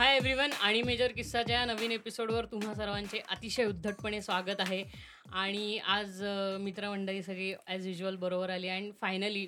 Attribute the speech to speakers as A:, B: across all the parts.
A: Everyone आणि major किस्साच्या या नवीन एपिसोडवर तुम्हा सर्वांचे अतिशय उद्धटपणे स्वागत आहे आणि आज अ, मित्रमंडळी सगळी ॲज युजल बरोबर आली अँड फायनली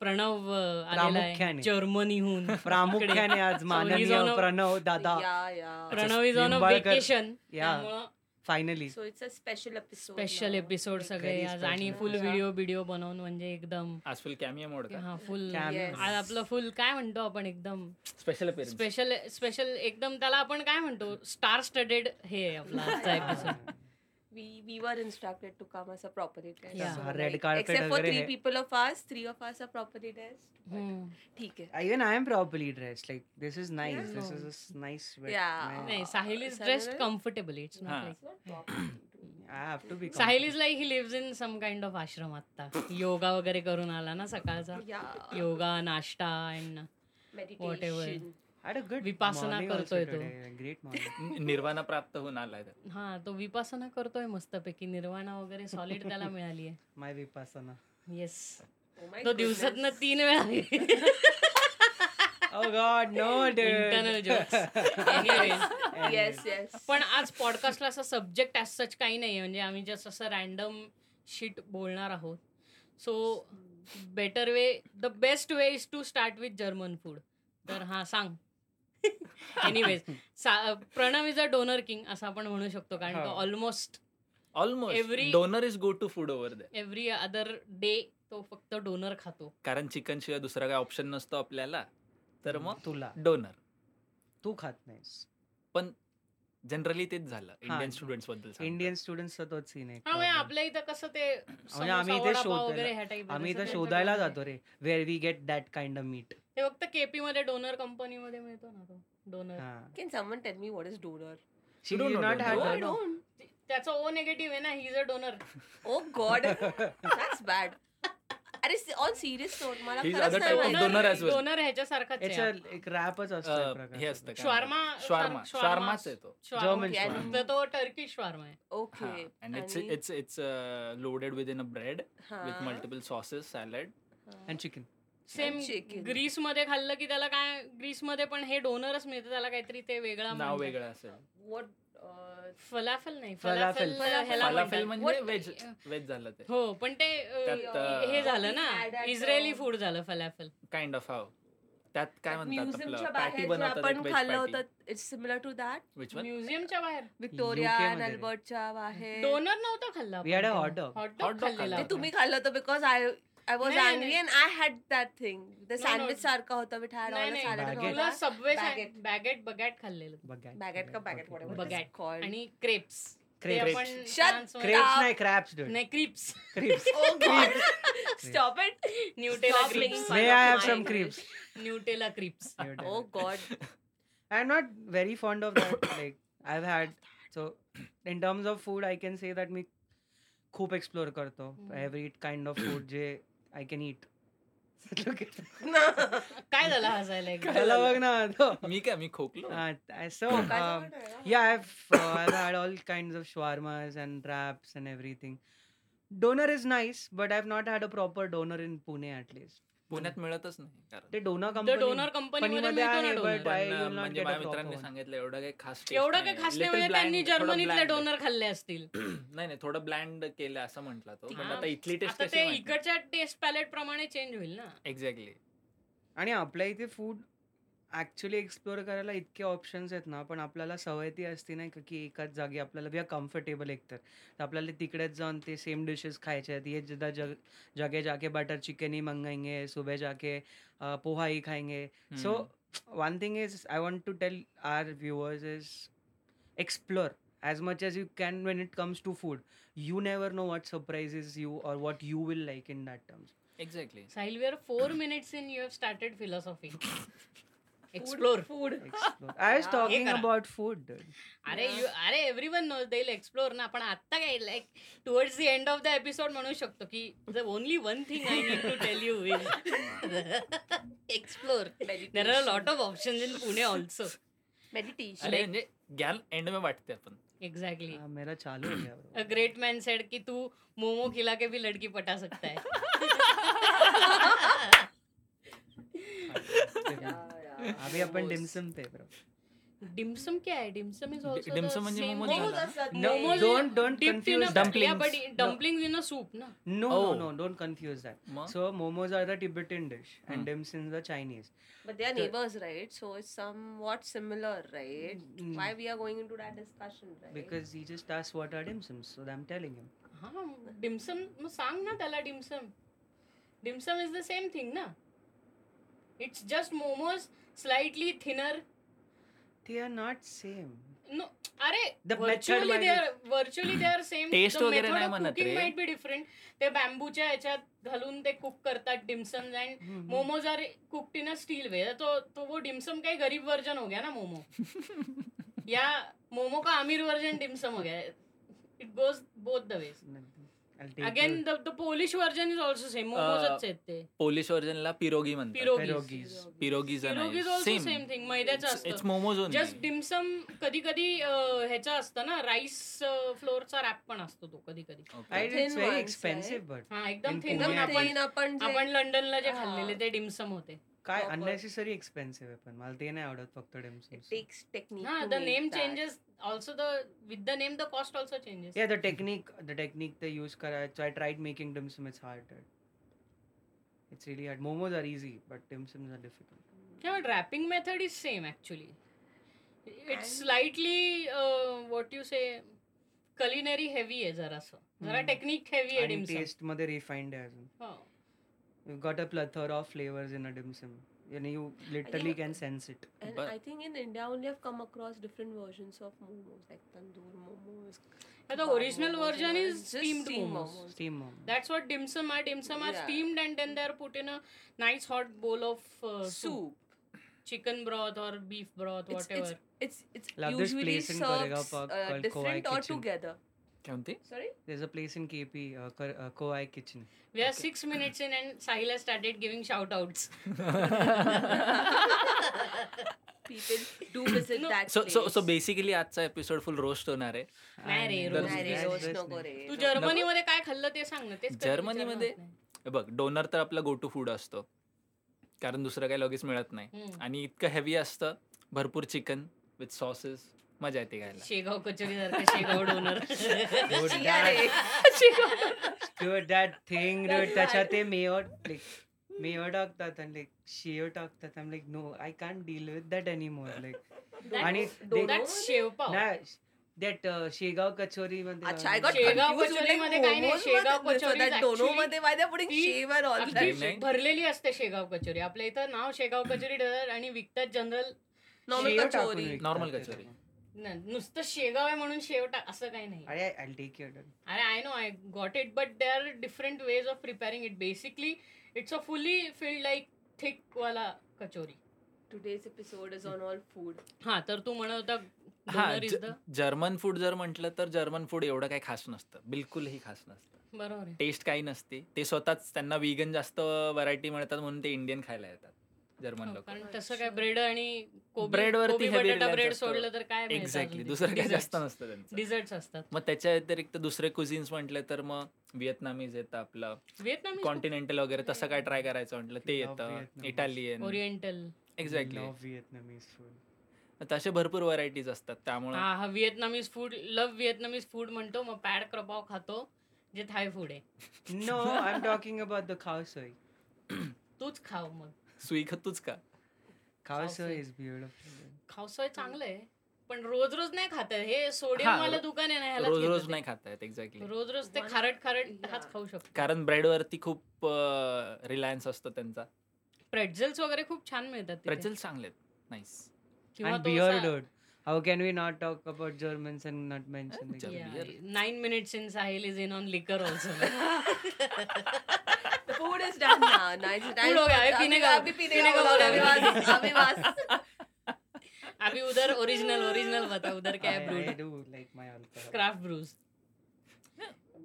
A: प्रणव अ, आलेला आहे
B: प्रामुख्याने.
A: जर्मनीहून
B: प्रामुख्याने आज माननीय
A: So, he's on a-
B: Pranav दादा
C: या या
A: Pranav is on a
B: Nimbalkar.
A: Vacation
B: Yeah.
A: त्यामुळं
B: finally
C: so it's a special episode
A: special episode सगळे
B: very
A: आज आणि
B: special.
A: फुल व्हिडिओ व्हिडिओ बनवून म्हणजे एकदम
D: आज फुल कॅमिया मोड का
A: हा फुल
B: Cameo.
C: Yes.
A: आज आपलं फुल काय म्हणतो आपण एकदम
D: स्पेशल अपिअरन्स
A: स्पेशल स्पेशल एकदम त्याला आपण काय म्हणतो स्टार स्टडेड हे आहे आपला आजचा episode
C: we we were instructed to come as a property test
A: Yeah.
C: So,
B: Red
C: like,
B: carpet
C: except for
B: वगैरे
C: three
B: है.
C: people of us three of us are property test but ठीक आहे
B: even I am properly dress like this is nice
A: Yeah.
B: This is nice
C: Yeah.
B: I
A: नाही Sahil is dressed comfortable it's
D: हा.
A: Not
C: It's not property.
B: Have to be
A: Sahil is like he lives in some kind of ashram आता योगा वगैरे करून आला ना सकाळचा
C: Yeah.
A: Yoga नाश्ता and
C: Meditation.
B: Had a good
A: vipassana करतोय तो.
B: ग्रेट मॉर्निंग
D: निर्वाणा प्राप्त होऊन आलाय तर.
A: हा तो विपासना करतोय मस्तपैकी निर्वाणा वगैरे सॉलिड त्याला मिळाली आहे
B: my Vipassana
A: yes
C: Oh my
A: तो
C: goodness.
A: दिवसातनं तीन वेळा
B: oh God no
A: internal jokes
C: Yes, yes.
A: पण आज पॉडकास्टला असा सब्जेक्ट ॲज सच काही नाही म्हणजे आम्ही जस्ट असं रॅन्डम शीट बोलणार आहोत so better way the best way is to start with German food तर हा सांग anyways Pranav is a doner king असं आपण म्हणू शकतो कारण तो
B: हो.
A: Almost Every-
D: almost doner is go to food over they
A: every other day तो फक्त डोनर खातो
D: कारण चिकन शिवाय दुसरा काय ऑप्शन नसतो आपल्याला तर मग
B: तुला
D: डोनर
B: तू खात नाहीस
D: जनरली तेच झालं इंडियन
B: हा.
D: स्टुडंट्स बद्दल सांगतो.
B: इंडियन स्टुडंट्सचा तोच सीन आहे
A: हा म्हणजे आपल्या इथं कसं ते समोसा,
B: आम्ही इथे
A: वडापाव
B: शोधायला-
A: वगैरे ह्या type
B: आम्ही
A: मध्ये
B: इथं
A: सगळं
B: शोधायला
A: डोनर आहे.
B: जातो रे where we get that kind of meat
A: हे फक्त केपी मध्ये डोनर कंपनीमध्ये मिळतो ना तो doner
C: Can someone tell me what is donor?
B: She
D: You don't
B: do
D: know,
B: not
D: don't
C: No,
D: know.
C: I
B: had
C: don't.
A: त्याचा ओ निगेटिव्ह आहे ना he is a donor
C: Oh God, that's bad. अरे on serious note मला
D: He's
C: खरंच
D: other
C: नाही
D: type of
C: माहिती.
D: donor as well.
A: Donor ह्याच्यासारखाच
B: it's
A: आहे.
B: एक रॅपच असतो एक
D: अं, हे
B: प्रकारचा.
D: असतं
A: Shawarma,
D: श्वार्मा
A: shawarma-
D: श्वार्माच येतो
A: shawarma.
B: German
C: shawarma.
A: तर तो टर्की श्वार्मा आहे
C: Okay.
D: अँड इट्स
C: आणि-
D: it's it's loaded with in a bread
C: Uh.
D: With
C: हा,
D: मल्टिपल सॉसेस सॅलड
C: हा.
B: And chicken
A: same
C: chicken.
A: Greece मध्ये खाल्लं की त्याला काय ग्रीस मध्ये पण हे डोनरच मिळतं त्याला काहीतरी ते वेगळा
D: नाव वेगळं असेल
C: What, uh,
A: फलाफल नाही
B: फलाफल.
A: फलाफल ह्याला
D: फलाफेल
A: म्हणतात.
D: म्हणजे
A: What-
D: वेज वेज झालं ते
A: हो पण ते अ,
D: त्यात, अ,
A: हे झालं
C: add
A: ना
C: at,
A: इस्रायली
C: अ,
A: फूड झालं फलाफल
D: काइंड ऑफ हाव त्यात काय म्हणतात
C: म्युझियमच्या
D: आपलं पॅटी
C: बाहेर जे
D: बनवतात
C: आपण खाल्लं
D: व्हेज
C: होतं it's similar to that
D: which one
A: म्युझियमच्या बाहेर
C: विक्टोरिया
B: UK
C: अँड
B: मध्ये रे.
C: अल्बर्टच्या बाहेर
A: डोनर नव्हता खाल्ला
B: We had a hot dog.
D: Hot
A: hot dog
D: dog
A: खाल्लेला
D: खाल्ला.
C: ते
A: होता.
C: तुम्ही खाल्लं होतं बिकॉज आय आय वॉज
A: नाही,
C: अँग्री
A: नाही.
C: And I had that thing ते
A: No, no.
C: सँडविच सारखा होता विथ हॅड
A: नाही
C: ऑल सॅलड
B: Baguette.
A: नाही सबवे
C: Baguette.
A: बॅगेट बगॅट खाल्लेलं
B: बघायचं.
C: बॅगेट का बॅगेट
A: Baguette.
C: बॅगेट कॉल्ड
A: आणि क्रेप्स ते
B: Crepes.
A: आपण
C: Shut
A: France मध्ये-
B: Crepes नाही क्रॅप्स डू
A: नाही Cripps
B: Cripps
A: oh
C: stop it
A: Nutella
C: Stop making
A: crepes
C: fun
B: may
C: of
B: I have
C: my Oh
B: some
C: English.
B: Crepes
A: Nutella crepes
C: O God
B: I am not very fond of that like I have had so in terms of food I can say that मी खूप explore करतो
A: Hmm.
B: Every kind of food जे I can ईट
A: काय झालं हसायला एकदम?
B: त्याला बघ ना तो
D: मी काय मी खोकलो
B: so Um, yeah i've uh, i've had all kinds of shawarmas and wraps and everything donor is nice but i've not had a proper donor in pune at least
D: पुण्यात मिळतच नाही कारण
B: the donor
A: The
B: company
A: donor company
B: company
A: मध्ये मिळतो
B: मध्ये
A: ना
B: आहे,
A: donor.
B: but I
D: पण,
B: will
D: अं,
B: not
D: म्हणजे
B: get a
D: माझ्या
B: proper
D: मित्रांनी
B: one.
D: सांगितलं एवढं काही खास taste
A: एवढं
D: नाही.
A: काही खास
D: Little
A: नाही म्हणजे त्यांनी
D: bland, थोडं
A: जर्मनीतले
D: bland.
A: डोनर खाल्ले असतील
D: नाही नाही थोडं ब्लँड केलं असं म्हटलं तो पण
A: हा.
D: आता इथली टेस्ट
A: आता ते इकडच्या टेस्ट पॅलेट प्रमाणे चेंज होईल ना
D: एक्झॅक्टली
B: आणि आपल्या इथे फूड ऍक्च्युली एक्सप्लोअर करायला इतके ऑप्शन्स आहेत ना पण आपल्याला सवय ती असते नाही का की एकाच जागी आपल्याला बी कम्फर्टेबल एकतर तर आपल्याला तिकडेच जाऊन ते सेम डिशेस खायचे आहेत ये जिदा जग जगे जाके बटर चिकन ही मंगाएंगे सुबह जाके अ, पोहा ही खाएंगे so one thing is i want to tell our viewers is explore as much as you can when it comes to food you never know what surprises you or what you will like in that terms
D: exactly
A: Sahil we are four minutes in you have started philosophy explore food
B: explore i was
C: Yeah.
B: talking
A: Yeah.
B: about food dude.
A: अरे you- अरे everyone knows they explore ना आपण आता काय like towards the end of the episode म्हणू शकतो की the only one thing I need to tell you is explore there are lot of options in Pune also
C: meditation
D: अरे म्हणजे ग्याल एंड में वाटते आपण
A: एक्झॅक्टली
B: Ah, मेरा चालू हो गया bro.
A: अ ग्रेट मॅन सेड की तू मोमो खिला के भी लड़की पटा सकता है
B: Yeah. अभी आपण
A: Momos.
B: डिमसम पे ब्रो
A: डिमसम क्या है डिमसम इज ऑल्सो
D: डिमसम म्हणजे मोमोज
C: Momos
D: झाला.
C: असतात
B: No,
C: ते.
B: momos- Don't- don't confuse
D: dumplings.
A: But
B: No.
A: dumplings in a soup ना
B: no no
D: Oh.
B: No don't confuse that
D: मग
B: so momos are the Tibetan dish
D: Hmm.
B: And dim sum is the Chinese
C: But they are
B: The-
C: neighbors, right? So it's somewhat similar, right?
B: Mm.
C: Why we are going into that discussion, right?
B: Because he just ask what are dim sums so I am telling him
A: हा dim sum मग सांग ना त्याला dim sum dim sum is the same thing ना it's just momos slightly thinner
B: they are not same
A: no अरे
B: The method
A: virtually
B: might
A: they are virtually they are same
D: Taste वगैरे नाही म्हणत रे.
A: कुकिंग बी डिफरंट ते बॅम्बूच्या ह्याच्यात घालून ते कुक करतात dim sum and
B: Hmm.
A: Momos are cooked in a steel way तो तो वो डिमसम का ही गरीब वर्जन हो गया ना मोमो या मोमो का अमीर वर्जन डिमसम हो गया it goes both the ways again the the Polish version is also same मोमोजच आहेत ते
D: पोलिश व्हर्जनला पिरोगी म्हणतात
A: pierogi-
D: pierogis
A: pierogi is also same thing मैद्याचं
D: इट्स
A: असतं
D: मोमोज
A: जस्ट डिमसम कधी कधी ह्याचा असतं ना राईस फ्लोअरचा रॅप पण असतो तो कधी कधी
B: I
C: Thin
B: it's very
C: ones,
B: expensive but
A: हा एकदम थिन
B: In पुणे
C: एकदम
A: आपण
C: plain आपण जे-
A: आपण लंडनला जे
C: हा.
A: खाल्लेले ते डिमसम होते
B: काय
C: Proper.
B: अननेसेसरी एक्सपेन्सिव्ह आहे पण मला ते नाही आवडत फक्त
C: It
B: डिम्सम
C: takes technique.
A: हा
C: to
A: the
C: make
A: name
C: that.
A: Changes also the with the name the cost also changes
B: या द टेक्निक द टेक्निक ते यूज करायचं I tried making dim sum it's hard it's really hard momos are easy but dim sums are difficult
C: Mm.
A: Yeah, but wrapping method is same actually. It's
C: And-
A: slightly uh, what you say culinary heavy आहे जरासं जरा
C: Hmm.
B: Hmm.
A: Technique heavy आहे
B: आणि
A: dim sum
B: taste मध्ये refined आहे अजून
A: हो.
B: You got a plethora of flavours in a dim sum आणि you literally
C: but-
B: can sense it
C: And
D: But-
C: I think in India only I've come across different versions of momos, like tandoor momos.
A: Yeah, the
C: kebab
A: original
C: momos and
A: version
C: all.
A: is
C: Just
A: steamed
C: steam
A: momos.
B: Steam momo
A: That's what dimsum are. Dimsum are
C: Yeah.
A: steamed and then they are put in a nice hot bowl of uh, soup,
C: Soup.
A: chicken broth or beef broth,
C: It's,
A: whatever.
C: it's it's it's
B: Love this
C: usually
B: place in Goregaon
C: served
B: Park
C: uh,
B: called
C: different
B: Kowai
C: or
B: Kitchen.
C: together.
D: कोणती
C: Sorry.
B: There a place in KP Koi Kitchen
A: We are six minutes in and Sahil has started giving shout outs.
C: People do visit
A: No.
C: that.
D: So so
C: place.
D: So basically आजचा episode full roast होणार आहे
A: नाही रे, रोज
C: नाही रे,
A: That's
C: रोज नको रे.
A: तू
C: नको.
A: जर्मनीमध्ये काय खाल्लं ते सांग ना तेच कधी
D: जर्मनीमध्ये?
A: विचारलं होत
D: हे बघ डोनर तर आपला गो टू फूड असतो कारण दुसरं काही लगेच मिळत नाही
A: नाही. हम्म.
D: आणि इतकं हेवी असतं भरपूर चिकन विथ सॉसेस मजा येते खायला
A: शेगाव कचोरी सारखं शेगाव डोनर
C: चिया रे.
B: दॅट थिंग
C: That's
B: त्याच्यात
C: right.
B: ते मेयो लाईक मेयो टाकतात आणि लाईक शेव टाकतात आणि like no I can't deal with that any more like आणि
C: doner?
A: That's sev pav
B: that Shegaon kachori
C: अच्छा Oh. I got
A: Shegaon
C: confused. You're like,
A: कचोरीमध्ये काही नाही,
C: momos
A: शेगाव
C: मध्ये- so
A: kachori
C: that
A: is
C: dono
A: actually-
C: मध्ये why they're putting
A: ती-
C: shave and all
A: अगदी
C: that?
D: नाही, नाही.
A: भरलेली असते शेगाव कचोरी आपल्या इथं नाव शेगाव कचोरी ठेवतात आणि विकतात जनरल
C: Normal
B: शेव टाकून
C: kachori.
B: विकतात
D: Normal
B: ते
D: कचोरी.
B: लोकं.
A: नुसतं शेगाव आहे म्हणून शेव टाक असं काही नाही
B: अरे आय टेक युअर
A: अरे I know I got it but they are different ways of preparing it basically it's a fully filled like thick वाला kachori
C: Today's episode is on all food.
A: हा तर तू म्हणत होता
D: हा
A: donor is the-
D: German food जर म्हटलं तर German food एवढं काही खास नसतं बिलकुलही खास नसतं
A: बरोबर आहे
D: टेस्ट काही नसते ते स्वतःच त्यांना व्हिगन जास्त व्हरायटी मिळतात म्हणून ते इंडियन खायला येतात जर्मन
A: हो,
D: लोक
A: कारण तसं काय ब्रेड आणि कोबी
D: Bread वरती
A: कोबी
D: heavy
A: बटाटा
D: reliance
A: ब्रेड
D: असतो.
A: सोडलं तर काय
D: एक्झॅक्टली दुसरं काही जास्त नसतं त्यांचं
A: डिझर्ट्स असतात
D: मग त्याच्या व्यतिरिक्त दुसरे कुझिन्स म्हटलं तर मग व्हिएतनामीज येतं आपलं
A: व्हिएतनामी
D: कॉन्टिनेंटल वगैरे
A: म्हणजे
D: तसं काय ट्राय करायचं म्हटलं ते
B: Love
D: येतं
B: Vietnamese.
D: Italian
A: oriental
D: exactly
B: Vietnamese food
D: तसे भरपूर व्हरायटीज असतात त्यामुळे
A: हा हा Vietnamese food love Vietnamese food म्हणतो मग पॅड क्रपाव खातो जे थाय फूड आहे
B: no I am talking about the khow suey
A: तूच खाव मग
D: सुई खतूच का
B: खावसोय इज ब्युटिफुल
A: खावसोय चांगलं आहे पण रोज रोज नाही खात आहे. हे सोडियम
D: हो. हा,
A: वाला दुकान आहे ना ह्यालाच
D: रोज
A: घेतात
D: रोज
A: ते.
D: नाही खाता येत एक्झॅक्टली
A: रोज रोज ते
C: One-
A: खारट खारट
C: Yeah.
A: हाच खाऊ शकतो
D: कारण ब्रेडवरती खूप रिलायन्स असतो त्यांचा
A: प्रेटझेल्स वगैरे खूप छान मिळतात तिथे.
D: प्रेचल चांगले नाईस
A: किंवा
B: and
A: तो असा-
B: beer dude how can we not talk about germans and not mention the
D: German.
B: Germans?
D: beer.
A: Nine minutes in Sahil is in on liquor also
C: The food is done now. Nice time.
A: हो गया है, पीने का-
C: अभी पीने
A: पीने
C: का
A: का
C: बोला,
A: बोला
C: अभी
A: अभी।
C: बस, अभी बस.
A: अभी उधर ओरिजिनल ओरिजिनल बता उधर क्या है
B: I- I
A: brewed
B: do like my alcohol
A: craft brews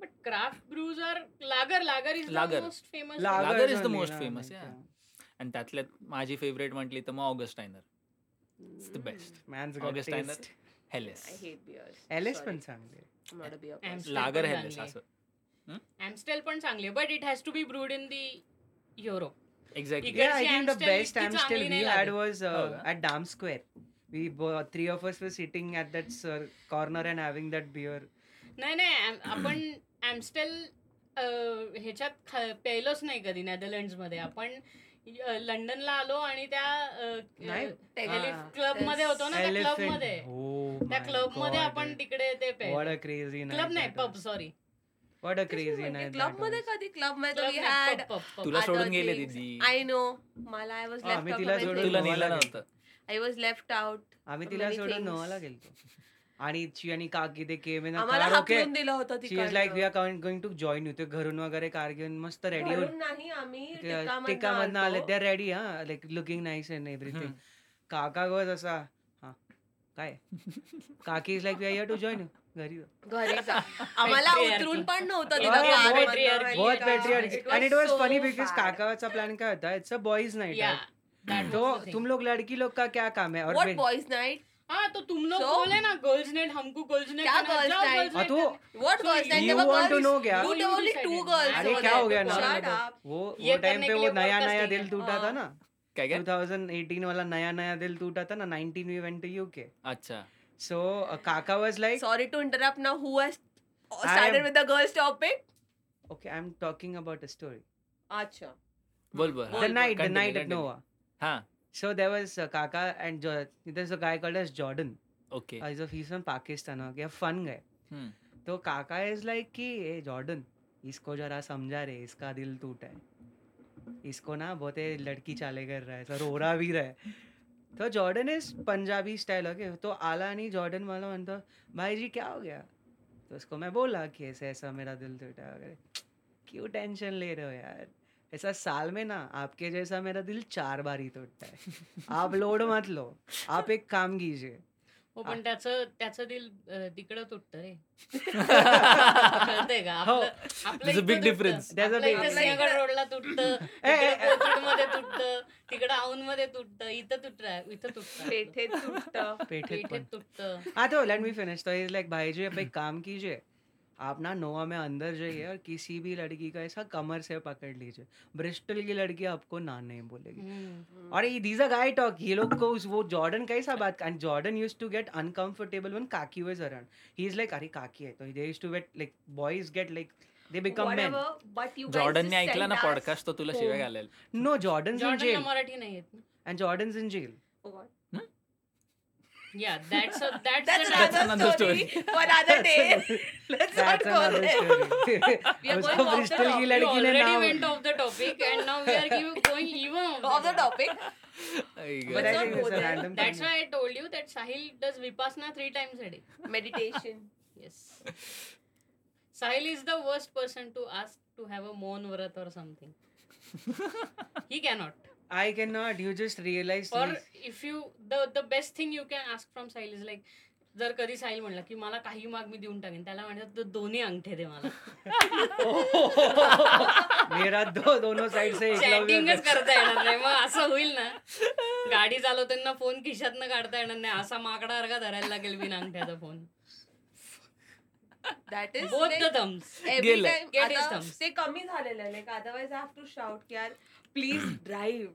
A: but craft brews are lager lager is
D: Lager.
A: Most famous
D: Lager is the
B: only,
D: most
B: no,
D: famous,
B: like,
D: yeah. आणि त्यातल्या माझी फेवरेट म्हटली तर मग Augustiner it's the best
B: man's got
D: Augustiner
B: taste.
D: Helles
C: I hate beers.
B: Alice
C: Sorry,
B: पण चांगली आहे.
C: I'm not a beer
A: I'm
C: person.
A: La-
D: लागर
A: पण
D: हेलेस
A: चांगली
D: असं
A: ऍमस्टेल पण चांगली but it has to be brewed in the Europe
D: exactly
A: इकडे-
B: Yeah,
A: Because
B: I think the
A: Amstel
B: best
A: इतकी
B: Amstel
A: चांगली
B: we
A: नाही
B: had
A: लागत.
B: was
D: हो
B: uh,
D: का?
B: at Dam Square. We bo- three of us were sitting at that cir- corner and having that beer.
A: नाही नाही आम- आपण ॲम्स्टेल ह्याच्यात ख- प्यायलोच नाही कधी नेदरलँड्स मध्ये आपण अ, लंडनला आलो आणि
B: नाही.
A: त्या
B: हा.
A: क्लब मध्ये होतो ना त्या क्लब
B: Elephant.
A: मध्ये
B: Oh
A: त्या
B: my
A: क्लब मध्ये
B: God,
A: आपण
B: dude.
A: तिकडे ते
B: What
A: प्यायलो
B: a crazy night.
A: क्लब नाही
B: that
A: pub
B: was.
A: Sorry
B: What a crazy night. that
C: club मध्ये
B: was.
C: कधी क्लब मध्ये
A: क्लब
C: वी
A: नाही,
C: हॅड
A: pub, pub, pub.
D: तुला सोडून गेले दीदी
C: आय नो मला आय वॉज
B: हा, मी तिला सोडून
D: तुला
B: नाही.
C: लेफ्ट
B: गोव्याला
D: नेलं नव्हतं
C: आय वॉज लेफ्ट आउट
B: आम्ही
C: so
B: तिला
C: many
B: सोडून
C: things.
B: नवाला गेलतो आणि ची आणि काकी ते केम इन
C: आम्हाला
B: ओके
C: हाकलून दिलं होतं
B: शी इज लाईक वी
C: तिकडनं.
B: Are going to join you ते घरून वगैरे कार घेऊन मस्त रेडी
C: घरून
B: होऊन
C: नाही आम्ही
B: टिका मधनं आले
C: टिकामधनं
B: ते रेडी हा like looking nice and everything काका गोज असा हा काय काकी is like we are to join you घरी
C: आलतो. घरी जा. आम्हाला
A: Patriarchy.
C: उतरून पण नव्हतं
A: It
C: दिलं
A: was
C: car
A: so
C: मधनं
A: patriarchy.
C: माहिती
B: बहुत
C: का?
B: पॅट्रियॉटिक
C: It was
B: आणि it was
C: so
B: funny because
C: bad.
B: काकाचा प्लॅन काय होता it's a boys
A: Yeah,
B: night
A: that was
B: तो
A: the thing.
B: तुम लोग लड़की लोग का क्या काम है और
C: What
B: बे-
C: boys night?
A: हाँ तो तुम लोग
C: So-
A: बोले ना गर्ल्स नेट हमको गर्ल्स नेट
C: क्या girls' night?
B: हाँ, तो
C: What
A: So
C: girls night?
B: you
C: There were
B: want to
C: girls-
B: know क्या
C: two-
A: You
C: only
A: decided.
C: two girls
B: अरे
C: over
B: क्या
C: there.
B: हो गया ना
C: Shut up.
B: वो
A: ये
B: वो टाइम
A: करने
B: पे
A: के
B: वो
A: लिए
B: नया नया
A: broadcasting
B: दिल
A: है।
B: टूटा था
C: हाँ।
B: ना
D: काय काय
B: 2018 वाला नया नया दिल टूटा था ना 19 वी वेंट टू यूके
D: अच्छा
B: सो काका was like
C: Sorry to interrupt now. Who has
B: am-
C: started with the girls topic?
B: Okay I am talking about a story
C: अच्छा.
D: बोल बोल
A: हाँ,
B: the night the night at
D: Nova
B: Nova
D: हा
B: So there was uh, Kaka and jo- there's a guy called as Jordan.
D: Okay
B: Uh, he's, a, he's from Pakistan. Okay, a fun guy.
D: Hmm.
B: तो Kaka is like कि ए Jordan इसको जरा समझा रे इसका दिल टूटा है इसको ना बहुत ये लड़की चाले कर रहा है सर रो रहा भी रहा है तो Jordan is Punjabi style okay तो आला आणि जॉर्डन मला म्हणतो भाई जी क्या हो गया तो उसको मैं बोला कि ऐसे ऐसा मेरा दिल टूटा है वगैरह क्यों टेंशन ले रहे हो यार ऐसा साल में ना आपके जैसा मेरा दिल चार बार ही टूटता है आप लोड मत लो आप एक काम कीजिए
A: हो पण त्याचं त्याचं दिल अ, तिकडं तुटतं रे कळतंय का
B: हो.
A: आपलं- आपलं
D: There's a
A: इथं
D: big
A: तुटतं.
D: difference.
B: There's a
A: आपलं
B: big
A: इथं
B: difference.
A: सिंहगड रोडला तुटतं
B: ए, ए, ए.
A: मध्ये तुटतं तिकडं औंध मध्ये तुटतं इथं तुटत इथं तुटतं
C: पेठे तुटतं.
B: पेठे
A: पेठेत तुटतं
B: हाँ तो लेट मी फिनिश तो इज लाइक भाई जी आप एक काम कीजिए आप ना नोवा में अंदर जाइए और किसी भी लड़की का ऐसा कमर से पकड़ लीजिए ब्रिस्टल की लड़की आपको ना नहीं बोलेगी
A: हम्म.
B: और ये दीज अ गाय टॉक ये लोग को उस वो जॉर्डन का ही सा बात and Jordan use to get uncomfortable when Kaki was around he is like अरे काकी है तो they use to get like boys get like they become men
C: Whatever, but you guys
D: जॉर्डनने
C: just
D: ऐकला ना
C: send us-
D: पॉडकास्ट तो तुला शिवाय
B: हो.
C: home.
D: घालेल
B: नो जॉर्डन इन
A: जॉर्डनला
B: जेल
A: मराठी नाही येत ना
B: and Jordan in jail
C: What?
A: या that's
C: That's
A: that's
D: another
C: another story
D: story.
C: for another day. Let's not
B: That's
C: go
B: another
C: there.
B: story.
C: We are
B: उसको
C: going off the
B: ब्रिस्टल की
C: topic.
B: लड़की ने
A: already
B: नाम
A: went off the topic and now we are going even
C: Off the topic.
D: I
B: But
D: ग-
B: I
C: not
B: think it's
C: go
B: a
C: there.
B: random
A: that's
B: thing.
A: Why I told you that Sahil does vipassana three times a day
C: Meditation.
A: Yes. Sahil is the worst person to ask to have a moan vrat or something. he cannot.
B: I cannot. You just realized.
A: Or
B: this.
A: if you the the best thing you can ask from Sahil is like जर कधी साहिल म्हणला की मला काही माग मी देऊन टाकेन त्याला म्हणतात "तू दोन्ही अंगठे दे मला
B: मेरा दो दोनों साइड से एकलव्य
A: चॅटिंगच
B: बच्चा-
A: करता येणार नाही मग असं होईल ना गाडी चालवताना फोन खिशातनं काढता येणार नाही असा माकडा अर्गा धरायला लागेल बिना अंगठ्याचा phone
C: That is
A: both
C: like-
A: the thumbs
C: every
D: गेलं.
A: Get
C: टाइम
A: his
C: आता
A: thumbs.
C: ते कमी झालेलं आहे like otherwise I have to shout की यार प्लीज ड्राईव्ह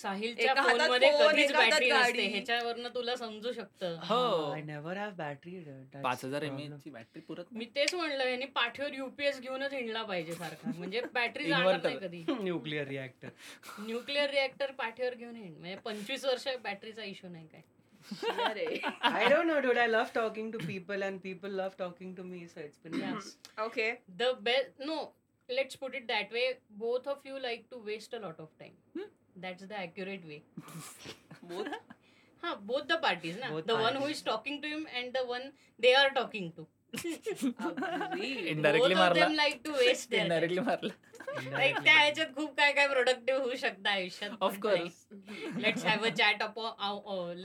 A: साहिलच्या
C: एका हातात
A: फोन मध्ये
C: फोन,
A: कधीच
C: एका हातात
A: बॅटरी नसते
C: गाडी.
A: ह्याच्यावरनं तुला समजू शकतं
D: हो
B: I never have battery. that's
D: पाच हजार एम
B: problem.
D: ची बॅटरी पुरत
A: मी तेच म्हणलं यांनी पाठीवर युपीएस घेऊनच हिंडला पाहिजे सारखा म्हणजे बॅटरी जाणार
D: Inverter.
A: नाही कधी
B: Nuclear reactor.
A: न्यूक्लिअर रिएक्टर पाठीवर घेऊन हिंड म्हणजे पंचवीस वर्ष बॅटरीचा इश्यू नाही काय
C: अरे
B: I don't know, dude. I love talking to people, and people love talking to me. So it's been
A: Yeah.
B: nice.
C: Okay
A: the best no let's put it that way both of you like to waste a lot of time that's the accurate वे हा both the parties ना
B: Both
A: the one who
B: parties.
A: Is talking to him and the one they are talking to
D: Indirectly मारला.
A: Like to waste
D: directly मारला
A: like त्या ह्याच्यात खूप काय काय productive होऊ शकतं आयुष्यात
D: Ofcourse.
A: Let's have a chat up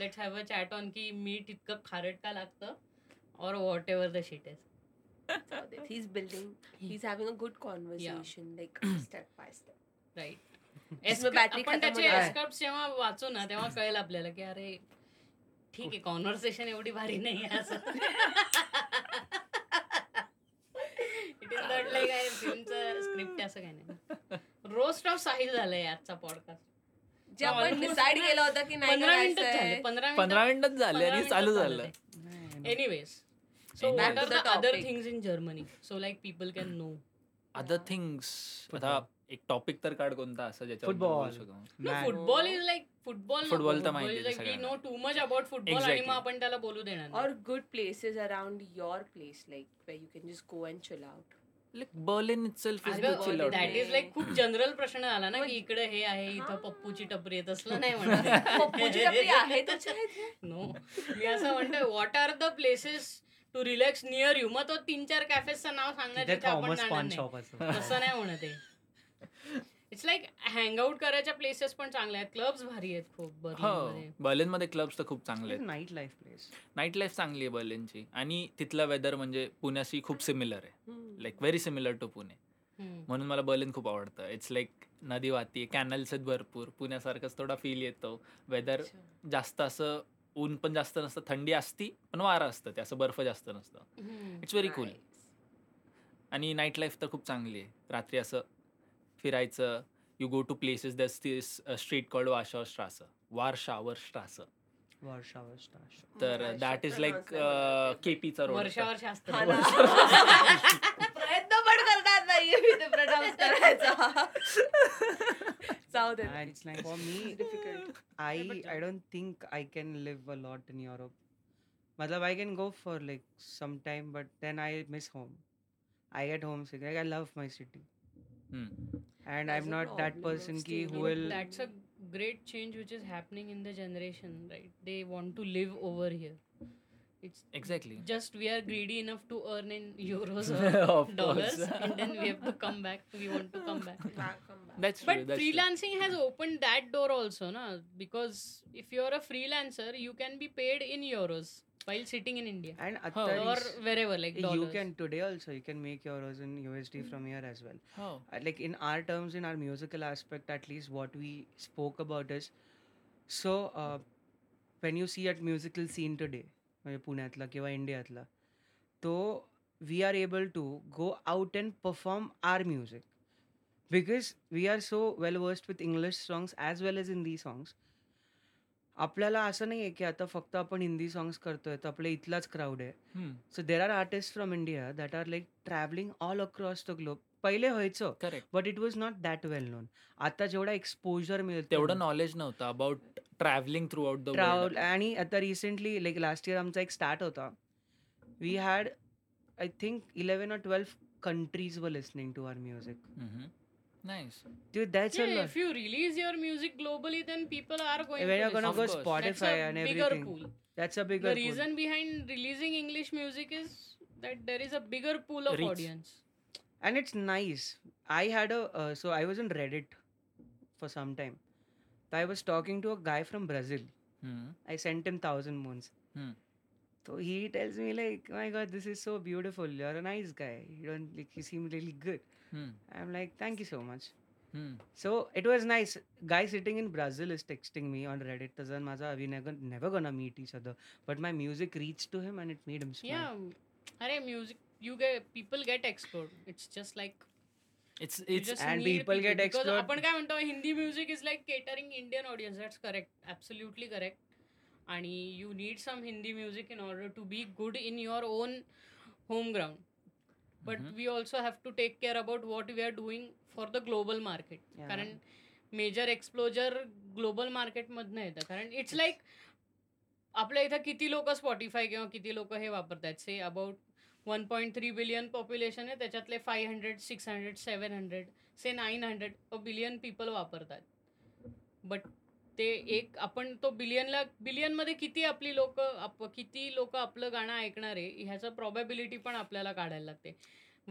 A: let's have a chat on की मीठ इतकं खारट का लागतं और whatever the shit is
C: he is building he is having a good conversation like step by step
A: right
C: मग battery
A: आपण
C: खतम
A: त्याचे
B: होणार.
A: एस्कर्प्स जेव्हा वाचू ना तेव्हा कळेल आपल्याला की अरे ठीक आहे कॉन्व्हर्सेशन एवढी भारी नाही आहे असं it is not like I फिल्मचं स्क्रिप्ट असं काही नाही रोस्ट ऑफ साहिल झालाय आजचा पॉडकास्ट
C: जे आपण
A: Almost
C: डिसाइड
A: ना.
C: केलं होतं की नाही
A: पंधरा मिनिटच
C: करायचंय.
A: झाले पंधरा
D: पंधरा मिनिटच झाले
A: पंधरा
D: आणि
A: मिनिटं
D: चालू झालं
A: anyways so
D: Back
A: what
D: to
A: are
C: the
A: the other
C: topic.
A: Things in Germany so like people can know
D: other things आता एक टॉपिक तर काढ कोणता असं ज्याच्यावर
B: Football.
D: बोलू शकतो
A: no
B: Man.
A: Football is like football
D: Football तर माहिती आहे
A: लाईक वी
D: सगळ्यांना.
A: Know too much about football आणि
D: Exactly.
A: मग आपण त्याला बोलू देणार नाही.
C: or good places around your place, like where you can just go and chill out.
D: Like Berlin itself is
A: अगं,
C: chill out.
A: that is like खूप general प्रश्न आला ना की इकडे हे आहे इथं
C: हा.
A: पप्पूची टपरी आहे तसलं नाही म्हणणार
C: पप्पूची टपरी आहे तुझ्या इथे?
A: नो मी असं म्हणतोय what are the places to relax near you मग तो तीन चार कॅफेसचं नाव सांगणार
B: तिथे
A: तिथे आपण
B: थॉमस
A: जाणार
B: पान
A: नाही
B: शॉप असतो
A: तसं नाही होणं ते इट्स लाईक हँगआउट करायच्या प्लेसेस पण चांगल्या आहेत क्लब्स भारी आहेत खूप बर्लिनमध्ये.
D: हो बर्लिन मध्ये क्लब्स तर खूप चांगले आहेत
B: night life place
D: night life चांगली आहे बर्लिनची आणि तिथला वेदर म्हणजे पुण्याशी खूप सिमिलर आहे
C: Hmm.
D: Like very similar to Pune
A: hmm.
D: म्हणून मला बर्लिन खूप आवडतं इट्स लाईक नदी वाहती कॅनल्स आहेत भरपूर पुण्यासारखंच थोडा फील येतो वेदर
C: अच्छा.
D: जास्त असं ऊन पण जास्त नसतं थंडी असती पण वारा असतं ते असं बर्फ जास्त नसतं
A: hmm.
D: It's very cool
C: Nice.
D: आणि नाईट लाईफ तर खूप चांगली आहे रात्री असं फिरायचं you go to places this this street called वाशावर श्रास वार शावर श्रास
B: वर्षावर
D: तर
C: मला
D: दॅट
C: शब्द
D: इज लाईक
C: नसले
B: uh,
D: uh,
C: मला ते.
D: केपीचा रोड
A: वर्षावर्ष असतं
C: हा ना. प्रयत्न पण करतात नाही मी ते pronounce करायचा जाऊ दे
B: इट्स like for me
C: Difficult.
B: I I don't think I can live a lot in Europe. Matlab, I can go for like some time, but then I miss home. I get homesick. Like I love my city, and
C: That's
B: I'm
C: a
B: not that
C: problem of
B: person ki
C: staying
B: who
C: in
B: will.
C: that-
A: that's a great change which is happening in the generation right they want to live over here it's
D: exactly
A: just we are greedy enough to earn in euros or
D: Of
A: dollars
D: course.
A: and then we have to come back we want to come back
C: Back, come back.
D: That's
A: but freelancing has opened that door also na because if you're a freelancer you can be paid in euros while sitting in india
B: And at
D: Huh.
A: or
B: times,
A: wherever like dollars
B: you can today also you can make euros in USD from here as well.
D: हो.
B: Uh, like in our terms in our musical aspect at least what we spoke about is so uh, when you see at musical scene today म्हणजे पुण्यातला किंवा इंडियातला तो we are able to go out and perform our music because we are so well versed with English songs as well as Hindi songs आपल्याला असं नाही आहे की आता फक्त आपण हिंदी सॉंग्स करतोय तर आपल्या इथलाच क्राऊड आहे so there are artist from India that are like travelling all across the globe पहिले व्हायचं
D: correct
B: but it was not that well known आता जेवढा एक्सपोजर मिळतो
D: तेवढं नॉलेज नव्हतं about travelling throughout
B: travel
D: the
B: आणि आता रिसेंटली लाईक लास्ट इयर आमचा एक स्टार्ट होता we had I think eleven और ट्वेल्व कंट्रीज वर listening to our music
D: nice
B: that's a
A: yeah,
B: lot
A: if you release your music globally then people are going
B: When
A: to
B: you're gonna
A: listen.
B: go
D: Of course.
A: That's
B: Spotify
A: a
B: and
A: bigger
B: everything.
A: pool.
B: That's a
A: the
B: bigger
A: reason behind releasing english music is that there is a bigger pool of
D: Reach.
A: audience
B: And it's nice. I had a uh, so I was on Reddit for some time. I was talking to a guy from Brazil. I sent him thousand moons.
D: Hmm.
B: So he tells me like, "Oh my God, this is so beautiful. You're a nice guy. You don't like you seem really good. I'm like, thank you so much. So it was nice. Guy sitting in Brazil is texting me on Reddit. Tazan Maza, we never never gonna meet each other. But my music reached to him and it made him smile.
A: Yeah, अरे music you get people get explore it's just like
D: it's it's
B: and people get explored.
A: आपण काय म्हणतो Hindi music is like catering Indian audience that's correct absolutely correct आणि you need some Hindi music in order to be good in your own home ground but
B: Mm-hmm.
A: We also have to take care about what we are doing for the global market
B: Yeah.
A: कारण major exposure global मार्केटमधनं येतं कारण it's like आपल्या इथं किती लोक Spotify किंवा किती लोक हे वापरतात say about one point three billion population आहे त्याच्यातले five hundred six hundred seven hundred say nine hundred billion people वापरतात बट ते एक आपण तो बिलियनला बिलियनमध्ये किती आपली लोक आप किती लोक आपलं गाणं ऐकणार आहे ह्याचं प्रॉबॅबिलिटी पण आपल्याला काढायला लागते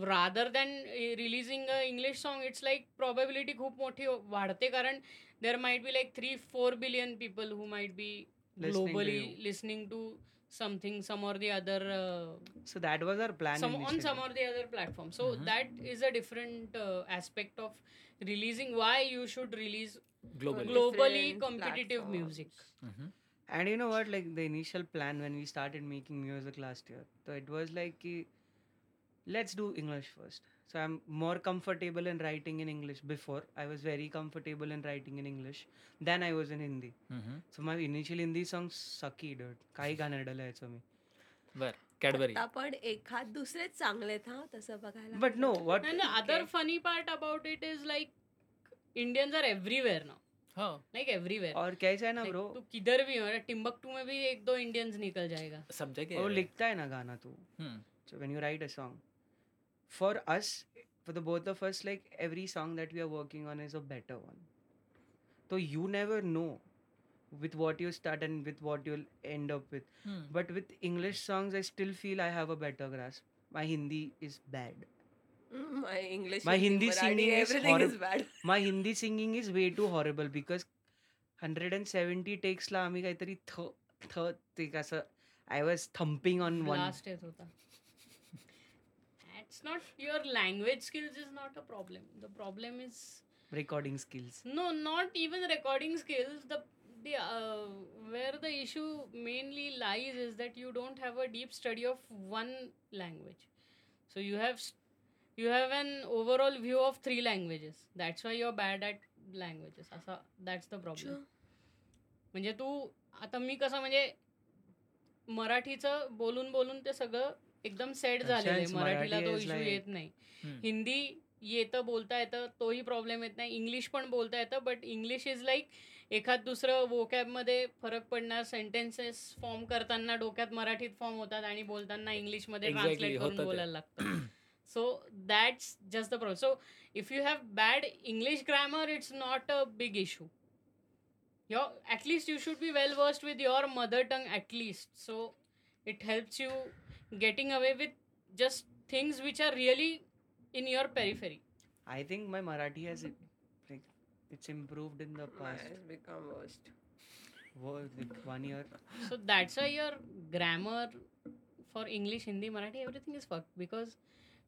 A: rather than releasing a English song it's like probability खूप मोठी वाढते कारण there might be like three four billion people who might be
B: Listening to
A: globally
B: you.
A: Listening to something some or the other
B: So that was our plan.
A: uh, some on
B: initially.
A: some or the other platform so
B: Mm-hmm.
D: Mhm.
A: that is a different uh, aspect of releasing why you should release
D: global
A: Glo- globally
C: Different
A: competitive
C: platforms.
A: music.
B: And you know what? Like the initial plan when we started making music last year, so it was like, ki, let's do English first. So I'm more comfortable in writing in English. Before I was very comfortable in writing in English than I was in Hindi. So my initial Hindi songs sucky, dude. काही गाणं डलं याचं मी.
D: बर Cadbury
C: आता पण एखाद दुसरेच चांगलेत हा तसं बघायला
B: But no, what
A: And the other funny part about it is like Indians are everywhere now.
D: हो
A: Like everywhere.
B: और कैसा है ना
A: Like,
B: bro? Oh,
A: तू किधर भी हो टिम्बकटू में भी एक दो इंडियंस निकल जाएगा
D: सब्जेक्ट
A: Oh,
B: वो लिखता है ना गाना तू. So when you write a song, for us, for the both of us, like every song that we are working on is a better one. So you never know with what you start and with what you'll end up with. But with English songs, I still feel I have a better grasp. My Hindi is bad.
C: My English
B: My Hindi singing is
C: everything is
B: horrible.
C: Bad
B: My Hindi singing is way too horrible because 170 takes ला आम्ही काहीतरी थ थ ते कसं I was thumping on one
A: last येत होता it's not your language skills is not a problem the problem is
B: recording skills
A: No, not even recording skills. The the uh, where the issue mainly lies is that you don't have a deep study of one language. So you have s- you have an overall view of three languages. That's why you're bad at languages. असा that's the problem. म्हणजे तू आता मी कसं म्हणजे मराठीचं बोलून बोलून ते सगळं एकदम सेट झालेलं आहे
B: Since
A: मराठीला
B: मराठी
A: तो
B: is
A: इश्यू
B: like-
A: येत नाही हिंदी येतं बोलता येतं तोही प्रॉब्लेम येत नाही इंग्लिश पण बोलता येतं बट इंग्लिश इज लाईक एखाद दुसरं vocab मध्ये फरक पडणार सेंटेन्सेस फॉर्म करताना डोक्यात मराठीत फॉर्म होतात आणि बोलताना इंग्लिशमध्ये
D: Exactly,
A: ट्रान्सलेट करून
D: होतं ते.
A: बोलायला लागतं so that's just the problem so if you have bad English grammar it's not a big issue your at least you should be well versed with your mother tongue at least so it helps you getting away with just things which are really in your periphery
B: I think my Marathi has like it's improved in the past
C: become worst
B: one year
A: so that's why your grammar for english hindi marathi everything is fucked because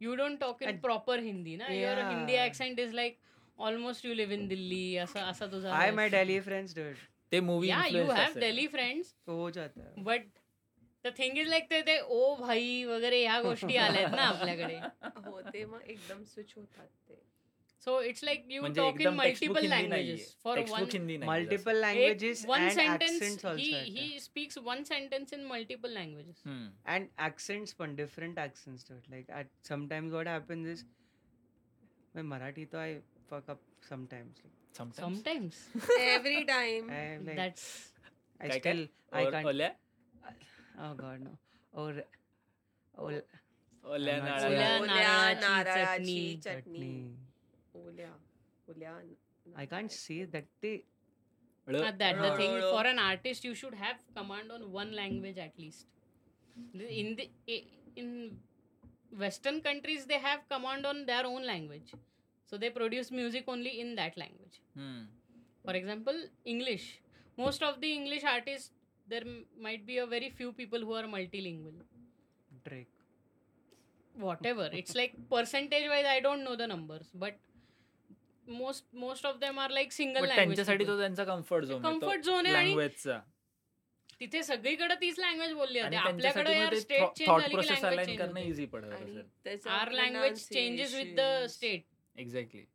A: you don't talk in
B: And-
A: proper hindi na your
B: Yeah.
A: hindi accent is like almost you live in delhi asa asa tuza
B: I my daily friends डर
D: ते movie
A: yeah you have delhi friends
B: तो हो जाता है
A: but the thing is like ते ते ओ भाई वगैरे ह्या गोष्टी आल्यात ना आपल्याकडे
C: हो ते मग एकदम स्विच होतात ते
A: सो इट्स लाइक यू
D: म्हणजे
A: टॉक इन
D: एकदम
A: multiple languages
D: languages
A: for one
D: textbook Hindi नाही
B: multiple languages
A: one
B: and
A: sentence
B: accents also
A: he he speaks one sentence in multiple languages
B: and accents पण डिफरंट ऍक्सेंट्स डर like at sometimes what happens is my Marathi तो I fuck up sometimes
D: sometimes
A: sometimes
C: every time
B: I like
A: that's
B: I
D: काय काय?
B: Still I
D: or
B: can
D: ओल्या
B: ओ God no or or
D: ओल्या
B: I'm not
D: नारळा
A: ओल्या,
C: ओल्या
A: नारळाची
C: नारळाची चटणी
B: चटणी
C: ओल्या ओल्या
B: आय कॅन्ट से दॅट ते
A: दॅट द थिंग
D: ळ.
A: For an artist you should have command on one language at least in the in western countries they have command on their own language so they produce music only in that language
D: hmm.
A: for example english most of the english artists there m- might be a very few people who are multilingual
B: Drake
A: whatever it's like percentage wise i don't know the numbers but most most of them are like single
D: But
A: language
D: त्यांच्यासाठी
A: people.
D: तो त्यांचा comfort zone
A: comfort zone आहे आणि
D: लँग्वेजचा
A: तिथे सगळीकडे तीच language बोलली
D: आणि
A: जाते आपल्याकडे यार
D: त्यांच्यासाठी
A: स्टेट चेंज
D: थॉट
A: झाली की लँग्वेज चेंज
D: प्रोसेस अलाइन करणं
A: होते
D: इझी पडत
C: आणि
A: R language changes with the state
D: exactly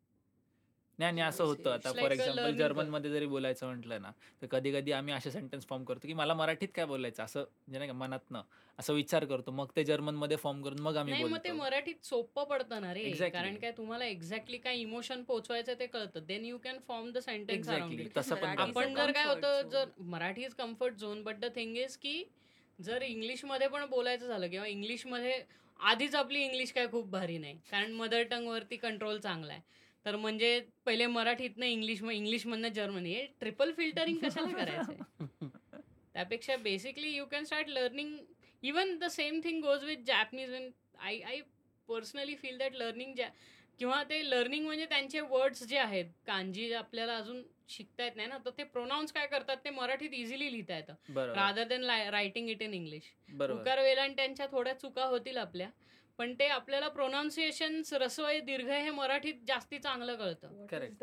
D: नाही आणि असं होतं आता
A: It's like
D: for
A: a
D: example
A: learning curve.
D: जर्मनमध्ये जरी बोलायचं म्हटलं ना तर कधी कधी आम्ही असे सेंटेन्स फॉर्म करतो की मला मराठीत काय बोलायचं असं म्हणजे नाही का मनातनं असं विचार करतो मग ते जर्मनमध्ये फॉर्म करून मग आम्ही
A: नाही मग ते
D: बोलतो
A: मराठीत सोपं पडतं ना रे
D: Exactly.
A: कारण काय तुम्हाला एक्झॅक्टली काय इमोशन पोहोचवायचं ते कळतं then you can form the sentence around
D: exactly तसं पण
C: मराठी
D: करतो.
A: आपण जर काय
C: comfort
A: होतं
C: zone.
A: जर Marathi is comfort zone but the thing is की जर इंग्लिशमध्ये पण बोलायचं झालं किंवा इंग्लिशमध्ये आधीच आपली इंग्लिश काय खूप भारी नाही कारण मदर टंगवरती कंट्रोल चांगला आहे तर म्हणजे पहिले मराठीतनं इंग्लिश मग इंग्लिशमधनं जर्मनी हे ट्रिपल फिल्टरिंग कशाला करायचं आहे? त्यापेक्षा basically you can start learning even the same thing goes with Japanese I I personally feel that learning जॅ किंवा ते लर्निंग म्हणजे त्यांचे वर्ड्स जे आहेत कांजी आपल्याला अजून शिकता येत नाही ना तर ते प्रोनाऊन्स काय करतात ते मराठीत इझिली लिहिता येतं
D: बरोबर
A: rather then writing it in English
D: बरोबर
A: उकार वेलांट त्यांच्या थोड्या चुका होतील आपल्या पण ते आपल्याला प्रोनाऊन्सिएशन रसवय दीर्घ हे मराठीत जास्ती चांगलं कळतं
D: Correct.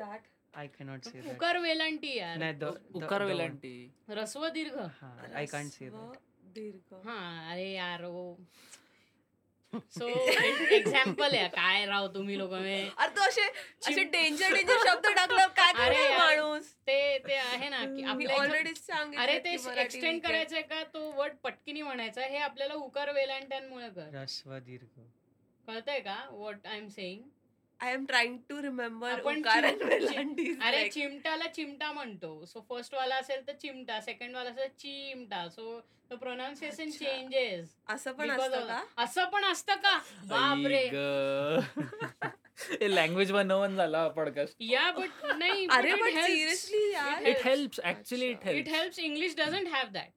B: I cannot say that
A: उकार वेलांटी यार
B: नाही द- द-
D: उकार
B: द-
D: वेलांटी
A: रस्व दीर्घ
B: हा, I can't say that.
C: दीर्घ
A: हा अरे यार ओ सो एक्झाम्पल आहे काय राव तुम्ही लोक
C: अरे तो असे असे
A: चिम-
C: डेंजर डेंजर शब्द टाकल्यावर काय
A: अरे
C: करणार
A: यार.
C: माणूस
A: ते ते आहे ना की
C: मी
A: आपल्या इथं-
C: ऑलरेडी सांगितलं
A: अरे ते
C: की मराठी
A: एक्सटेंड
C: weak आहे.
A: करायचंय का तो वर्ड पटकिनी म्हणायचा हे आपल्याला उकार वेलांट्यांमुळे कळ
B: ऱ्हास्व दीर्घ
A: कळतंय का what I am saying
C: I am trying to remember
A: आपण
C: कारण
A: चिम-
C: वेलांटीज
A: अरे
C: like-
A: चिमटाला चिमटा म्हणतो सो फर्स्ट वाला असेल तर चिमटा सेकंड वाला असेल चिमटा सो द प्रोनाऊन्सिएशन
C: अच्छा.
A: चेंजेस
C: असं पण असतं का
A: असं पण असतं का बापरे
D: लँग्वेज बनवून झाला पॉडकास्ट
A: या बट नाही
C: अरे बट सिरियसली यार
D: इट हेल्प्स ऍक्च्युअली इट
B: अच्छा.
A: It
D: help
A: helps English doesn't have that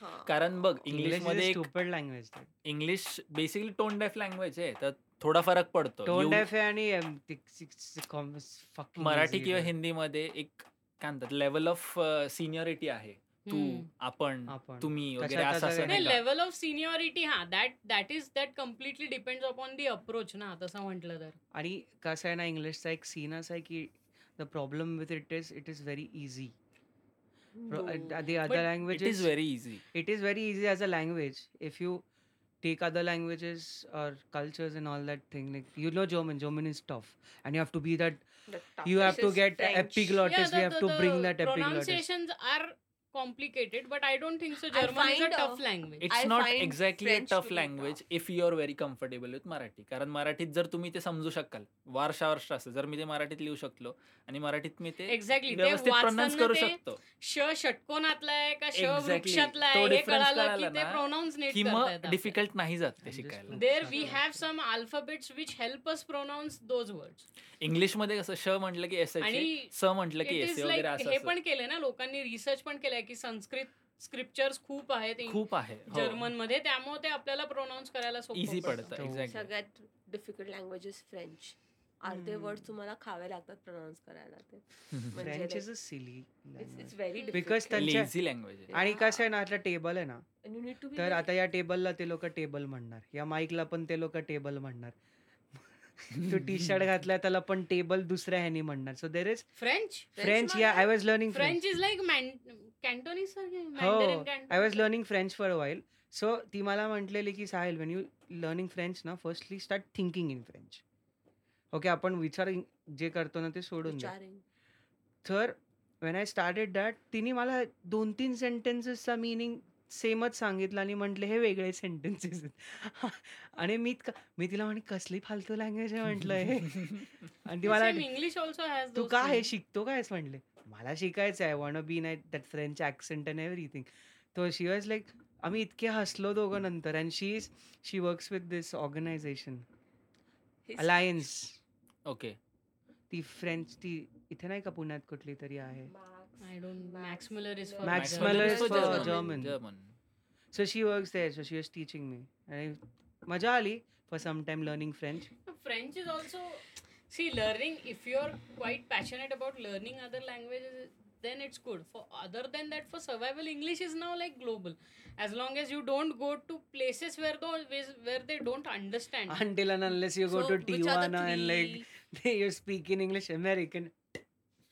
C: हा.
D: कारण बघ
B: इंग्लिश
D: इंग्लिश
B: मध्ये
D: मध्ये
B: stupid language
D: English basically tone deaf language आहे तर थोडा फरक पडतो
B: टोन
D: You-
B: डेफ आहे आणि um, ते- six- six- com- fucking
D: Marathi
B: easy
D: किंवा
B: आहे.
D: हिंदीमध्ये एक काय म्हणतात लेवल ऑफ सिनियरिटी आहे तू आपण
B: आपण
D: तुम्ही वगैरे
B: कशा-
D: असं
B: कशा-
D: असं
A: नाही
D: नाही का?
A: लेवल ऑफ सिनियरिटी हा that that is that completely depend upon the approach ना तसं म्हटलं तर
B: आणि कसं आहे ना इंग्लिशचा एक सीन असा आहे की the problem with it is it is very easy
C: No.
B: The
A: But
B: other language
D: it is very easy
B: it is very easy as a language if you take other languages or cultures and all that thing like you know german german is tough and you have to be that
C: The
B: you have to
C: toughest
B: get
C: French.
B: epiglottis we have to bring that epiglottis
A: pronunciations are complicated but I don't think so.
C: I
A: German is a
C: find, uh,
A: tough language.
D: It's
C: I
D: not
C: find
D: exactly a
C: French to
D: tough
C: be
D: language if you R very comfortable with Marathi कारण मराठीत जर तुम्ही ते समजू शकाल वारशा वर्ष असं जर मी ते मराठीत लिहू शकलो आणि मराठीत मी ते
A: एक्झॅक्टली ते
D: व्यवस्थित प्रोनाऊन्स
A: वाचताना
D: करू
A: ते
D: शकतो
A: श षटकोनातला आहे का श
D: Exactly.
A: वृक्षातला
D: तो
A: आहे हे
D: difference
A: कळालं
D: कळाला
A: की ते
D: ना,
A: प्रोनाऊन्स नीट
D: की मग डिफिकल्ट नाही जात ते
B: I'm just
D: शिकायला
B: too-
A: there we have some alphabets which help us pronounce those words
D: इंग्लिशमध्ये कसं श म्हटलं की एस
A: आणि
D: स म्हटलं की
A: इट
D: एस
A: इज
D: वगैरे
A: लाईक
D: असं
A: हे
D: असं.
A: पण केलंय ना लोकांनी रिसर्च पण केलंय की संस्कृत स्क्रिप्चर्स खूप आहेत
D: खूप आहे हो.
A: जर्मन मध्ये त्यामुळे ते आपल्याला प्रोनाऊन्स करायला सोपं
D: इझी
A: पडतं.
D: पडतं
B: तो-
D: एक्झॅक्ट
C: सगळ्यात डिफिकल्ट लँग्वेज इज फ्रेंच अर्धे
B: Hmm.
C: वर्ड तुम्हाला खावे लागतात प्रोनाऊन्स करायला ते म्हणजे
B: french is a silly
C: it's
B: language
C: very
B: Because त्यांच्या-
D: लेझी लँग्वेज आहे
B: आणि कसं आहे ना आता टेबल आहे ना
C: यू नीड टू
B: तर आता या टेबलला ते लोक टेबल म्हणणार या माईकला पण ते लोक टेबल म्हणणार तू टी शर्ट घातलाय त्याला पण टेबल दुसऱ्या ह्यानी म्हणणार so there is
A: French
B: French या I was learning French
A: French is like Cantonese सारखे
B: हो I was
A: Mandarin
B: learning French for a while so ती मला म्हटलेली की Sahil when you learning French ना firstly start thinking in French okay आपण विचार इन- जे करतो ना ते सोडून द्या तर वेन आय स्टार्टेड दॅट तिने मला दोन तीन सेंटेन्सेसचा मिनिंग सेमच सांगितलं आणि म्हटले हे वेगळे सेंटेन्सेस आणि मी इतका- मी तिला म्हणे कसली फालतू लँग्वेज आहे म्हटलं हे आणि ती मला म्हणे,
A: इंग्लिश ऑल्सो हॅज
B: तू का हे शिकतो कायच म्हणले मला शिकायचं आहे वॉन बी नाही that French accent and everything तो शी वॉज लाईक आम्ही इतके हसलो दोघं नंतर and she is she works with this organisation alliance
D: okay
B: ती फ्रेंच ती इथे नाही का पुण्यात कुठली तरी आहे
A: I don't Max Muller is for
B: Max Muller is for German. So she works there so she was teaching me आणि मजा आली for some time learning French
A: French is also C learning if you are quite passionate about learning other languages then it's good for other then that for survival English is now like global as long as you don't go to places where though where they don't understand
B: until unless you go to T one and like you speak in English American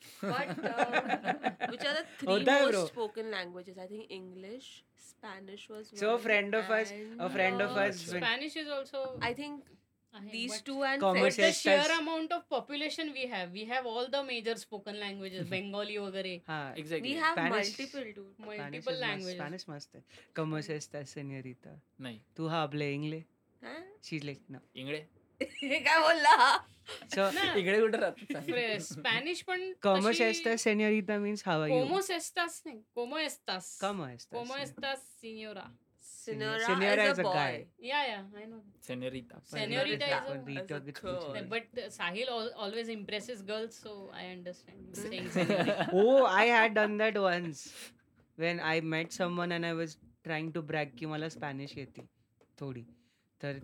C: uh, which are the three
B: होता है, bro.
C: most spoken languages? I think English, Spanish was
B: So,
C: one,
B: friend of us-
C: and,
B: a friend of
C: uh,
B: us-
A: Spanish is also
C: I think these two and
A: But
B: Conversation.
A: the
B: Yes,
A: sheer
B: that's-
A: amount of population we have, we have all the major spoken languages, Bengali वगैरे,
B: हा
C: French.
D: Exactly
C: We have
B: Spanish.
C: multiple dude.
B: Spanish
A: multiple
B: is must-
A: languages.
B: Spanish must आहे. Como se está, señorita?
D: नाही
B: तू हा आपले Ingle
C: Huh?
B: शीज like ना
D: इंगळे
C: हे काय बोलला
B: सो
A: ना,
D: इकडे कुठे राहत
A: फ्रे- स्पॅनिश पण
B: कॉमो एस्ता सेनियरिता मीन्स हाव आर यू
A: कोमोस एस्तास नाही कोमो एस्तास
B: कॉमो
A: कोमो
B: एस्ता
A: एस्तास सिनियोरा
C: Senora,
B: Senora
C: is
B: is a
C: a boy.
B: guy.
A: Yeah yeah I know
D: सेनरिता
A: Senorita is a-
C: is a girl.
A: But Sahil always impresses girls so I understand
C: Mm.
B: Oh I had done that once when I met someone and I was trying to brag की मला Spanish येते थोडी तर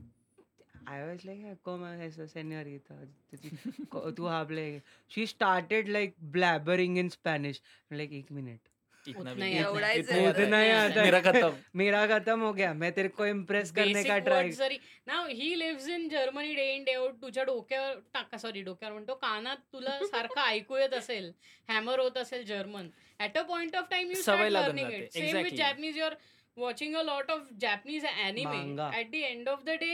B: I was like कॉमो एस्ता सेनियरिता तू हा आपले she started like blabbering in Spanish like एक मिनिट
D: इतना
A: उतना
D: भी-
A: ही
D: इतना-
C: आता
D: इतना
C: है।
D: होता है।
B: उतना ही आता है।
D: मेरा खत्म
B: मेरा खत्म हो गया मैं तेरे को इम्प्रेस करने का ट्राय
A: जरी नाव he lives in Germany day in day out तुझ्या डोक्यावर टाका सॉरी डोक्यावर म्हणतो कानात तुला सारखं ऐकू येत असेल हॅमर होत असेल German at a point of time you
D: सवय
A: स्टार्ट
D: लागून
A: लर्निंग
D: जाते.
A: It same with
D: Exactly.
A: Japanese your watching a lot of Japanese anime
B: manga.
A: At the end of the day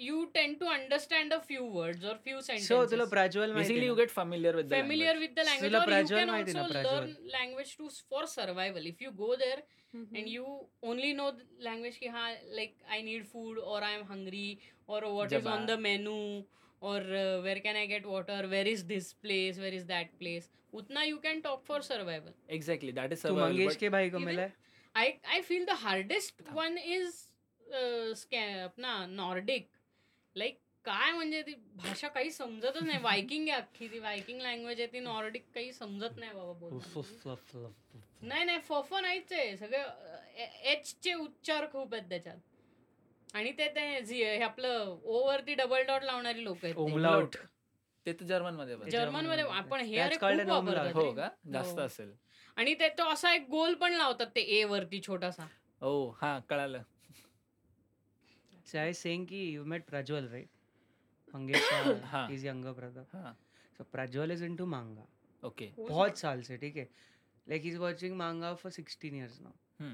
A: you tend to understand a few words और few
B: so तुला
A: sentences
B: Prajwal
D: basically
B: माहिती
D: you
B: ना?
D: Get familiar with the
A: familiar
D: language.
A: with the language
B: तुला
A: or you
B: प्राजल
A: can
B: माहिती
A: also
B: ना, प्राजल?
A: learn language to for survival if you go there
C: Mm-hmm.
D: Hmm.
A: and you only know the language ki ha like i need food or i am hungry or oh, what is on
D: जबान.
A: the menu or uh, where can i get water where is this place where is that place utna you can talk for survival
D: Exactly, that is
B: Tu
D: survival,
B: Mangesh
D: but
B: के भाई को
A: even-
B: मिला है?
A: i i feel the hardest one is uh, sca- अपना Nordic like काय म्हणजे ती भाषा काही समजतच नाही वायकिंग आहे अख्खी ती वायकिंग लँग्वेज आहे ती नॉर्डिक काही समजत नाही बाबा बोल नाही नाही फफ नाहीच आहे सगळे एच चे उच्चार खूप आहेत त्याच्यात आणि ते ते झी- हे आपलं ओ वरती डबल डॉट लावणारी लोक आहेत ते.
B: Umlaut.
D: ते तर जर्मन मध्ये बघ.
B: German
A: जर्मन मध्ये आपण हे
B: That's
A: अरे
B: called
A: खूप
B: an umlaut.
A: वापरतात
D: हो
A: रे.
D: का जास्त
A: हो.
D: असेल
A: आणि ते तो असा एक गोल पण लावतात ते ए वरती छोटासा
D: हो हा कळालं
B: So I was saying ki you met Prajwal, right? Mangesh,
D: हाँ.
B: his younger brother.
D: हा
B: So Prajwal is into manga.
D: Okay
B: बहुत साल से ठीक है like is watching manga for sixteen years now
D: Hmm.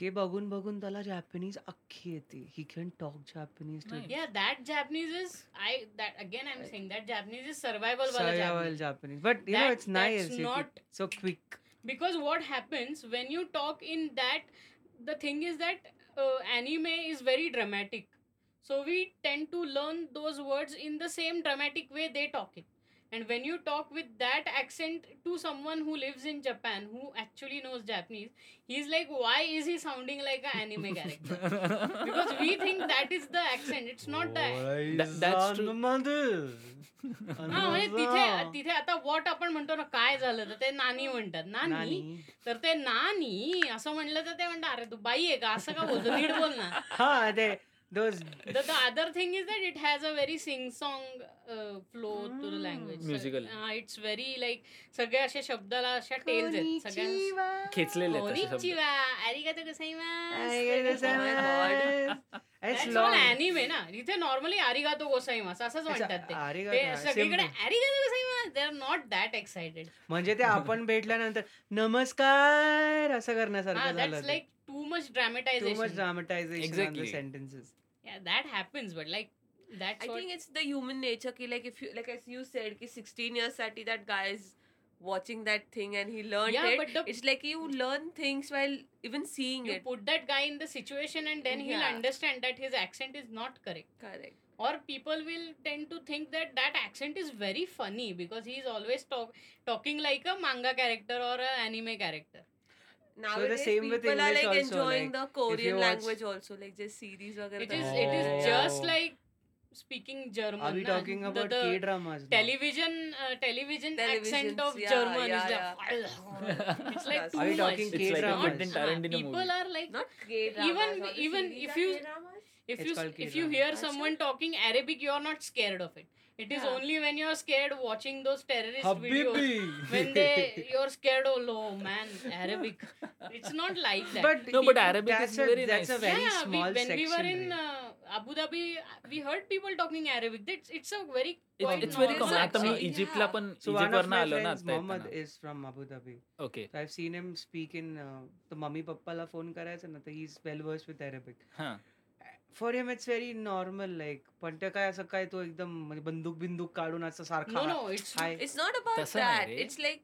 B: ते बघून बघून त्याला जॅपनीज अख्खी येते he can talk Japanese too
D: Nice.
A: या that Japanese is I that again I am saying that Japanese is survival
B: survival Japanese but you know it's nice
A: not
B: so quick
A: because what happens when you talk in that the thing is that uh, anime is very dramatic so we tend to learn those words in the same dramatic way they talk it and when you talk with that accent to someone who lives in japan who actually knows japanese he's like why is he sounding like an anime character because we think that is the accent it's not that
D: that's true.
A: हा म्हणजे तिथे तिथे आता what आपण म्हणतो ना काय झालं तर ते नानी म्हणतात नानी तर ते नानी असं म्हणलं तर ते म्हणतात अरे तू बाई आहे का असं का बोलतो नीट बोल ना
B: हा ते दोज
A: तर the other thing is that it has a very sing song flow to the language
D: Musical.
A: It's very like सगळे असे शब्दाला अशा टेल्स आहेत सगळ्या
D: खेचलेले आहेत तसे शब्द.
A: कोनिचिवा, arigato Oh,
C: gozaimasu.
A: gozaimasu. That's all anime ना इथे नॉर्मली अरिगातो गोसाईमास असंच म्हणतात ते. ते सगळीकडे अरिगातो गोसाईमास they are not that excited
B: म्हणजे ते आपण भेटल्यानंतर नमस्कार असं
A: हा
B: करण्यासारखं झालं
A: that's like too much
B: too much
A: dramatization
B: dramatization
D: Exactly.
B: Sentences
A: Yeah, that happens, but like that's
C: I
A: what
C: think it's the human nature की like if like as you said की सिक्स्टीन इयर्स साठी that guy is watching that thing and he
A: yeah,
C: learn
A: but the,
C: it's like you learn things while even seeing
A: you
C: it
A: put that guy in the situation and then
C: Yeah.
A: he'll understand that his accent is not correct.
C: Correct
A: Or people will tend to think that that accent is very funny because he's always talk, talking like a manga character or an anime character.
C: Nowadays,
B: same with
C: people are
B: English
C: like
B: also,
C: enjoying
B: like,
C: the
B: you
C: Korean
B: watch-
C: language also, like just series वगैरे.
A: It
C: तर
A: is
C: बघतात.
A: it is
B: Oh.
A: just like speaking German.
B: Are we
A: na.
B: Talking
A: The-
B: about
A: the
B: K dramas
A: television uh, television accent
C: Televisions,
A: of
C: yeah,
A: German
C: yeah,
A: is like it's like too
B: Are we
A: much.
B: talking
D: It's like a
B: K-dramas?
D: Quentin
A: Ah,
D: Tarantino
A: people
D: movie.
A: are like
C: Not gay dramas,
A: Even-
C: all the
A: even
C: series
A: if
C: are
A: you-
C: gay dramas?
A: if
B: It's
A: you
B: called
A: if you
B: K-drama.
A: hear
C: Achcha.
A: someone talking Arabic, you're not scared of it. It is
C: Yeah.
A: only when you're scared watching those terrorist videos. When
B: Habibi.
A: they, you're scared. Oh, no, man, Arabic. It's not like that.
B: But
D: No, but
B: people-
D: Arabic
B: that's
D: is
B: a-
D: very
B: that's a
D: nice.
B: very
A: yeah, we,
B: small
A: when we were
B: section,
A: in
B: right?
A: uh, Abu Dhabi, we heard people talking Arabic. That's it's a very quite
D: it's very
A: normal
D: common आता
A: accent.
D: मी
C: actually.
D: इजिप्तला पण
B: So one of
D: इजिप्तवरनं
B: my
D: E आलो ना
B: friends,
D: आता
B: Mohammed,
D: येताना.
B: is from Abu Dhabi.
D: Okay
B: So I've seen him speak in. Uh, तो mummy पप्पाला फोन करायचा ना तर he is well versed with Arabic
D: हा
B: for him it's very normal like पण ते काय असं काय तो एकदम म्हणजे बंदूक बिंदूक काढून असं
A: No,
B: सारखा
A: no, it's
B: high
C: It's not about
D: तसं नाही
C: that.
D: रे.
C: It's like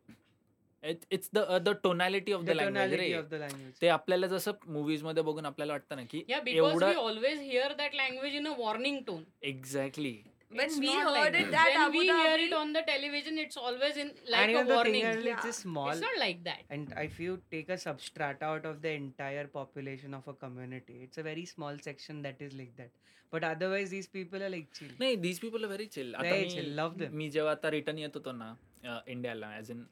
D: it's the the tonality of the language रे
B: ऑफ द लँग्वेज
D: ते आपल्याला जसं मूवीज मध्ये बघून आपल्याला वाटतं ना की
A: yeah because
D: एवढा
A: we always hear that language in a warning tone.
D: Exactly
C: when
A: It's
C: we
A: not
C: heard
A: like
C: it
A: that.
C: at
A: when
C: Abu
A: we hear
C: Dhabi.
A: it on the television, it's always in like
B: And
A: a
B: even the
A: warning.
B: thing is, it's a
C: Yeah.
B: small
A: It's not like that.
B: and if you take a substrata out of the entire population of a community, it's a very small section that is like that. But otherwise, these people are like chill.
D: नाही these people are very chill आता
B: Very
D: मी-
B: chill, love them.
D: मी जेव्हा आता return येत होतो ना अ, इंडियाला ॲज इन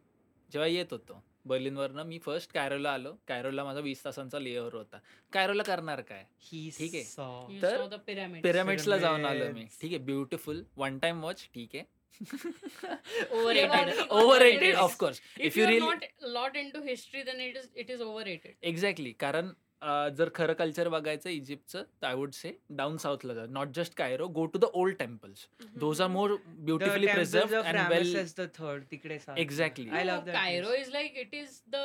D: जेव्हा येत होतो बर्लिनवरनं मी फर्स्ट कायरोला आलो कायरोला माझा वीस तासांचा लेओव्हर होता कायरोला करणार काय
B: He
D: ठीक आहे.
B: saw.
A: You
D: तर
A: saw the pyramids.
D: पिरामिड्सला जाऊन आलो मी
B: Pyramids.
D: ठीक आहे ब्युटिफुल वन टाइम वॉच ठीक
A: Overrated.
D: आहे overrated of course
A: If,
D: If
A: you
D: you
A: are
D: really-
A: not a lot into history, then it is it is overrated.
D: Exactly कारण अ, जर खरं कल्चर बघायचं इजिप्तचं तर आय वुड से डाऊन साऊथला जा not just Cairo go to the old temples those are more beautifully preserve and well
B: third तिकडे सांग.
D: Exactly
B: I love that
A: Cairo
B: place.
A: Is like it is the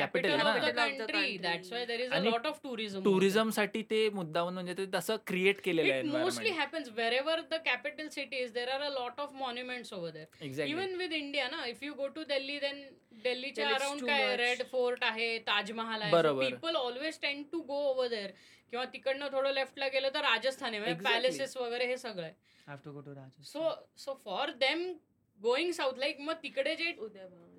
D: Capital
A: capital
D: ना.
A: Of the
C: Capital of the
A: country
C: country.
A: That's why there is a
D: आणि
A: lot of tourism
D: tourism साठी ते मुद्दामून म्हणजे ते तसं क्रिएट केलेलं
A: इट मोस्टली
D: आहे
A: happens wherever the capital city is there are a lot of monuments over there
D: exactly
A: even with India ना if you go to Delhi then दिल्लीच्या
C: Then it's
A: अराउंड
C: too
A: काय
C: much.
A: Red fort आहे ताजमहाल
D: बरोबर.
A: आहे people always tend to go over there किंवा तिकडनं थोडं लेफ्टला गेलं तर राजस्थान आहे
D: Exactly.
A: पॅलेसेस वगैरे हे सगळं आहे
B: I have to go to Rajasthan.
A: So so for them going south like मग तिकडे जे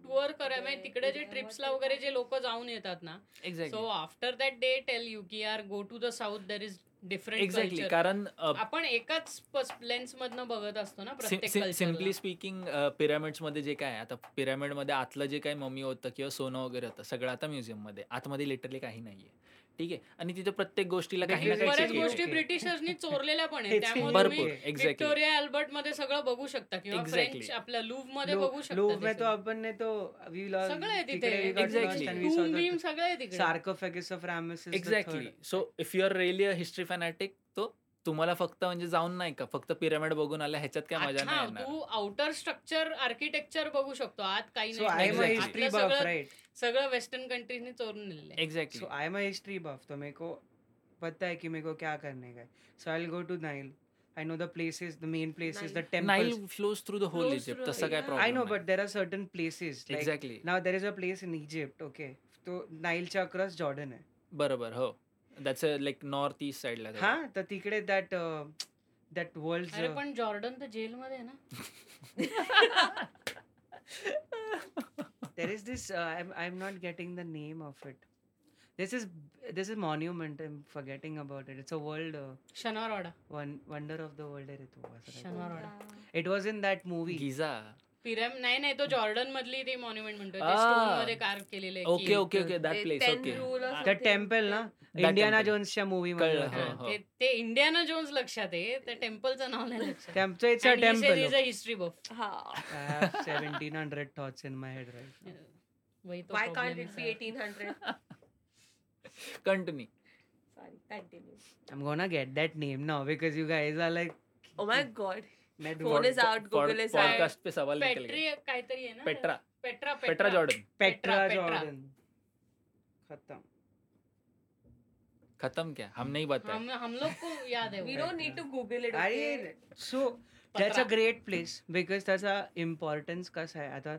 A: टूअर करा म्हणजे तिकडे जे ट्रिप्सला वगैरे जे लोक जाऊन येतात ना so
D: exactly
A: after that they tell you की are go to the south there is different
D: exactly
A: culture
D: कारण uh,
A: आपण एकाच लेन्स मधनं बघत असतो ना प्रत्येक culture
D: सिम्पली
A: ला.
D: स्पीकिंग पिरामिड्स uh, मध्ये जे काय आहे, आता पिरामिड मध्ये आतलं जे काही मम्मी होतं किंवा सोनं वगैरे होतं सगळं आता म्युझियम मध्ये आतमध्ये लिटरली काही नाहीये ठीक आहे आणि तिथे प्रत्येक गोष्टीला काही ना
B: Because
A: बऱ्याच
D: काही
B: Exactly.
A: गोष्टी
B: Okay.
A: ब्रिटिशर्सनी चोरलेल्या पण
B: It's
A: आहेत त्यामुळे
D: भरपूर
A: तुम्ही
D: एक्झॅक्टली
A: विक्टोरिया अल्बर्ट मध्ये सगळं बघू शकता किंवा
D: Exactly.
A: फ्रेंच आपल्या लुव्ह मध्ये
B: Lo-
A: बघू
B: Louvre में तो
A: शकता
B: अपन ने तो we lost-
A: सगळं आहे तिथे
B: तिकडे we got
D: Exactly.
B: lost and we saw
A: Tomb
B: the
A: beam सगळं आहे तिकडे
B: sarcophagus of Ramesses the
D: exactly
B: third.
D: So if you are really a history fanatic तो तुम्हाला फक्त म्हणजे जाऊन नाही का फक्त पिरामिड बघून आला ह्याच्यात काय मजा
A: अच्छा,
D: नाही येणार
A: तू आउटर स्ट्रक्चर आर्किटेक्चर बघू शकतो आत काही
B: So I am a
D: Exactly.
A: नाही
B: history
A: आतलं
B: buff,
A: सगळं
B: right?
A: सगळं वेस्टर्न कंट्रीजने चोरून नेलेलं आहे
D: exactly
B: So I am a history buff, तो मेरे को पता है कि मेरे को क्या करने का है. So I'll go to Nile. I know the places, the main places, the temples.
D: Nile flows through the whole
C: Flows
D: Egypt
C: through
D: तसं काय
C: the-
D: problem
B: I know, but there are certain places. Like
D: exactly
B: now there is a place in Egypt, okay. तो नाईलच्या across Jordan आहे
D: बरोबर हो that's like north east
B: हा
D: साईडला
B: तर तिकडे uh, दॅट दॅट वर्ल्ड
A: अरे पण जॉर्डन तर जेलमध्ये आहे ना
B: there is this uh, I'm, I'm not getting the name of it this is this is monument i'm forgetting about it it's a world uh,
A: Shaniwarwada
B: one wonder of the world it was right?
A: Shaniwarwada
B: it was in that movie
D: Giza
A: पिरॅम नाही नाही तो Jordan मधली ते monument म्हणतो
D: Ah.
A: Stone मध्ये carve केलेले
D: okay okay okay that
C: ते
D: place
C: ten
D: okay
C: rule or
B: the
C: something.
B: temple na indiana
D: temple.
B: jonesच्या movie eh.
D: कळलं,
B: मध्ये
D: हा. हो, हो.
A: ते ते इंडियाना जोन्स लक्षात आहे त्या टेम्पलचं नाव नाही लक्षात
B: त्यांचं it's a temple
A: is a history buff
C: हा
B: oh. Seventeen hundred thoughts in my head right
C: why can't it be eighteen hundred
D: continue
C: sorry continue
B: I'm gonna get that name now because you guys are like
C: oh my god
B: net
C: Oh Phone is out, Google is out.
D: Podcast पे सवाल निकल गए
A: पेट्री काहीतरी आहे ना
D: Petra
A: Petra
D: Petra Jordan
B: Petra
A: Petra.
B: Jordan खतम
D: खतम क्या हम नहीं बताए
A: हम हम लोग को याद आहे
C: वी
A: वो.
C: Don't need to google it
B: अरे so that's a great place because त्याचा इम्पॉर्टन्स कसा आहे आता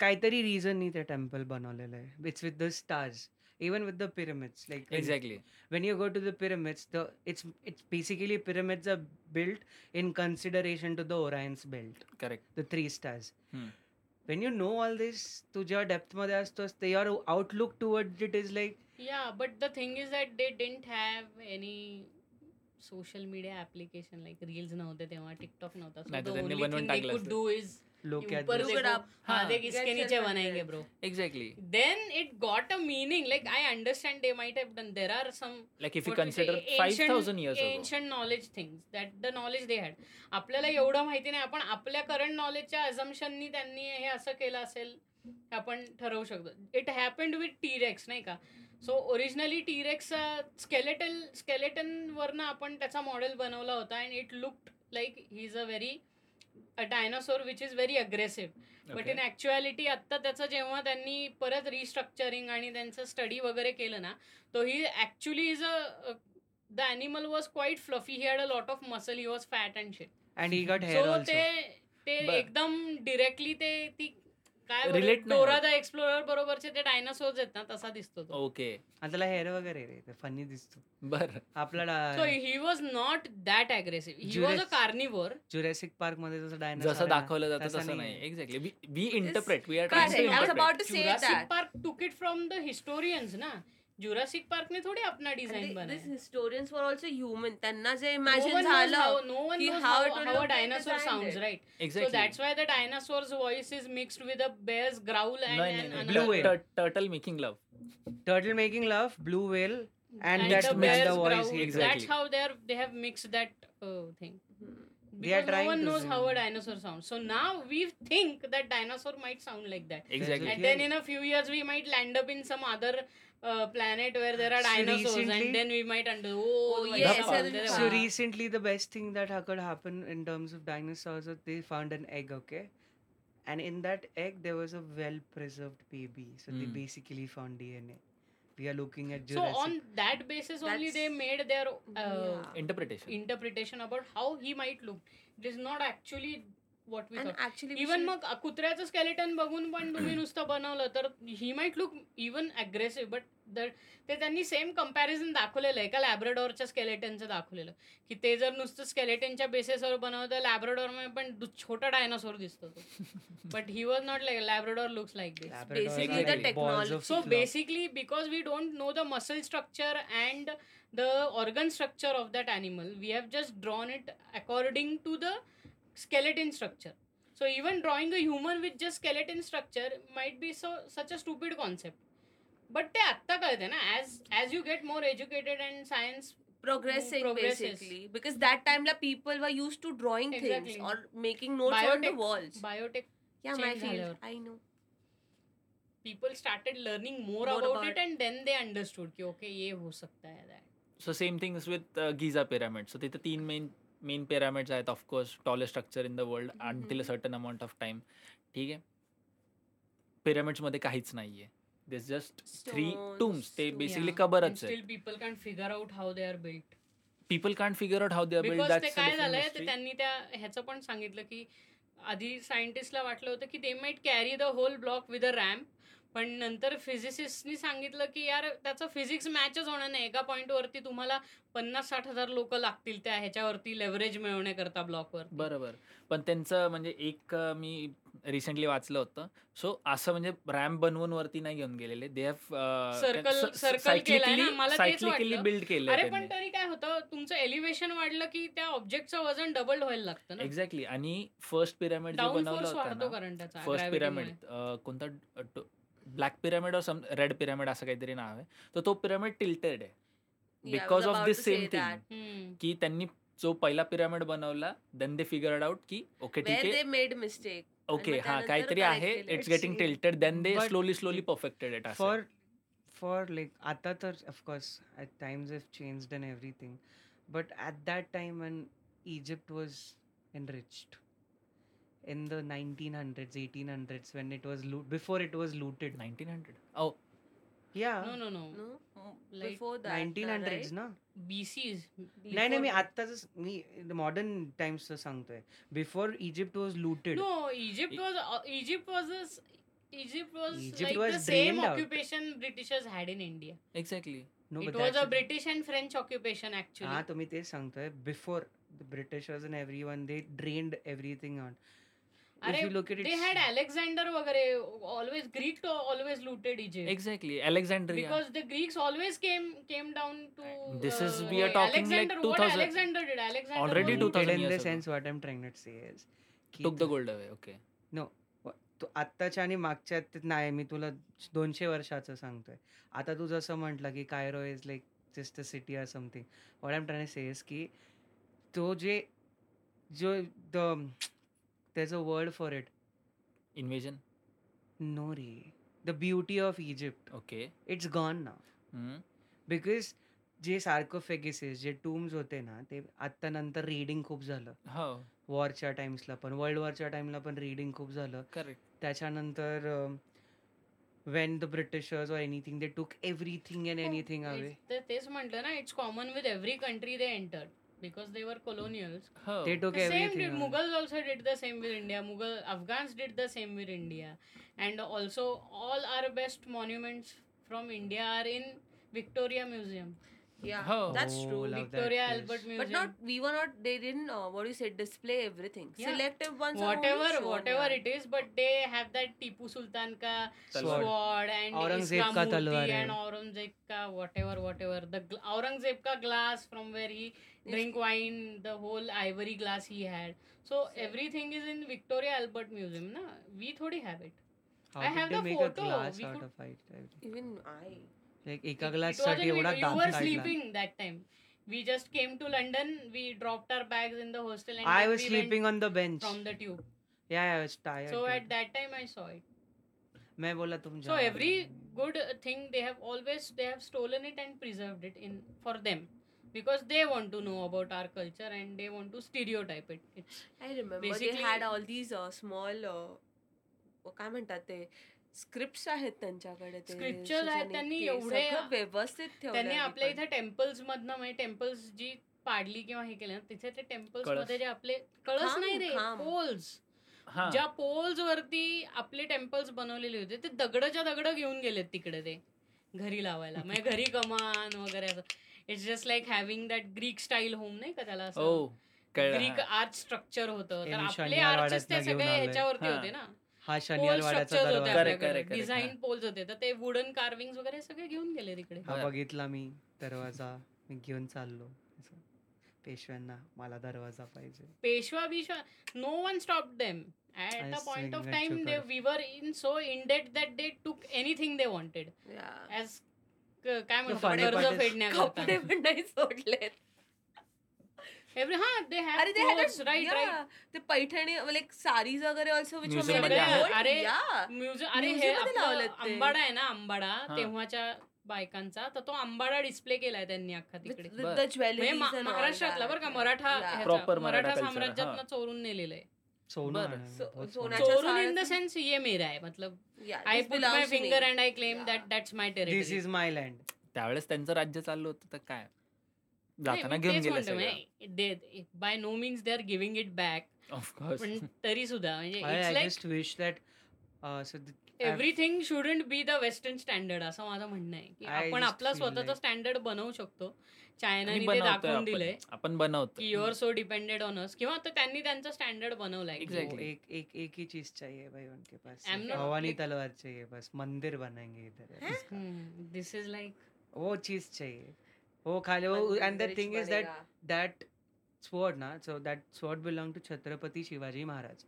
B: काहीतरी रिझननी ते टेम्पल बनवलेलं आहे it's with the stars even with the pyramids like
D: exactly
B: when you go to the pyramids the it's it's basically pyramids are built in consideration to the Orion's belt
D: correct
B: the three stars
D: Hmm.
B: When you know all this तू जेव्हा डेप्थमध्ये असतोस ते your outlook toward it is like
A: Yeah, but the thing is that they didn't have any social media application like reels नव्हते तेव्हा TikTok नव्हता so
D: नाही तर
A: the
D: त्यांनी
A: only
D: बनवून
A: thing they
D: टाकलं
A: could
D: असतं.
A: do is
B: लोक
A: ऊपर
C: Look it
A: देखो,
C: up.
A: हाँ,
D: हाँ.
A: देख इसके
C: Get
A: नीचे
C: your
A: बनाएंगे
C: content.
A: Bro
D: exactly
A: then it got a meaning like i understand they might have done there are some
D: like if you
A: what we say,
D: consider five thousand
A: ancient,
D: years
A: ancient knowledge things that the knowledge they had आपल्याला एवढं माहिती नाही आपण आपल्या current नॉलेजच्या अझम्पशननी त्यांनी हे असं केलं असेल हे आपण ठरवू शकतो इट हॅपन्ड विथ टीरेक्स नाही का so originally T rex skeletal skeleton वरनं आपण त्याचा मॉडेल बनवला होता and it looked like he is a very a dinosaur which is very aggressive but in actuality आत्ता त्याचं जेव्हा त्यांनी परत रिस्ट्रक्चरिंग आणि त्यांचं स्टडी वगैरे केलं ना तो he actually is a the animal was quite fluffy he had a lot of muscle he was fat and set
B: and he got hair
A: so ते
B: ऑल्सो
A: ते
D: बर.
A: एकदम डिरेक्टली ते ती काय
D: Relate नाही
A: डोरा
D: होत.
A: द एक्सप्लोरर बरोबरचे ते डायनासोर्स आहेत ना तसा दिसतो तो
D: ओके
B: आणि त्याला हेअर वगैरे रे फनी दिसतो
D: बर
A: सो
D: Oh.
B: आपला
A: he was not that aggressive he was a
B: Jurassic-
A: carnivore
B: Jurassic Park मध्ये जसं डायनासोर
D: जसं दाखवलं जातं
B: तसं
D: तसं
B: नाही.
D: नाही exactly we interpret we are
A: Correct. I was
C: about to say
A: Jurassic
C: that.
A: Park took it from the historians ना जुरासिक पार्कने थोडी आपला डिझाईन बनवला
C: हिस्टोरियन्स वर ऑल्सो ह्युमन त्यांना जे
A: No
C: imagine
A: one knows how-
C: झालं
A: no one
C: की
A: knows
C: how
A: how-
C: to
A: how a
C: look at
A: dinosaur
C: the
A: sounds,
C: dinosaur.
A: right? So
D: exactly
A: that's why the dinosaur's voice is mixed with a bear's growl and,
D: नाही
A: and
D: नाही
A: another-
B: Blue whale.
D: Turtle making love
B: turtle making love blue whale
A: and
B: that
A: the
B: mixed
A: bear's
B: the voice,
A: growl.
D: exactly.
A: That's how they're they have mixed that uh, thing.
B: They are
A: because no
B: trying
A: one
B: to
A: knows
B: zoom
A: how a
B: in.
A: dinosaur sounds. So now we think that dinosaur might sound like that.
D: Exactly.
A: And then in a few years we might land up in some other uh, planet where there are
B: So
A: dinosaurs,
B: recently-
A: and then we might under oh,
C: Oh,
A: yes,
C: yes,
A: there
C: and-
A: are-
B: So
C: Yeah.
B: recently, the best thing that ha- could happen in terms of dinosaurs is they found an egg, okay, and in that egg there was a well-preserved baby. So they
D: Hmm.
B: basically found DNA. We are looking at
A: so
B: Jurassic.
A: on that basis only they
C: That's-
A: made their uh,
C: Yeah.
D: Interpretation
A: interpretation about how he might look. It is not actually what we
C: And
A: thought.
C: actually, we
A: even
C: should-
A: मग कुत्र्याचं skeleton बघून पण तुम्ही नुसतं बनवलं तर he might look even aggressive but ते त्यांनी सेम कम्पॅरिझन दाखवलेलं आहे का लॅब्राडॉरच्या स्केलेटनचं दाखवलेलं की ते जर नुसतं स्केलेटनच्या बेसिसवर बनवलं तर लॅब्राडॉरमध्ये पण दु- छोटा डायनासोर दिसतो तो but he was not like Labrador looks like this
B: Labradors are
D: basically the
B: like balls of
C: technology-
A: So
B: flop.
A: basically, because we don't know the muscle structure and the organ structure of that animal, we have just drawn it according to the skeleton structure. So even drawing a human with just skeleton structure might be so such a stupid concept. But ते आत्ता कळते ना as as you get more educated and science
C: progressing
A: Progresses.
C: basically because that time la people were used to drawing things
A: Exactly.
C: or making notes on the
A: Biotech-
C: walls
A: biotech
C: yeah my
A: change
C: field
A: झाल्यावर.
C: i know
A: people started learning more
C: More
A: about
C: about-
A: it and then they understood की okay ये हो सकता है that.
D: So same things with Giza pyramid so तिथे तीन main main pyramids आहेत of course tallest structure in the world
A: Mm-hmm.
D: Until a certain amount of time ठीक आहे पिरामिड्समध्ये काहीच नाही आहे this just three
C: Stones,
D: tombs ते
C: stones.
D: Basically
A: Yeah. And
D: कबरच आहे
A: still people can't figure out how they are built.
D: People can't figure out how they build
A: because ते
D: दॅट्स
A: काय झालंय ते त्यांनी त्या ह्याचं पण सांगितलं की आधी सायंटिस्टला वाटलं होतं की they might carry the whole block with a ramp पण नंतर फिजिसिस्टनी सांगितलं की यार त्याचं फिजिक्स मॅचच होणार नाही एका point वरती तुम्हाला पन्नास साठ हजार लोक लागतील त्या ह्याच्यावरती लेवरेज मिळवण्याकरता ब्लॉकवर
D: बरोबर पण त्यांचं म्हणजे एक अं, मी रिसेंटली वाचलं होतं सो असं म्हणजे रॅम्प बनवून वरती नाही घेऊन गेलेले दे
A: Circle- circle केलाय ना, मला तेच वाटलं.
D: बिल्ड
A: अरे पण
D: केलं
A: तरी काय होतं तुमचं एलिव्हेशन वाढलं की त्या ऑब्जेक्टचं वजन डबल व्हायला लागतं ना
D: एक्झॅक्टली आणि फर्स्ट पिरामिड जे
A: डाऊन
D: बनवलं
A: फोर्स वाढतो
D: होतं
A: कारण त्याचा
D: फर्स्ट
A: gravity
D: पिरामिड
A: मुळे.
D: कोणता ब्लॅक पिरामिड और सम रेड पिरामिड असं काहीतरी नाव आहे तर तो पिरामिड टिल्टेड आहे
C: Yeah, I was
D: because of
C: about
D: this
C: to
D: same
C: say
D: thing
C: that.
A: Hmm.
D: की त्यांनी जो पहिला पिरामिड बनवला देन दे फिगर्ड आउट की ओके ठीक
C: where
D: आहे
C: they made mistake
D: ओके
C: मग
D: हा
C: त्यानंतर
D: काहीतरी
C: correct
D: आहे
C: केलं.
D: It's getting tilted then they
B: But-
D: slowly slowly perfected it
B: for for like आता तर of course at times have changed and everything but at that time and Egypt was enriched in the nineteen hundreds eighteen hundreds when it was Lu before it was looted
D: 1900 oh
B: या
A: No, no, no.
C: no
A: Mm, Like
C: before that
B: nineteen
C: na,
B: hundreds
C: right?
B: ना
A: BCs.
B: नाही नाही मी
A: Before-
B: आत्ताच मी modern times सांगतोय before Egypt was looted
A: No, Egypt was uh, Egypt was a s- Egypt was
B: Egypt
A: like
B: was
A: the same
B: drained out.
A: occupation Britishers had in India.
D: exactly
B: no
A: it was a British and French occupation actually.
D: Ah,
B: हा तुम्ही तेच सांगतोय before the Britishers and every one they drained everything on
A: अरे,
B: look
A: they had Alexander वगैरे always Greek to always looted Egypt.
D: exactly alexandria
A: Because the Greeks always came came down to
D: This is-
A: uh,
D: we are
A: uh,
D: talking like
A: Alexander, what
D: 2000
A: Alexander did Alexander
D: Already
A: was-
D: 2000
B: in the
D: years ago.
B: sense what I'm trying to say is की
D: took the
B: तू-
D: gold away okay
B: तू आत्ताच्या आणि मागच्या त- नाही मी तुला दोनशे वर्षाचं सांगतोय आता तू जसं म्हटलं की Cairo is like just a city or something what M try say is की तो जे जो द त्याचं word for it
D: invasion
B: no रे the beauty of Egypt
D: okay
B: it's gone ना
D: hmm
B: बिकॉज जे सार्कोफेगिसेस जे टूम्स होते ना ते आत्ता नंतर रीडिंग खूप झालं
D: हो
B: वॉरच्या टाइम्सला पण वर्ल्ड वॉरच्या टाइमला पण रीडिंग खूप झालं
D: करेक्ट
B: त्याच्यानंतर when the Britishers or anything they took everything
A: Oh,
B: and anything away
A: It's- ते- तेच म्हटलं ना it's common with every country they entered because they were colonials
D: हो
B: ते took
A: Oh. The same did
B: everything
A: Mughals also did the same with India. Mughal Afghans did the same with India, and also all our best monuments from India are in Victoria Museum,
C: yeah
A: Oh.
D: हो
C: That's true.
A: Victoria Albert Museum.
C: but not we were not they didn't uh, what do you say display everything
A: Yeah.
C: selective ones are only
A: whatever
C: shown,
A: whatever
C: yeah.
A: it is, but they have that Tipu Sultan ka
D: तलवार.
A: sword and
B: Aurangzeb
A: Aurangzeb
B: का
A: ka
B: तलवार है.
A: and Aurangzeb ka whatever whatever the gl- Aurangzeb ka glass from where he drink wine the whole ivory glass he had. So
C: Same.
A: everything is in Victoria Albert Museum. Na we thodi have it. I have the photo. We could-
B: of
C: even i
B: like एका
A: It-
B: glass
A: it was in
B: साठी एवढा
A: video. You were
B: दाखला
A: sleeping that time. we just came to london we dropped our bags in the hostel and
B: I
A: then
B: was
A: we
B: sleeping on the bench.
A: went from the tube
B: Yeah, I was tired.
A: so
B: dude.
A: at that time i saw it
B: मैं बोला तुम
A: so
B: जाओ."
A: every good uh, thing they have always they have stolen it and preserved it in for them because they want to know about our culture and they want to stereotype it it's
C: I remember they
A: Basically-
C: had all these small uh, काय म्हणतात ते script आहेत त्यांच्याकडे ते
A: Scripture आहेत,
C: सुजाणिक,
A: त्यांनी
C: ते
A: एवढे-
C: सगळं व्यवस्थित ठेवलंय
A: त्यांनी आपल्या
C: आपण.
A: इथे टेम्पल्स मधनं म्हणजे टेम्पल्स जी पाडली किंवा हे केले ना तिथे ते टेम्पल्स
D: कळस.
A: मध्ये जे आपले कळस
C: खांब,
A: नाही रे
C: खांब.
A: पोल्स
D: हा
A: ज्या पोल्स वरती आपले टेम्पल्स बनवलेले होते ते दगडच्या दगड घेऊन गेलेत तिकडे ते घरी लावायला म्हणजे घरी कमान वगैरे असं it's just like having that Greek style home नाही का त्याला असं
D: ओ Oh, हो, कळलं
A: ग्रीक
D: हा.
A: आर्ट स्ट्रक्चर होतं
B: ते
A: तर
B: मी
A: आपले
B: शनिवार
A: आर्चेस
B: वाड्यातनं
A: ते
B: घेऊन
A: सगळे
B: आलोय.
A: ह्याच्यावरती
D: हा.
A: होते ना
B: हा
A: पोल
B: शनिवार वाड्याचा
A: स्ट्रक्चर होते
B: दरवाजा
D: आपल्या- Correct,
A: आपल्याकडे
D: correct, correct,
A: डिझाईन पोल्स होते तर ते वुडन कार्विंग वगैरे सगळे घेऊन गेले तिकडे
B: हा
D: हा.
B: बघितला मी दरवाजा मी घेऊन चाललो असं. पेशव्यांना मला दरवाजा पाहिजे
A: पेशवा बिशवा no one stop them at
B: I
A: a point of
B: think that
A: time
B: you
A: they
B: could-
A: we were in so in date that they took anything they wanted
C: Yeah.
A: As काय म्हणतो
B: funny
A: कर्ज
B: part is-
C: कपडे
A: फेडण्याकरता
C: पण नाही सोडले
A: every हा they have
C: अरे ते had a-
A: right right
C: yeah, ते पैठणी लाईक सारीज वगैरे ऑल्सो विच
D: Museum मध्ये
A: आहे. अरे,
C: अरे
A: म्युझिक अरे हे
C: Museum मध्ये
A: आपलं
C: लावलेत ते.
A: आंबाडा आहे ना आंबाडा
D: हा.
A: तेव्हाच्या बायकांचा तर तो आंबाडा डिस्प्ले केलाय त्यांनी अख्खा तिकडे
D: बरं.
C: ज्वेलरी
A: म्हणजे मा- महाराष्ट्रातला बबर का मराठा ह्याचा,
D: Proper
A: मराठा
D: मराठा culture,
A: साम्राज्यातनं
D: हा.
A: सोडून नेलेलं आहे
B: सोनं
D: बरं.
B: आणा,
C: सो-
B: बहुत सोनं.
C: सोन्याच्या-
A: चोरून इन द
C: साड्या-
A: सेन्स ये मेरा आहे मतलब I put my finger and I claim
C: Yeah.
A: That that's my
B: this
A: territory
B: is my land
D: त्यावेळेस त्यांचं राज्य चाललं होतं तर काय जाताना घेऊन गेले सगळं
A: गेले by no means they are giving it back
D: of course
A: पण तरी सुद्धा म्हणजे it's
B: I
A: like
B: just wish that uh,
A: everything shouldn't be the western standard असं माझं म्हणणं आहे की
B: I
A: आपण
B: just
A: आपला
B: feel
A: स्वतःचा
B: like-
A: स्टँडर्ड बनवू शकतो चायनाने ते
D: बनवतोय
A: दाखवून
D: आपण.
A: दिलंय
D: आपण बनवतो
A: की your so depended on us किंवा तर त्यांनी त्यांचा स्टँडर्ड बनवलाय की
D: Exactly.
B: एक एक एक ही चीज चाहिए भाई उनके पास
A: I'm not-
B: हवानी
A: like-
B: तलवार चाहिए बस मंदिर बनाएंगे इधर इसका.
A: दिस इज लाईक
B: वो चीज चाहिए वो खाली वो and the thing is that that sword na so that sword belonged to chhatrapati shivaji maharaj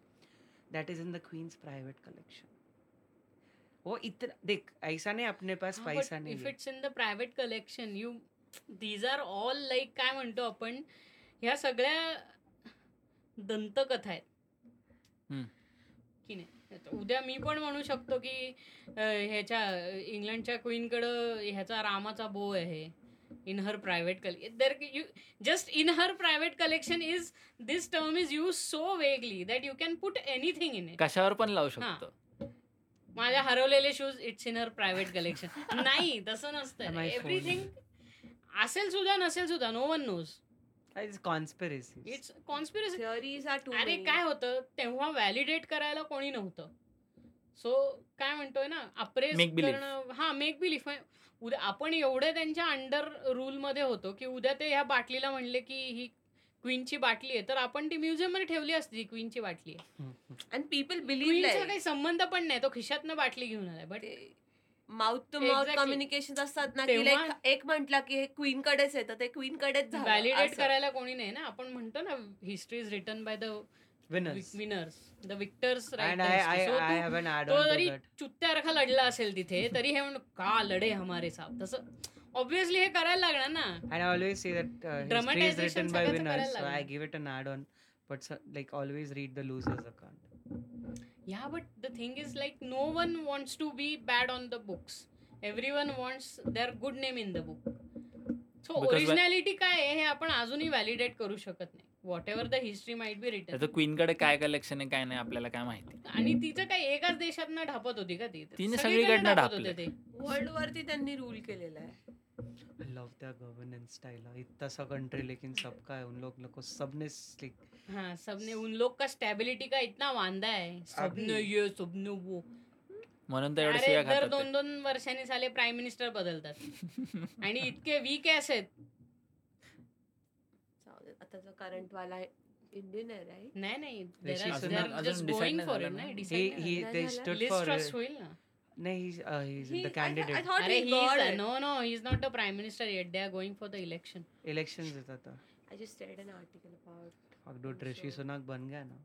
B: that is in the queen's private collection वो इतना देख ऐसा नहीं अपने पास
A: हाँ,
B: पैसा नहीं
A: इफ
B: है.
A: It's in the private collection you these are all like काय म्हणतो आपण ह्या सगळ्या दंतकथा आहेत
D: हम्म.
A: की नाही आता उद्या मी पण म्हणू शकतो की अं, ह्याच्या इंग्लंडच्या क्वीनकडं ह्याचा रामाचा बो आहे इन हर प्रायव्हेट कले there you just in her private collection is this term is use so vaguely that you can put anything in it
D: कशावर पण लावू शकतो
A: माझ्या हरवलेले shoes it's in her private collection नाही तसं
B: Am
A: नसतं
B: I
A: एव्हरीथिंग असेल सुद्धा नसेल सुद्धा no one knows
B: That is conspiracy
A: it's conspiracy
C: theories are too
A: अरे काय होतं तेव्हा व्हॅलिडेट करायला कोणी नव्हतं सो काय म्हणतोय ना अप्रेस
D: Make believe.
A: करणं हा मेक बिलीफ उद्या आपण एवढे त्यांच्या अंडर रूल मध्ये होतो की उद्या ते ह्या बाटलीला म्हणले की ही क्वीनची बाटली आहे तर आपण ती म्युझियम मध्ये ठेवली असती क्वीनची बाटली आहे
C: अँड पीपल
A: क्वीनचा
C: बिलीव्ह
A: काही संबंध पण नाही तो खिशातनं बाटली घेऊन आलाय but
C: mouth to mouth
A: Exactly.
C: Communication असतात ना की
A: तेव्हा-
C: like एक म्हंटला की हे क्वीन कडेच आहे तर ते क्वीन कडेच झालं,
A: व्हॅलिडेट
C: असं.
A: करायला कोणी नाही ना आपण म्हणतो ना history is written by the
B: winners
A: winners the victors
B: and I I I have an add
A: तो
B: on to
A: जरी
B: that
A: चुत्त्यारखा लढला असेल तिथे तरी हे म्हणून का लढे हमारे साथ तसं ऑब्विसली हे करायला लागणार ना
B: and I always say that uh, history is
A: Dramatization
B: written by
A: सगळ्याचं
B: winners
A: करायला
B: so I
A: लागलं.
B: give it an add on but so, like always read the losers account
A: या but the thing is like no one wants to be bad on the books everyone wants their good name in the book so
D: Because when-
A: originality काय आहे हे आपण अजूनही validate करू शकत नाही whatever the history might be written
D: त्याचं queen कडे काय कलेक्शन आहे काय नाही आपल्याला काय माहिती
A: आणि तिचं काय एकाच देशातनं ढापत होती का ती
D: तिने
A: सगळीकडे
D: सगळीकडनं
A: ढापत
D: ढापलं.
A: होते ते
C: वर्ल्ड वरती त्यांनी रूल केलेला आहे
B: I love their governance style इतना सा country लेकिन सबका है उन लोग लोग को सबने like
A: हाँ सबने उन लोग का स्टेबिलिटी का इतना वांदा है सबने
B: अभी-
A: ये सबने वो
D: म्हणून तर एवढे
A: अरे
D: शिव्या
A: दर
D: खातात
A: दोन दोन वर्षांनी साले प्राईम मिनिस्टर बदलतात
D: ते.
A: आणि इतके वीक आहेत
C: जाऊ दे. आता जो करंट वाला इंडियन आहे right?
A: नाही नाही
B: Rishi
D: अजून- अजून decide नाही झालं ना.
B: he he they
C: झालं.
B: stood for it.
A: होईल ना
B: No, he's uh, he's
C: He-
B: the
C: I- I,
B: candidate.
C: thought
A: अरे
C: he got it.
A: No no he is not a prime minister yet they are going for the election
B: Elections देता था
C: I just read an article about
B: अब दो ऋषि
C: So-
B: Sunak बन गया ना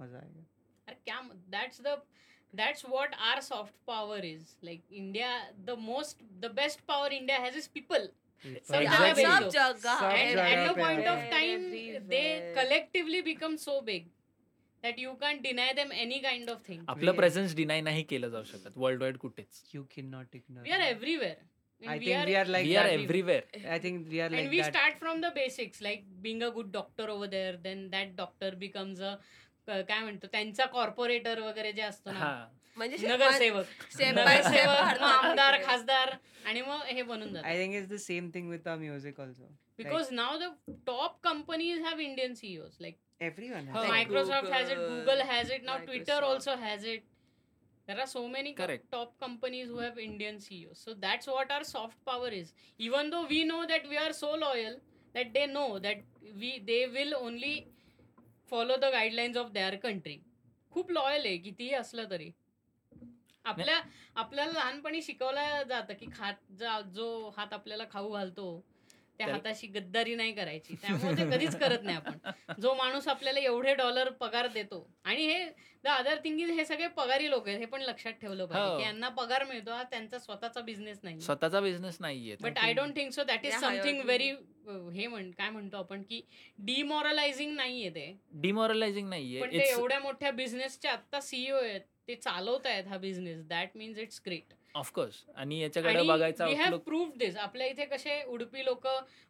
B: मजा आएगा
A: अरे क्या that's the that's what R soft power is like India the most the best power India has is people So
B: Exactly.
A: now we
C: सब
A: know.
C: जगह
B: सब
C: है
A: And at a
B: जगह पे
A: point
B: है.
A: of time, they
C: Everywhere.
A: collectively become so big that you can't deny them any kind of thing.
D: आपलं
B: We-
D: presence deny नाही केलं जाऊ शकत वर्ल्ड वाईड कुठेच
B: You cannot ignore.
A: We are
B: that.
A: everywhere. And
B: I think we are like
D: we are
B: that.
D: Everywhere
B: I think we are
A: and
B: like
A: we
B: that.
A: start from the basics, like being a good doctor over there. Then that doctor becomes a अ, काय म्हणतो त्यांचा corporator वगैरे जे असतो ना
D: हा
C: म्हणजे
A: नगरसेवक
C: step by step
A: नगरसेवक मग
C: वाढणार.
A: आमदार खासदार आणि मग हे बनून जात
B: I think it's the same thing with our music also.
A: Because now the top companies have Indian CEOs like
B: Everyone has.
D: Oh.
B: that.
D: Like
A: Microsoft has it
C: Google,
A: Google has it now Twitter
C: Microsoft.
A: Also has it there are so many
D: Correct.
A: Top companies who have Indian CEO so that's what R soft power is even though we know that we are so loyal that they know that we they will only follow the guidelines of their country खूप loyal आहे कितीही असलं तरी आपल्या आपल्याला लहानपणी शिकवलं जातं की खात जा- जो हात आपल्याला खाऊ घालतो त्या
D: त्याला-
A: हाताशी गद्दारी नाही करायची त्यामुळे ते कधीच करत नाही आपण जो माणूस आपल्याला एवढे डॉलर पगार देतो आणि हे द अदर थिंग इज हे सगळे पगारी लोक आहेत हे पण लक्षात ठेवलं पाहिजे
D: हो.
A: की यांना पगार मिळतो हा त्यांचा स्वतःचा बिझनेस नाही
D: स्वतःचा बिझनेस नाहीये तो.
A: But I don't think so that is
C: Yeah,
A: something
C: hierarchy.
A: Very हे म्हण काय म्हणतो आपण की डिमॉरलायझिंग नाहीये ते
D: डिमॉरलायझिंग नाहीये
A: पण ते एवढ्या मोठ्या बिझनेसचे आता सीईओ E आहेत ते चालवत आहेत हा business that means it's great
D: of course आणि याच्याकडे बघायचा
A: we have
D: outlook-
A: prove this आपल्या इथे कसे उडपी लोक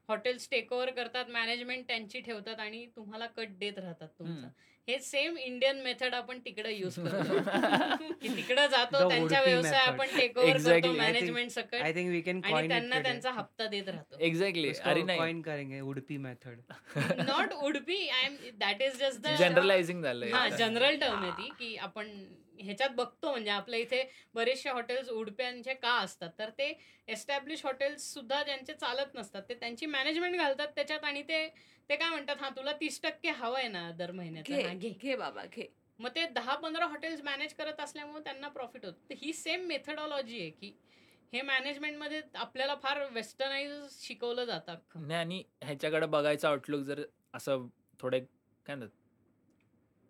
A: हॉटेल्स टेक ओव्हर करतात मॅनेजमेंट त्यांची ठेवतात आणि तुम्हाला कट देत राहतात तुमचा हे सेम इंडियन मेथड आपण तिकडे युज करतो की तिकडे जातो
B: The
A: त्यांचा
B: उडपी
A: व्यवसाय
B: method.
A: आपण टेक ओव्हर करतो
D: Exactly.
B: I think-
A: मॅनेजमेंट सकट
B: I think we can coin
A: आणि
B: it
A: त्यांना
B: today.
A: त्यांचा हप्ता देत राहतो
D: एक्झॅक्टली
B: उसको
D: अरे नाही
B: coin करेंगे Udupi method
A: not Udupi I am that is just the
D: जनरलायझिंग झालंय
A: हा
D: आता.
A: जनरल टर्म आहे
B: Ah.
A: ती की आपण ह्याच्यात बघतो म्हणजे आपल्या इथे बरेचसे हॉटेल्स उडप्यांचे का असतात तर ते एस्टॅब्लिश हॉटेल्स सुद्धा ज्यांचे चालत नसतात ते त्यांची मॅनेजमेंट घालतात त्याच्यात आणि ते ते काय म्हणतात हा तुला तीस टक्के हवं आहे ना दर महिन्याचा हा,
C: घे
A: घे
C: घे बाबा घे
A: मग ते दहा पंधरा हॉटेल्स मॅनेज करत असल्यामुळे त्यांना प्रॉफिट होतो तर ही सेम मेथडॉलॉजी आहे की हे मॅनेजमेंटमध्ये आपल्याला फार वेस्टर्नाइज शिकवलं जातं अख्खं.
D: नाही आणि ह्याच्याकडे बघायचा आउटलुक जर असं थोडे काय म्हणतात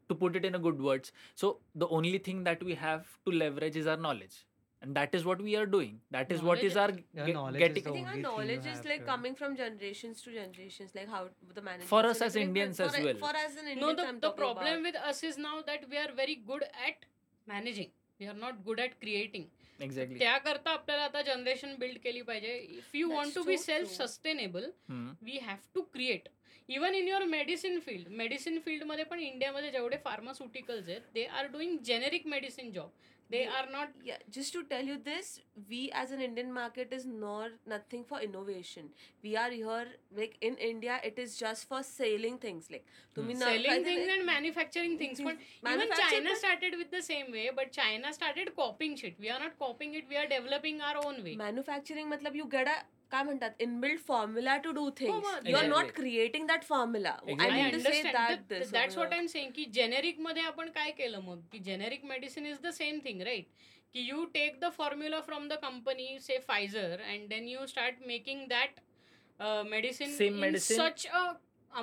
D: to put it in a good words so the only thing that we have to leverage is our knowledge and that is what we are doing that is what is our
B: Yeah, knowledge is
D: getting
B: the
C: I think our
B: only thing you
C: knowledge is
B: have
C: like
B: to-
C: coming from generations to generations, like how the management.
D: For
C: is
D: us as
C: different, but
D: Indians
C: for
D: as
C: a-
D: well.
C: For us in
A: No,
C: Indians,
A: the,
C: I'm
A: the
C: talking
A: problem
C: about.
A: with us is now that we are very good at managing. We are not good at creating.
D: Exactly
A: त्याकरता आपल्याला आता generation build केली पाहिजे if you want
C: That's
A: to be
C: so
A: self
C: true.
A: Sustainable
D: Hmm.
A: We have to create even in your medicine field medicine फील्डमध्ये पण इंडियामध्ये जेवढे pharmaceuticals आहेत they are doing generic medicine job they
C: They-
A: are not
C: Yeah, just to tell you this, we as an Indian market is not nothing for innovation. We are here like in India, it is just for selling things. Like
D: Hmm.
C: तुम्ही ना-
A: selling
C: काहीतरी-
A: things and manufacturing things पण even
C: Manufacture
A: China
C: पण-
A: started with the same way but China started copying shit we are not copying it we are developing our own way
C: manufacturing मतलब you get a काय म्हणतात inbuilt formula to
A: Oh,
C: do things
A: मग-
C: you are not
D: Exactly.
C: Creating that formula
D: Exactly. I
A: that's what I am saying की generic मध्ये आपण काय केलं मग की generic medicine is the same thing right की you take the formula from the company say Pfizer and then you start making that uh,
D: Same
A: medicine
D: medicine.
A: Such a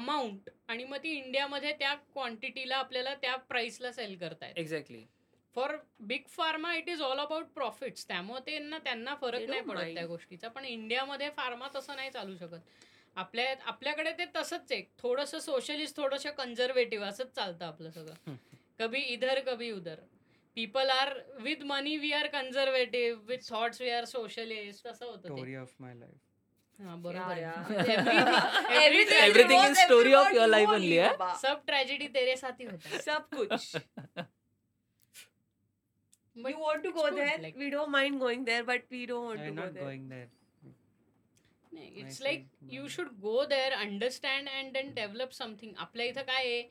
A: amount आणि मग ती इंडियामध्ये त्या क्वांटिटीला आपल्याला त्या प्राइसला सेल करतायत
D: exactly
A: for big pharma it is all about profits त्यामुळे त्यांना त्यांना
C: They
A: फरक नाही
C: don't
A: पडत
C: mind.
A: त्या गोष्टीचा पण इंडियामध्ये फार्मा तसं नाही चालू शकत आपल्या आपल्याकडे ते तसंच आहे थोडंसं सोशलिस्ट थोडंसं कन्झर्वेटिव्ह असंच चालतं आपलं सगळं कभी इधर कभी उधर people are with money we are conservative with thoughts we are socialist असं होतं ते
B: Story of my life.
A: हा,
C: Yeah,
A: बरोबर
C: yeah.
A: Everything- everything-
D: Everything is story of your life only, eh?
A: सब ट्रॅजेडी तेरे साथी होता
C: सब कुछ
A: But
C: you want to go
A: it's good,
C: there
A: like-
C: we don't mind going there but we don't want to
B: I'm
C: go
B: not
C: there
B: going there.
A: It's
B: I
A: like
B: think,
A: you
B: mm.
A: Should go there understand and then develop something आपल्या इथं काय आहे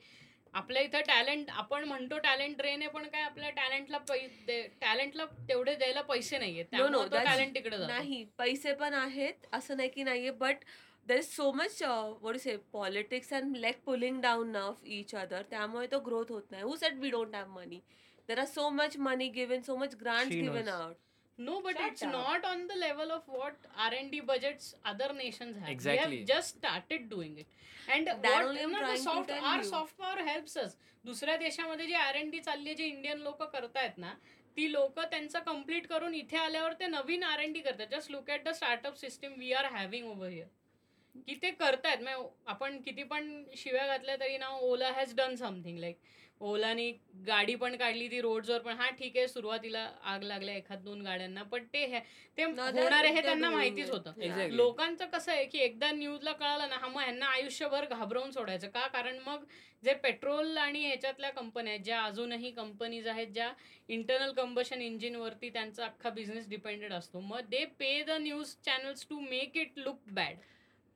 A: आपल्या इथं talent आपण म्हणतो talent drain आहे पण काय आपल्या टॅलेंटला टॅलेंटला तेवढे द्यायला पैसे नाहीये त्यामुळे तो
C: that's-
A: टॅलेंट तिकडे जातो
C: नाही पैसे पण आहेत असं नाही की नाहीये but there is so much what say politics and leg pulling down of each other त्यामुळे तो ग्रोथ होत नाही who said we don't have money there are so much money given so much grant
B: She
C: given
B: knows.
C: Out
A: no but
C: Shut
A: it's
C: up.
A: Not on the level of what R and D budgets other nation
D: Exactly.
A: Just started doing it and
C: That only I'm trying to
A: soft
C: tell
A: R
C: you.
A: Soft power helps us दुसऱ्या देशामध्ये जी R and D चालली आहे, जे Indian लोक करतायत ना ती लोक त्यांचं कम्प्लीट करून इथे आल्यावर ते नवीन आर एन डी करतात just look at the startup system we are having over here की ते करतायत मग आपण किती पण शिव्या घातल्या तरी ना ओला हॅज डन समथिंग लाईक ओलाने गाडी पण काढली ती रोडवर पण हा ठीक आहे सुरुवातीला आग लागल्या एखाद दोन गाड्यांना पण ते हे- ते होणार आहे हे त्यांना माहितीच होतं
D: Exactly.
A: लोकांचं कसं आहे की एकदा न्यूजला कळालं ना हा मग ह्यांना आयुष्यभर घाबरवून सोडायचं का कारण मग जे पेट्रोल आणि ह्याच्यातल्या कंपन्या आहेत ज्या अजूनही कंपनीज आहेत ज्या इंटरनल कंबशन इंजिनवरती त्यांचा अख्खा बिझनेस डिपेंडेड असतो मग they pay the news channels to make it look bad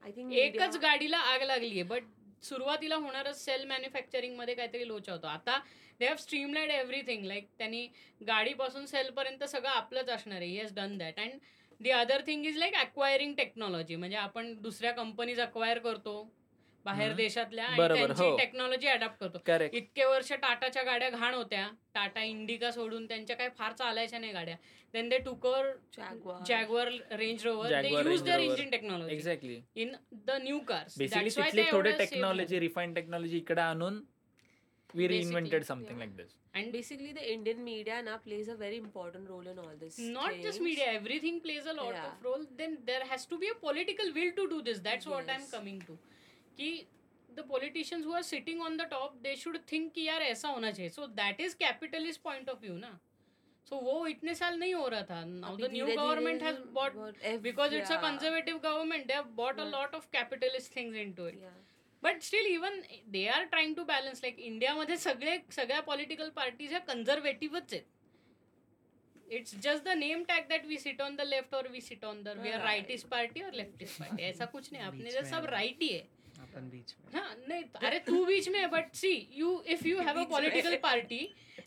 C: I think
A: एकच गाडीला आग लागली आहे बट सुरुवातीला होणारच सेल मॅन्युफॅक्चरिंग मध्ये काहीतरी लोचा होतो आता they have streamlined everything like त्यांनी गाडीपासून सेलपर्यंत सगळं आपलंच असणार आहे has done that and the other thing is like acquiring technology म्हणजे आपण दुसऱ्या कंपनीज अक्वायर करतो बाहेर
D: हम्म.
A: देशातल्या आणि
D: बरोबर,
A: त्यांची
D: हो.
A: टेक्नॉलॉजी अडॉप्ट करतो
D: करेक्ट
A: इतके वर्ष टाटाच्या गाड्या घाण होत्या टाटा इंडिका सोडून त्यांच्या काही फार चालायच्या नाही गाड्या then they took
C: Jaguar
A: Jaguar Range Rover they
D: Jaguar,
A: use
D: Range
A: there
D: Rover.
A: Engine technology
D: exactly
A: in the new cars
D: basically तिथले थोडे टेक्नॉलॉजी रिफाईन टेक्नॉलॉजी इकडे आणून we
A: Basically,
D: reinvented something
C: yeah.
D: Like this
A: and
C: basically the Indian media ना plays a very important role in all this
A: not just media everything plays a lot
C: Yeah.
A: Of role then there has to be a political will to do this that's what I am
C: Yes.
A: Coming to की the politicians who are sitting on the top they should think कि यार ऐसा होना चाहिए so that is capitalist point of view ना so वो इतने साल नहीं हो रहा था now the new government has bought because it's a conservative government they have bought a
C: But-
A: lot of capitalist things into it but still even they are trying to balance like इंडियामध्ये सगळे सगळ्या political parties ह्या कन्झर्वेटिव्हच आहेत it's just the name tag that we sit on the left और we sit on the we are
C: Right.
A: Right is party और left is party ऐसा कुछ नहीं आपने
B: बीच में
A: सब
B: है।
A: राइट ही है
B: आपण बीच में
A: हाँ नहीं तो- अरे तू बीच में but see you if you have a
C: बीच में।
A: Political party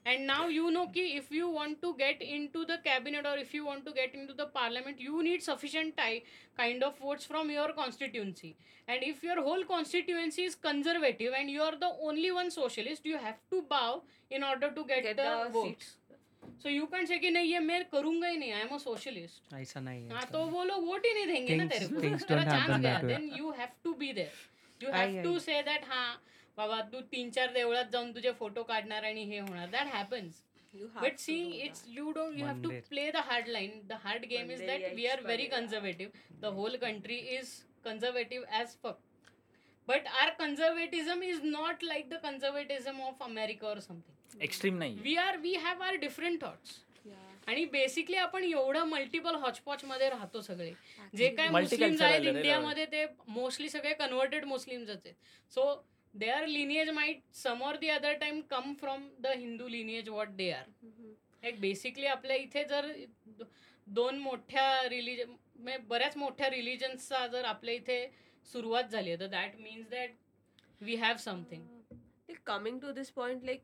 A: and now you know कि if you want to get into the cabinet और if you want to get into the parliament you need sufficient time kind of votes from your constituency and if your whole constituency is conservative and you are the only one socialist you have to bow in order to get the votes so you can say कि नहीं ये मैं करूंगा ही नहीं I am a socialist
B: ऐसा नाही
A: हाँ तो वो लोग वोट ही नहीं देंगे ना
B: Things-
A: तेरे को
B: things
A: तेरा
B: don't
A: चांस
B: happen
A: गया
B: that way.
A: Then you have to be there you
B: I-
A: have to
B: I.
A: Say that हा बाबा तू तीन चार देवळात जाऊन तुझे फोटो काढणार आणि हे होणार that happens but see it's you don't you have to
B: मंदिर.
A: Play the hard line the hard game is
C: मंदिर
A: दॅट वी आर
C: यायची
A: व्हेरी
C: पाळी.
A: Conservative the whole country is conservative as fuck but our conservatism is not like the conservatism of America or something
D: extreme नाही
A: we are we have our different thoughts आणि basically आपण एवढं multiple hotchpotch मध्ये राहतो सगळे जे काय
D: Multicultural
A: Muslims आहेत
D: आलेले
A: इंडियामध्ये ते मोस्टली सगळे कन्वर्टेड मुस्लिम्स आहेत so they are lineage might some or the other time come from the Hindu lineage what they are
C: Mm-hmm.
A: Like basically आपल्या इथे जर दो- दोन मोठ्या रिलीजन बऱ्याच मोठ्या रिलीजन्सचा जर आपल्या इथे सुरुवात झाली आहे तर that means that we have something
C: coming to this point like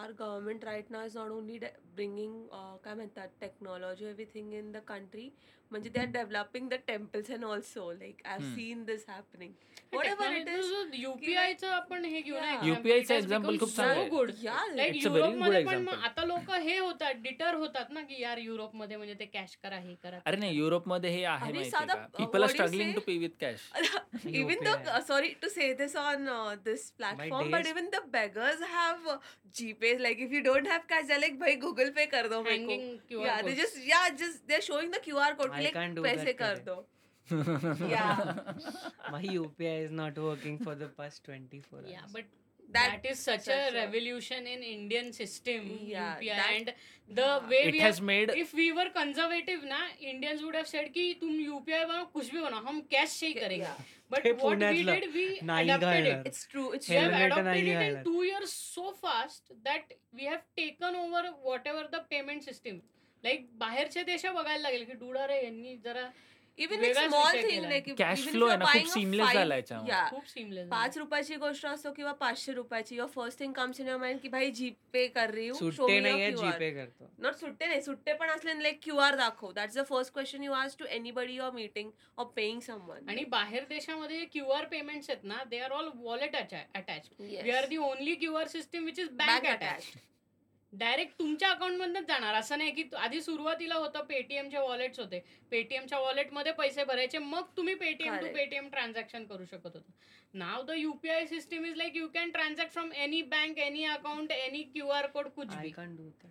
C: our government right now is not only bringing काय म्हणतात technology everything in the country म्हणजे they are developing the temples and also like I
D: Hmm.
C: Seen this happening Whatever it is,
A: UPI च आपण हे घेऊन
C: Yeah.
D: UPI चं example खूप चांगलं आहे.
A: Good like
D: It's a very good
A: युरोपमध्ये पण मग
D: example.
A: आता लोक हे होतात डिटर होतात ना की यार युरोपमध्ये म्हणजे ते कॅश करा हे करा
D: अरे नाही युरोपमध्ये हे आहे
C: अरे
D: माहिती
C: साधा,
D: का
C: uh,
D: people are
C: what do you
D: struggling
C: say?
D: To pay with cash
C: even
B: UPI.
C: the uh, sorry to say this on uh, this platform but
B: days-
C: even the beggars have uh, gpay like if you don't have cash they're like bhai google pay kar do mere ko
A: hanging
C: Oh yeah they just yeah just they're showing the qr code
B: I
C: like
B: can't do
C: paise
B: that,
C: kar
B: Karen.
C: do Yeah.
B: My UPI is not working for the past 24
A: yeah
B: hours
A: but
C: that
A: that is such a
C: such a-
A: revolution in indian system
C: Yeah,
A: UPI
C: that-
A: and the
C: Yeah.
A: way
D: it
A: we
D: has
A: have
D: made
A: if we were conservative ना indians would have said कि तुम UPI बनाओ कुछ भी बनाओ हम cash से ही करेंगे
C: yeah.
A: But
B: ते
A: what we
B: पुण्यातलं
A: did we
B: नाही
A: adapted
B: घालणार.
A: it
C: it's true it's
A: we have
B: Helmet and
A: adopted it in
B: eyeliner.
A: two years so fast that we have taken over whatever the payment system like बाहेरच्या देशा बघायला लागेल की Duda रे यांनी जरा
C: even
A: वेगळाच
C: it's small
A: विषय
C: thing
A: केलाय.
C: like if,
D: Cash
C: even
D: flow
C: if you're
D: आहे ना, खूप
C: buying a
D: seamless
C: five-
D: झालाय
B: अच्छा
D: याच्यामुळे.
C: yeah
A: खूप seamless
C: पाच रुपयाची गोष्ट असो किंवा पाचशे रुपयाची your first thing comes in your mind की भाई जीपे कर रही हूँ show me
B: सुट्टे
C: your
B: नाहीये
C: QR.
B: जीपे करतो
C: नॉट सुट्टे नाही सुट्टे पण असले लाईक क्यू आर दाखव that's the first question you ask to anybody your meeting or paying someone
A: आणि बाहेर देशामध्ये जे क्यू आर पेमेंट्स आहेत ना they are all wallet attach we are the only Q R system which is bank attach direct तुमच्या अकाउंटमधनच जाणार असं नाही की तू- आधी सुरुवातीला होतं पेटीएमचे वॉलेट्स होते पेटीएमच्या वॉलेटमध्ये पैसे भरायचे मग तुम्ही Paytm to
C: Correct.
A: Paytm transaction करू शकत होता now the UPI system is like you can transact from any bank any account any Q R code कुछ
B: आय
A: भी
B: कांट डू दॅट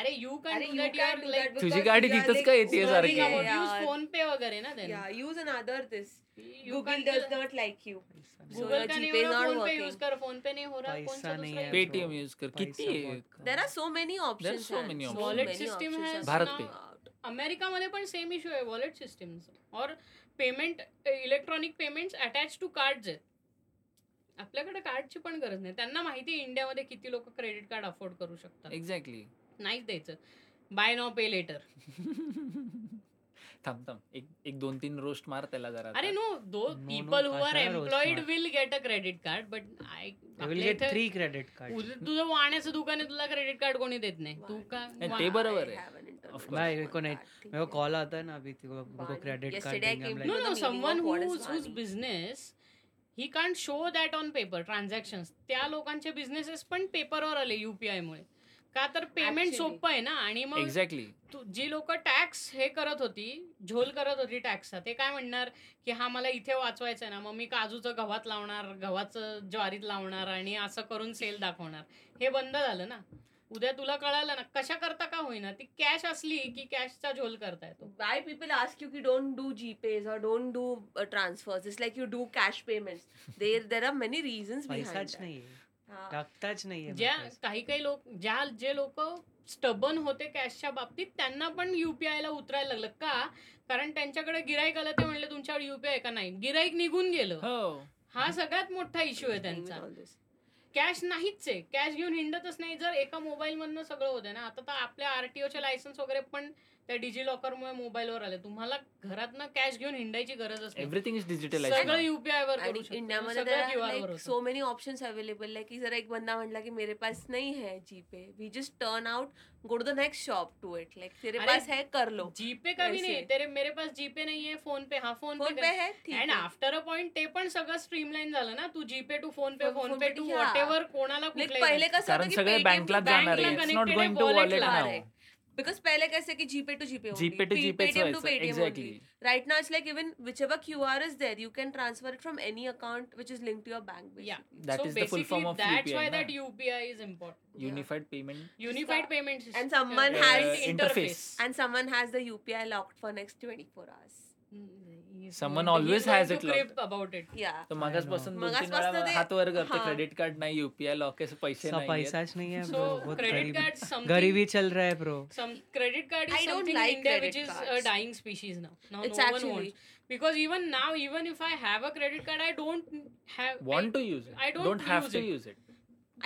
A: अरे यू कॅन
C: अरे
A: do
C: you
A: that
C: can't
A: your
C: do that
A: like
C: because
D: तुझी गाडी
C: we are
D: तिथंच
C: like
D: का येतेय
C: scrolling
D: सारखी?
C: our-
D: Yeah,
A: use
C: yeah.
A: PhonePe वगैरे ना then.
C: Yeah, use another this.
A: You
C: Google
A: can
C: does
A: just-
C: not like you.
B: पैसा
C: So
A: Google का
C: Gmail
A: नहीं हो रहा
C: not
A: PhonePe
C: working.
A: Use कर फोन पे नहीं हो रहा कौन सा
B: पैसा नहीं
A: दूसरा
B: है
A: use?
D: Paytm use कर किती
B: पैसा
D: आहे?
B: बहुत कम
C: There are so many options.
D: so
C: and
D: many
A: options. Wallet system
C: options
A: has
C: are
D: Bharat Pay.
C: out.
A: अमेरिकामध्ये पण सेम इश्यू आहे वॉलेट सिस्टीम्स और payment electronic payments attach to card आहेत आपल्याकडे कार्डची पण गरज नाही त्यांना माहिती आहे इंडियामध्ये किती लोक क्रेडिट कार्ड अफोर्ड करू शकतात
D: एक्झॅक्टली
A: नाही द्यायचं बाय नाव पे लेटर
D: थांब थांब एक एक दोन तीन रोस्ट मार त्याला जरा
A: अरे
D: आता.
A: No though
B: No, no,
A: people who are
B: कशाला रोज
A: एम्प्लॉईड
B: मार?
A: Will get a credit card but I
B: will get three credit card
A: तुझं वाण्याचं दुकान आहे तुला क्रेडिट कार्ड कोणी देत नाही तू का
D: ते
A: वा-
D: बरोबर
C: I
D: आहे.
C: have an internet on
D: Of course.
B: नाही, मेरे को
C: that,
B: नहीं-
C: ठीक
B: मेरा
C: है.
B: कॉल आता है ना अभी तेरे को
C: Barney.
B: Credit card
C: Yesterday I came
A: No,
C: to
A: no,
C: the meaning
A: someone
C: of what is
A: who's, whose
C: money.
A: business he can't show that on paper transactions त्या लोकांचे बिझनेसेस पण पेपरवर आले युपीआय मुळे का तर पेमेंट
C: Actually.
A: सोपं आहे ना आणि मग
D: एक्झॅक्टली
A: तू- जी लोक टॅक्स हे करत होती झोल करत होती टॅक्सचा ते काय म्हणणार की हा मला इथे वाचवायचं आहे ना मग मी काजूचं गव्हात लावणार गव्हाचं ज्वारीत लावणार आणि असं करून सेल दाखवणार हे बंद झालं ना उद्या तुला कळालं ना कशा करता का होईना ती कॅश असली की कॅशचा झोल करता येतो
C: Why people ask you, ki don't do GPays or don't do uh, transfers? It's like you do cash payments. There, there are many reasons behind
B: पैसाच
C: that.
B: नाही आहे.
C: हाँ.
B: टाकताच नाही आहे
A: ज्या
B: ना पैसा.
A: काही काही लोक ज्या जे लोक स्टबन होते कॅशच्या बाबतीत त्यांना पण युपीआय ला उतरायला लागलं का कारण त्यांच्याकडे गिराईक आलं ते म्हणलं तुमच्याकडे युपीआय का नाही गिराईक निघून गेलं
D: हो
A: हा सगळ्यात मोठा इश्यू आहे
C: Thing with
A: त्यांचा
C: all this.
A: कॅश नाहीच आहे कॅश घेऊन हिंडतच नाही जर एका मोबाईल मधनं सगळं होतं ना आता तर आपल्या आरटीओचे लायसन्स वगैरे पण त्या डिजी लॉकरमुळे मोबाईलवर आले तुम्हाला घरातनं कॅश घेऊन हिंडायची गरजच नाही
D: एव्हरीथिंग इज
A: सगळं
D: डिजिटलाइज
A: युपीआय वर
C: आणि
A: करू शकतो.
C: इंडियामध्ये
A: सगळं
C: there
A: QR वर
C: are like
A: होतं.
C: so many options available like की जर एक बंदा म्हटला की मेरे पास नहीं है GPay we just turn out go to the next shop to it like तेरे
A: अरे,
C: पास है कर लो
A: जीपे का भी
C: वैसे.
A: नाही तेरे मेरे पास जीपे नाही आहे फोन पे हा फोन
C: फोन
A: पे
C: पे है ठीक
A: अँड
C: है
A: आफ्टर अ पॉइंट ते पण सगळं स्ट्रीमलाईन झालं ना तू GPay to PhonePe
C: phone-
A: PhonePe
C: PhonePe
A: to
C: to- yeah.
A: Whatever कोणाला
C: Like,
A: कुठल्याही
C: पहले
A: bank-
C: कसं
D: कारण सगळे बँकला
A: bank
D: जाणार
A: ला
D: आहे it's not
A: connected
D: going to
A: आहे, wallet
D: वॉलेट
A: ला
D: नाव
A: आहे.
C: बिकॉज पहले कैसे की GPay to GPay
D: GPay to GPay exactly
C: right now it's like even whichever Q R is there you can transfer it from any account which is link to your
A: Yeah.
C: Bank
D: that
A: So
D: is the full form
A: basically,
D: of
A: that's why that
D: UPI
A: UPI is important.
D: Unified payment
A: Unified payment system.
C: And someone
A: Yeah.
C: has-
A: Uh,
D: interface.
C: and someone has the UPI locked for next 24 hours.
A: Mm, he's
D: Someone
A: going-
D: always
A: he's going
D: has
A: to
D: it locked.
A: crib about it.
C: Yeah.
D: तर मगासपासून दोन तीन
C: मगासपासून
D: वेळा
C: ते-
D: हात वर करतो
C: हा.
D: क्रेडिट कार्ड नाही युपीआय लॉक पैसे
B: सा
D: नाही
B: पैसाच नाही है
A: So
B: ब्रो बहुत
A: तो credit
B: गरीब
A: card something.
B: गरीबी चल रहा है bro
A: Some credit card is
C: I don't
A: something
C: like
A: in India
C: credit
A: which is a
C: cards.
A: dying species now. Now
C: It's
A: no one
C: actually
A: wants because even now even if I have a credit card I don't have I-
D: want to use
A: I
D: it
A: don't
D: don't have
A: use
D: to
A: it.
D: Use it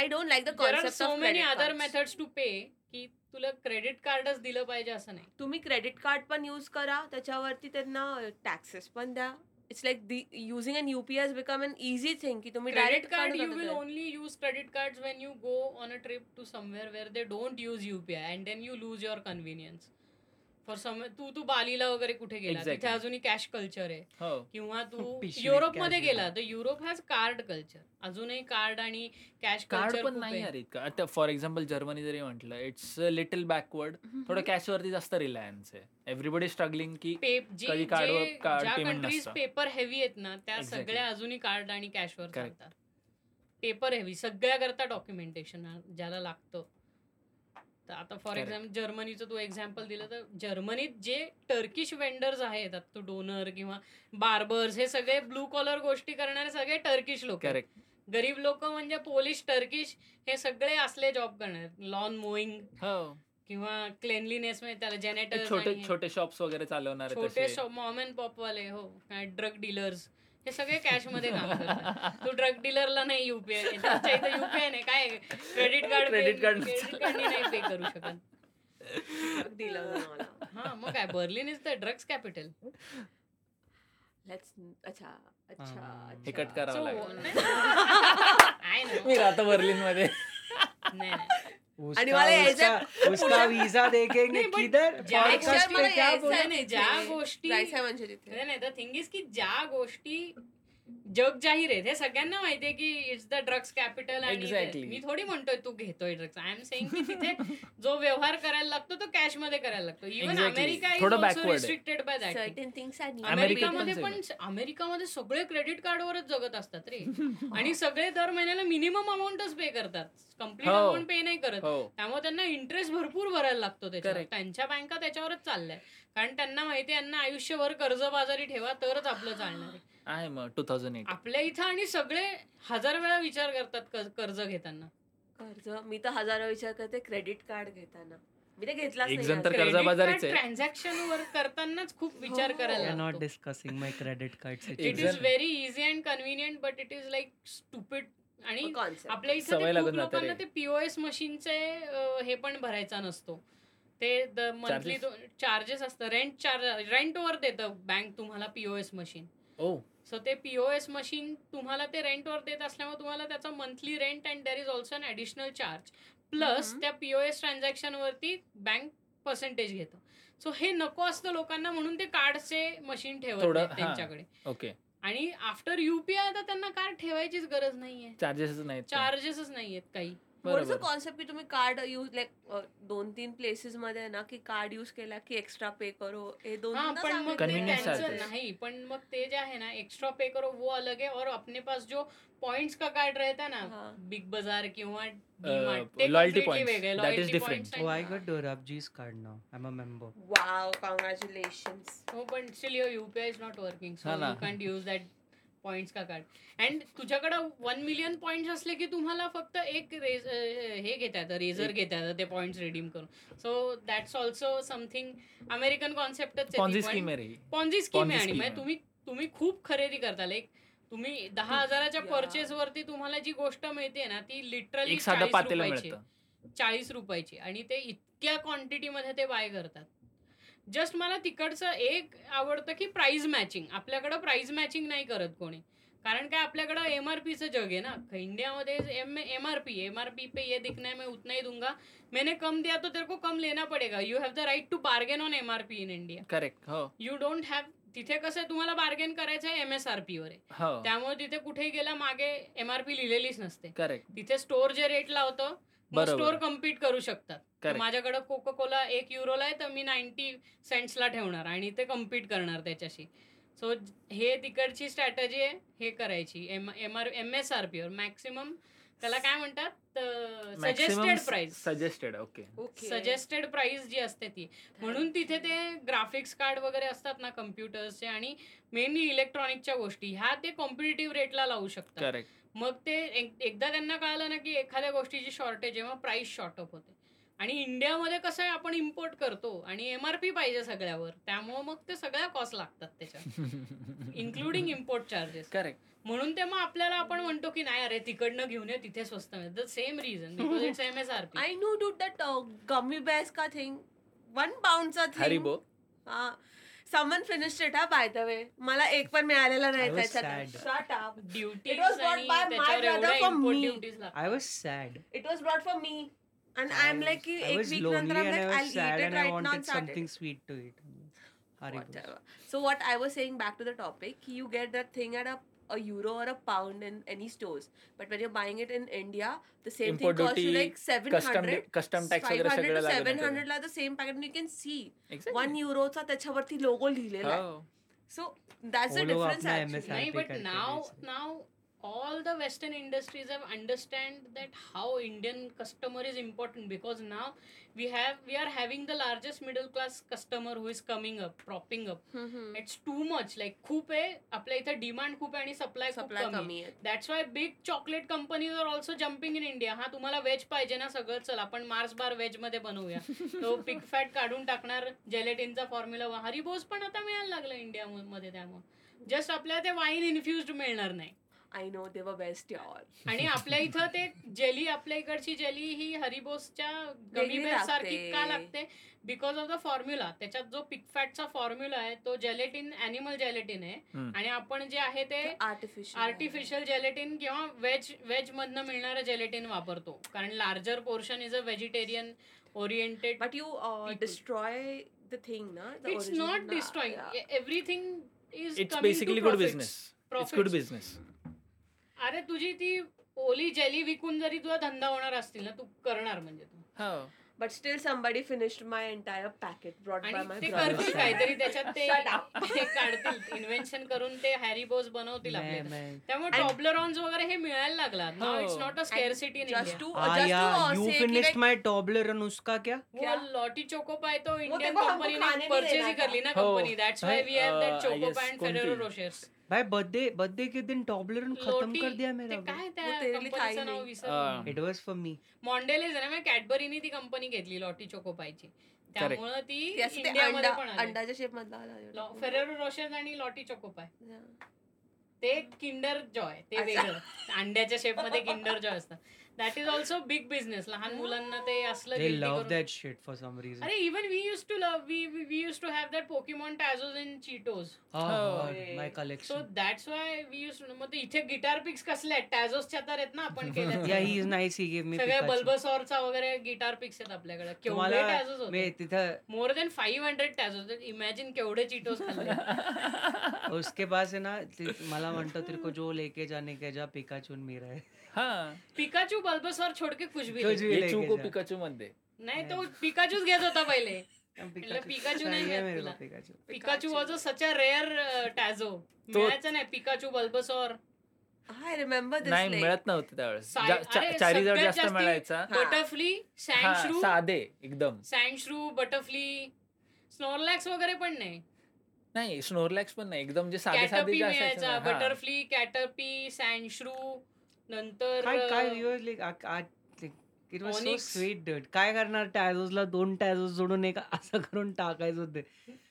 C: I don't like the
A: there are
C: concept
A: so
C: of
A: many
C: credit
A: other
C: cards.
A: methods to pay की तुला credit कार्डच दिलं पाहिजे असं नाही
C: तुम्ही credit card पण use करा त्याच्यावरती त्यांना टॅक्सेस पण द्या it's like using an UPI become an easy thing की तुम्ही
A: credit
C: direct
A: card you will only use credit card when you go on a trip to somewhere where they don't use UPI and then you lose your convenience for some तू तू बालीला वगैरे कुठे गेला
D: Exactly.
A: तिथे अजूनही cash culture आहे
D: हो
A: किंवा तू
B: पिशवीत
A: युरोपमध्ये
B: cash
A: गेला
B: देतात.
A: तर युरोप हॅज कार्ड कल्चर अजूनही कार्ड आणि कॅश
D: कार्ड
A: कल्चर
D: पण नाही यार इतकं आता फॉर एक्झाम्पल जर्मनी जरी म्हटलं इट्स लिटल बॅकवर्ड थोडं कॅश वरती जास्त रिलायन्स आहे एव्हरीबडी स्ट्रगलिंग की
A: पे जे
D: कधी
A: जे-
D: card वर- card
A: ज्या
D: payment
A: कंट्रीज
D: नसतं.
A: पेपर हेवी आहेत ना त्या
D: Exactly.
A: सगळ्या अजूनही कार्ड आणि कॅशवर
D: Correct.
A: चालतात पेपर हेवी सगळ्याकरता डॉक्युमेंटेशन ज्याला लागतं तर आता फॉर
D: Correct.
A: एक्झाम्पल जर्मनीचं तू एक्झाम्पल दिलं तर जर्मनीत जे टर्किश वेंडर्स आहेत आता तो डोनर किंवा बार्बर्स हे सगळे ब्लू कॉलर गोष्टी करणारे सगळे टर्किश लोक
D: करेक्ट
A: गरीब लोक म्हणजे पोलिश टर्किश हे सगळे असले जॉब करणार लॉन मोईंग
D: हो
A: किंवा क्लेनलीनेस म्हणजे त्याला
D: ते
A: जेनेटर
D: छोटे छोटे शॉप्स वगैरे चालवणारे
A: छोटे मॉम अँड पॉप वाले हो ड्रग डीलर्स हे सगळे कॅश मध्ये काम करतात तू ड्रग डीलरला नाही युपीआय युपीआय नाही काय credit card
D: Credit card
A: credit
D: नसतं.
A: कार्ड नाही पे करू शकत
C: डीलर
A: हा मग काय Berlin is the drugs capital
C: let's अच्छा
B: हा.
C: अच्छा
D: हे कट
C: अच्छा.
D: करावं
A: So,
D: लागेल मी
A: नाही
D: राहतो बर्लिन मध्ये
C: आणि मला यायचं
B: उसका उसका
C: पुढं-
B: वीजा देखेंगे
A: नाही, पण
B: किधर
A: ज्या-
B: पॉडकास्ट
C: Actually मला
B: पे क्या
C: यायचं
B: बोल
C: आहे.
A: नाही ज्या गोष्टी
C: जायचं आहे म्हणजे तिथे
A: नाही द थिंग इज की ज्या गोष्टी जग जाहीर आहेत हे सगळ्यांना माहितीये की इट्स द ड्रग्स कॅपिटल आणि
D: Exactly.
A: ते- मी थोडी म्हणतोय तू घेतोय ड्रग्स आय एम सेइंग की तिथे जो व्यवहार करायला लागतो तो कॅश मध्ये करायला लागतो इव्हन
D: Exactly.
A: अमेरिका इज
D: थोडं
A: ऑल्सो
D: backward आहे.
A: Restricted by that
C: certain things are
D: America
A: अमेरिकामध्ये
D: पण
A: पण अमेरिकामध्ये सगळे क्रेडिट कार्डवरच जगत असतात रे आणि सगळे दर महिन्याला मिनिमम अमाऊंटच पे करतात कम्प्लीट
D: हो.
A: अमाऊंट पे नाही करत
D: हो
A: त्यामुळे त्यांना इंटरेस्ट भरपूर भरायला लागतो त्याच्यावर
D: Correct.
A: त्यांच्या बँका त्याच्यावरच चालल्या कारण त्यांना माहिती आहे यांना आयुष्यभर कर्जबाजारी ठेवा तरच आपलं चालणार आहे
D: आहे मग टू थाउजंड एट
A: आपल्या इथं आणि सगळे हजार वेळा विचार करतात कर- कर्ज घेताना
C: कर्ज मी तर हजारो विचार करते क्रेडिट कार्ड घेताना मी ते घेतलाच
D: एक
C: नाही
D: जण तर
C: आज.
D: कर्जबाजारीच आहे.
A: ट्रान्झॅक्शन वर करतानाच खूप विचार
C: हो.
A: करायला
B: नॉट
A: लागतो
B: discussing my credit card
A: it is
D: Exactly.
A: Very easy and convenient but it is like stupid आणि
C: Concept.
A: आपल्या इथे
D: सवय
A: ते खूप
D: लागून जाते
A: लोकांना
D: रे.
A: ते पीओएस मशीनचे हे पण भरायचा नसतो ते मंथली चार्जेस असतं रेंट चार्ज रेंटवर देतं बँक तुम्हाला पीओएस मशीन
D: ओ
A: सो ते पीओएस मशीन तुम्हाला ते रेंटवर देत असल्यामुळे तुम्हाला त्याचा monthly rent and there is also an additional charge plus
C: Mhm.
A: त्या पीओएस ट्रान्झॅक्शन वरती बँक पर्सेंटेज घेतं सो हे नको असतं लोकांना म्हणून ते कार्डचे मशीन ठेवत
D: थोडं,
A: नाहीत
D: हां.
A: त्यांच्याकडे
D: ओके
A: आणि आफ्टर युपीआय तर त्यांना कार्ड ठेवायचीच गरज नाहीये
D: चार्जेस नाहीत ते.
A: चार्जेसच नाहीयेत काही
C: थोडस
D: बरोबर.
C: कॉन्सेप्ट की तुम्ही कार्ड युज लाईक दोन तीन प्लेसेस मध्ये आहे ना की कार्ड युज केला की एक्स्ट्रा पे करो हे दोन
A: हाँ
C: तीनदा
A: पण मग ते
D: Convenience
C: सांगितलं.
A: त्यांचं
D: charges.
A: नहीं पण मग ते जे है ना एक्स्ट्रा पे करो वो अलग है और अपने पास जो पॉइंट्स का कार्ड रहता है ना
C: हाँ.
A: बिग बाजार किंवा
D: Uh, loyalty points. That is different.
B: Oh, I got Dorabji's card now. I'm a member.
C: Wow congratulation
A: हो पण still your UPI is not working so
D: हा ना.
A: You can't use that points का कार्ड अँड तुझ्याकडे one million points असले की तुम्हाला फक्त एक रेज अं, हे घेता येतं रेझर घेता येतं ते पॉइंट्स रिडीम करून so that's also something American कॉन्सेप्टच
D: पॉन्झी स्कीम आहे रे ही.
A: पॉन्झी स्कीम
D: Ponzi
A: आहे आणि
D: scheme
A: म्हणजे
D: आहे.
A: तुम्ही तुम्ही खूप खरेदी करता लाईक तुम्ही दहा हजाराच्या
C: Yeah.
A: परचेस वरती तुम्हाला जी गोष्ट मिळते ना ती लिटरली
D: एक साधं
A: चाळीस
D: पातेलं
A: रुपयाची
D: मिळतं
A: चाळीस रुपयाची आणि ते इतक्या quantity मध्ये ते बाय करतात जस्ट मला तिकडचं एक आवडतं की प्राइस मॅचिंग आपल्याकडं प्राइस मॅचिंग नाही करत कोणी कारण काय आपल्याकडं एम आर पीचं जग आहे ना इंडियामध्ये M M R P M R P पे ये दिखना है मैं उतना ही दूंगा मैंने कम दिया तो तेरे को कम लेना पडेगा you have the right to bargain on M R P in India
D: correct हो
A: यू डोंट हॅव तिथे कसं आहे, तुम्हाला बार्गेन करायचं आहे एम एस आर पी वर आहे.
D: हो
A: त्यामुळे तिथे कुठे गेला मागे एम आर पी लिहिलेलीच नसते
D: करेक्ट
A: तिथे स्टोर जे रेट लावतं मग
D: बरोबर.
A: स्टोर कम्पीट करू शकतात तर
D: Correct.
A: माझ्याकडे कोको कोला एक युरोला आहे तर मी नाईन्टी सेंट्सला ठेवणार आणि ते कम्पीट करणार त्याच्याशी सो हे तिकडची स्ट्रॅटजी आहे हे करायची M M R M S R पीवर मॅक्सिमम त्याला काय म्हणतात suggested price
D: suggested okay
C: okay
A: suggested price जी असते ती म्हणून तिथे ते ग्राफिक्स कार्ड वगैरे असतात ना कम्प्युटर्सचे आणि मेनली इलेक्ट्रॉनिकच्या गोष्टी ह्या ते कॉम्पिटेटिव्ह रेटला लावू शकतात
D: करेक्ट
A: मग ते एक- एकदा त्यांना कळालं ना की एखाद्या गोष्टीची शॉर्टेज जेव्हा प्राइस शॉर्ट अप होते आणि इंडियामध्ये कसं आहे आपण इम्पोर्ट करतो आणि एमआरपी पाहिजे सगळ्यावर त्यामुळे मग ते सगळ्या कॉस्ट लागतात त्याच्यात इन्क्लुडिंग इम्पोर्ट चार्जेस
D: करेक्ट
A: म्हणून ते मग आपल्याला आपण म्हणतो की नाही अरे तिकडनं घेऊन ये तिथे स्वस्त मिळेल the same reason because it's M S R P
C: I know do that gummy bears uh, का थिंग वन पाऊंडचा thing
D: Haribo
C: someone finish it हा बाय द वे मला एक पण मिळालेला
B: I
C: नाही
B: was
C: त्याच्यात
B: sad.
C: Shot up
A: duties
C: It was bought
A: आणि
C: by my
A: त्याच्यावर
C: brother
A: एवढ्या
C: for
A: इम्पोर्ट
C: me.
A: ड्युटीज लागतात
B: I was sad.
C: It was brought for me and I am like की
B: I
C: एक
B: was
C: वीक
B: lonely
C: नंतर
B: and I
C: I
B: was sad
C: it
B: and I
C: right non
B: wanted
C: started
B: something sweet to eat. Haribos.
C: Whatever. So what I was saying back to the topic, you get that thing at a a euro or a pound in any stores, but when you're buying it in India, the same
D: Import
C: thing costs you
D: duty,
C: like seven
D: custom
C: hundred.
D: Custom tax वगैरे सगळं
C: seven
D: लागलं
C: हंड्रेडला the same packet you can see one युरोचा त्याच्यावरती logo
D: हो.
C: लिहिलेला आहे so that's a
B: All over
C: difference
B: आपला MSRP.
A: नाही but
B: Saturday,
A: now
B: Saturday.
A: Now all the western industries have understand that how Indian customer is important because now we have we are having the largest middle class customer who is coming up propping up it's too much like खूप आहे आपल्या इथं demand खूप आहे आणि supply खूप
C: supply
A: कमी
C: कमी आहे
A: that's why big chocolate companies are also jumping in India हा तुम्हाला व्हेज पाहिजे ना सगळं चल आपण मार्स बार व्हेज मध्ये बनवूया तो पिक फॅट काढून टाकणार जेलेटिनचा फॉर्म्युला हरिबोज पण आता मिळायला लागला इंडिया मध्ये त्यामुळे जस्ट आपल्याला ते वाईन इन्फ्युज मिळणार नाही
C: I know they were best all
A: आणि आपल्या इथं ते जेली आपल्या इकडची जेली ही हरिबोसच्या
C: वेगळी
A: गमीबेर सारखी
C: लागते.
A: का लागते बिकॉज ऑफ द फॉर्म्युला त्याच्यात जो पिकफॅटचा फॉर्म्युला आहे तो जेलेटिन अॅनिमल जेलेटिन आहे
D: हम्म.
A: आणि आपण जे आहे ते
C: आर्टिफिशियल
A: आर्टिफिशियल जेलेटिन किंवा व्हेज व्हेज मधनं मिळणारं जेलेटिन वापरतो कारण larger portion is a vegetarian oriented
C: but you
A: People.
C: Destroy the thing ना uh, the
A: it's
C: original
A: not
C: ना, yeah.
A: Destroying everything is
D: it's basically good business it's good
A: profit
D: business
A: अरे
D: हो.
A: तुझी ती ओली जेली विकून जरी तुझा धंदा होणार असतील ना तू करणार म्हणजे तू
C: but still somebody finished my entire packet brought by
A: आणि
C: माय
A: ते
B: brother.
A: करतील काहीतरी त्याच्यात ते
C: Shut up.
A: ते काढतील इन्व्हेन्शन करून ते हॅरी बोज बनवतील
B: नाही,
A: आपले
B: नाही.
A: त्यामुळे
C: And-
A: टॉबलरॉन्स वगैरे हे मिळायला लागला नाव
D: हो.
A: It's not a scarcity in
C: just to
B: आया you
C: just to
B: finished my Toblerone उसका क्या
A: इंडिया लॉटी चोको पाय तो इंडियन
C: देखो हमको
A: कंपनी
C: खाने
A: ने
C: नहीं
A: परचेज
C: देना
A: ही
C: था.
A: करली ना
D: हो.
A: Company that's why we have
D: um,
A: that
D: I
A: choco
D: guess
A: pie and
D: कोणती?
A: फेरेरो रोशर्स
B: भाई बर्थडे बर्थडे के दिन टॉबलर खत्म कर दिया मेरा
A: काय
C: वो
A: त्या
C: तेरे लिए था ही
A: कंपनीचं नाव
C: नहीं.
A: विसरलं
D: अं,
B: इट वाज फॉर मी
A: मॉन्डेलेज आहे ना मग कॅडबरीने ती कंपनी घेतली लॉटी चोको पायची त्यामुळे ती इंडियामध्ये पण
C: अंडा
A: आली
C: अंडाच्या शेप मधला
A: फेरेरो रोशर्स आणि लॉटी चोको पाय ते किंडर जॉय ते
C: अच्छा.
A: वेगळं अंड्याच्या शेप मध्ये किंडर जॉय असतं that is also big business लहान मुलांना ते असलं
B: दे
A: guilty
B: लव
A: करून-
B: that shit for some reason
A: अरे even we use to love we we use to have that Pokemon tazos in Cheetos
B: Oh,
A: हो.
C: अरे.
B: My
A: so
B: collection
A: that's why we use मग ते इथे guitar पिक्स कसले आहेत टॅझोसच्या तर आहेत ना आपण
B: या ही इज
A: केल्या
B: नाईस ही गिव्ह मी
A: सगळ्या बल्बसॉरचा वगैरे गिटार पिक्स आहेत आपल्याकडे केवढे
B: तुम्हाला
A: टॅझोस
B: मी
A: होते
B: तिथं
A: more than five hundred टॅझोस imagine केवढे चिटोस खाल्ले
B: उसके पास है ना ते- मला म्हणतो तेरे को जो लेके जाने का जा पिकाचून मेरा है
D: हा
A: पिकाचू बल्बसॉर छोडके कुशबी
B: कुछ भी
D: ये
B: लेके
D: चूको
B: जा.
D: पिकाचू मध्ये
A: नाही तो पिकाचूच घेत होता पहिले
B: हम
A: मतलब
B: पिकाचू-
A: पिकाचू नाही
B: चाहिए
A: है
B: मेरे को
A: तुला.
B: Pikachu.
A: Pikachu was a such a rare टॅझो
D: तो-
A: uh, मिळायचं नाही Pikachu Bulbasaur
C: I remember this
D: नाही मिळत नव्हते त्यावेळेस
A: साय-
D: जा- चा-
A: अरे,
D: चारीजवळ
A: सगळ्यात
D: जास्त
A: जास्ती-
D: मिळायचा
C: हा.
A: बटरफ्ली
D: हा,
A: सँडश्रू
D: साधे एकदम
A: सँडश्रू बटरफ्ली स्नोरलॅक्स वगैरे पण नाही
D: नाही स्नोरलॅक्स पण नाही एकदम जे साधे साधे
A: कॅटरपी
D: जे असायचे
A: मिळायचा
D: ना, हा.
A: बटरफ्ली कॅटरपी सँडश्रू नंतर uh,
B: काय काय
A: अं,
B: viewers like, a- a- like, it was so
A: Onyx.
B: sweet, dude. काय करणार Tazos ला दोन टॅझोस जोडून एक असं करून टाकायचं होते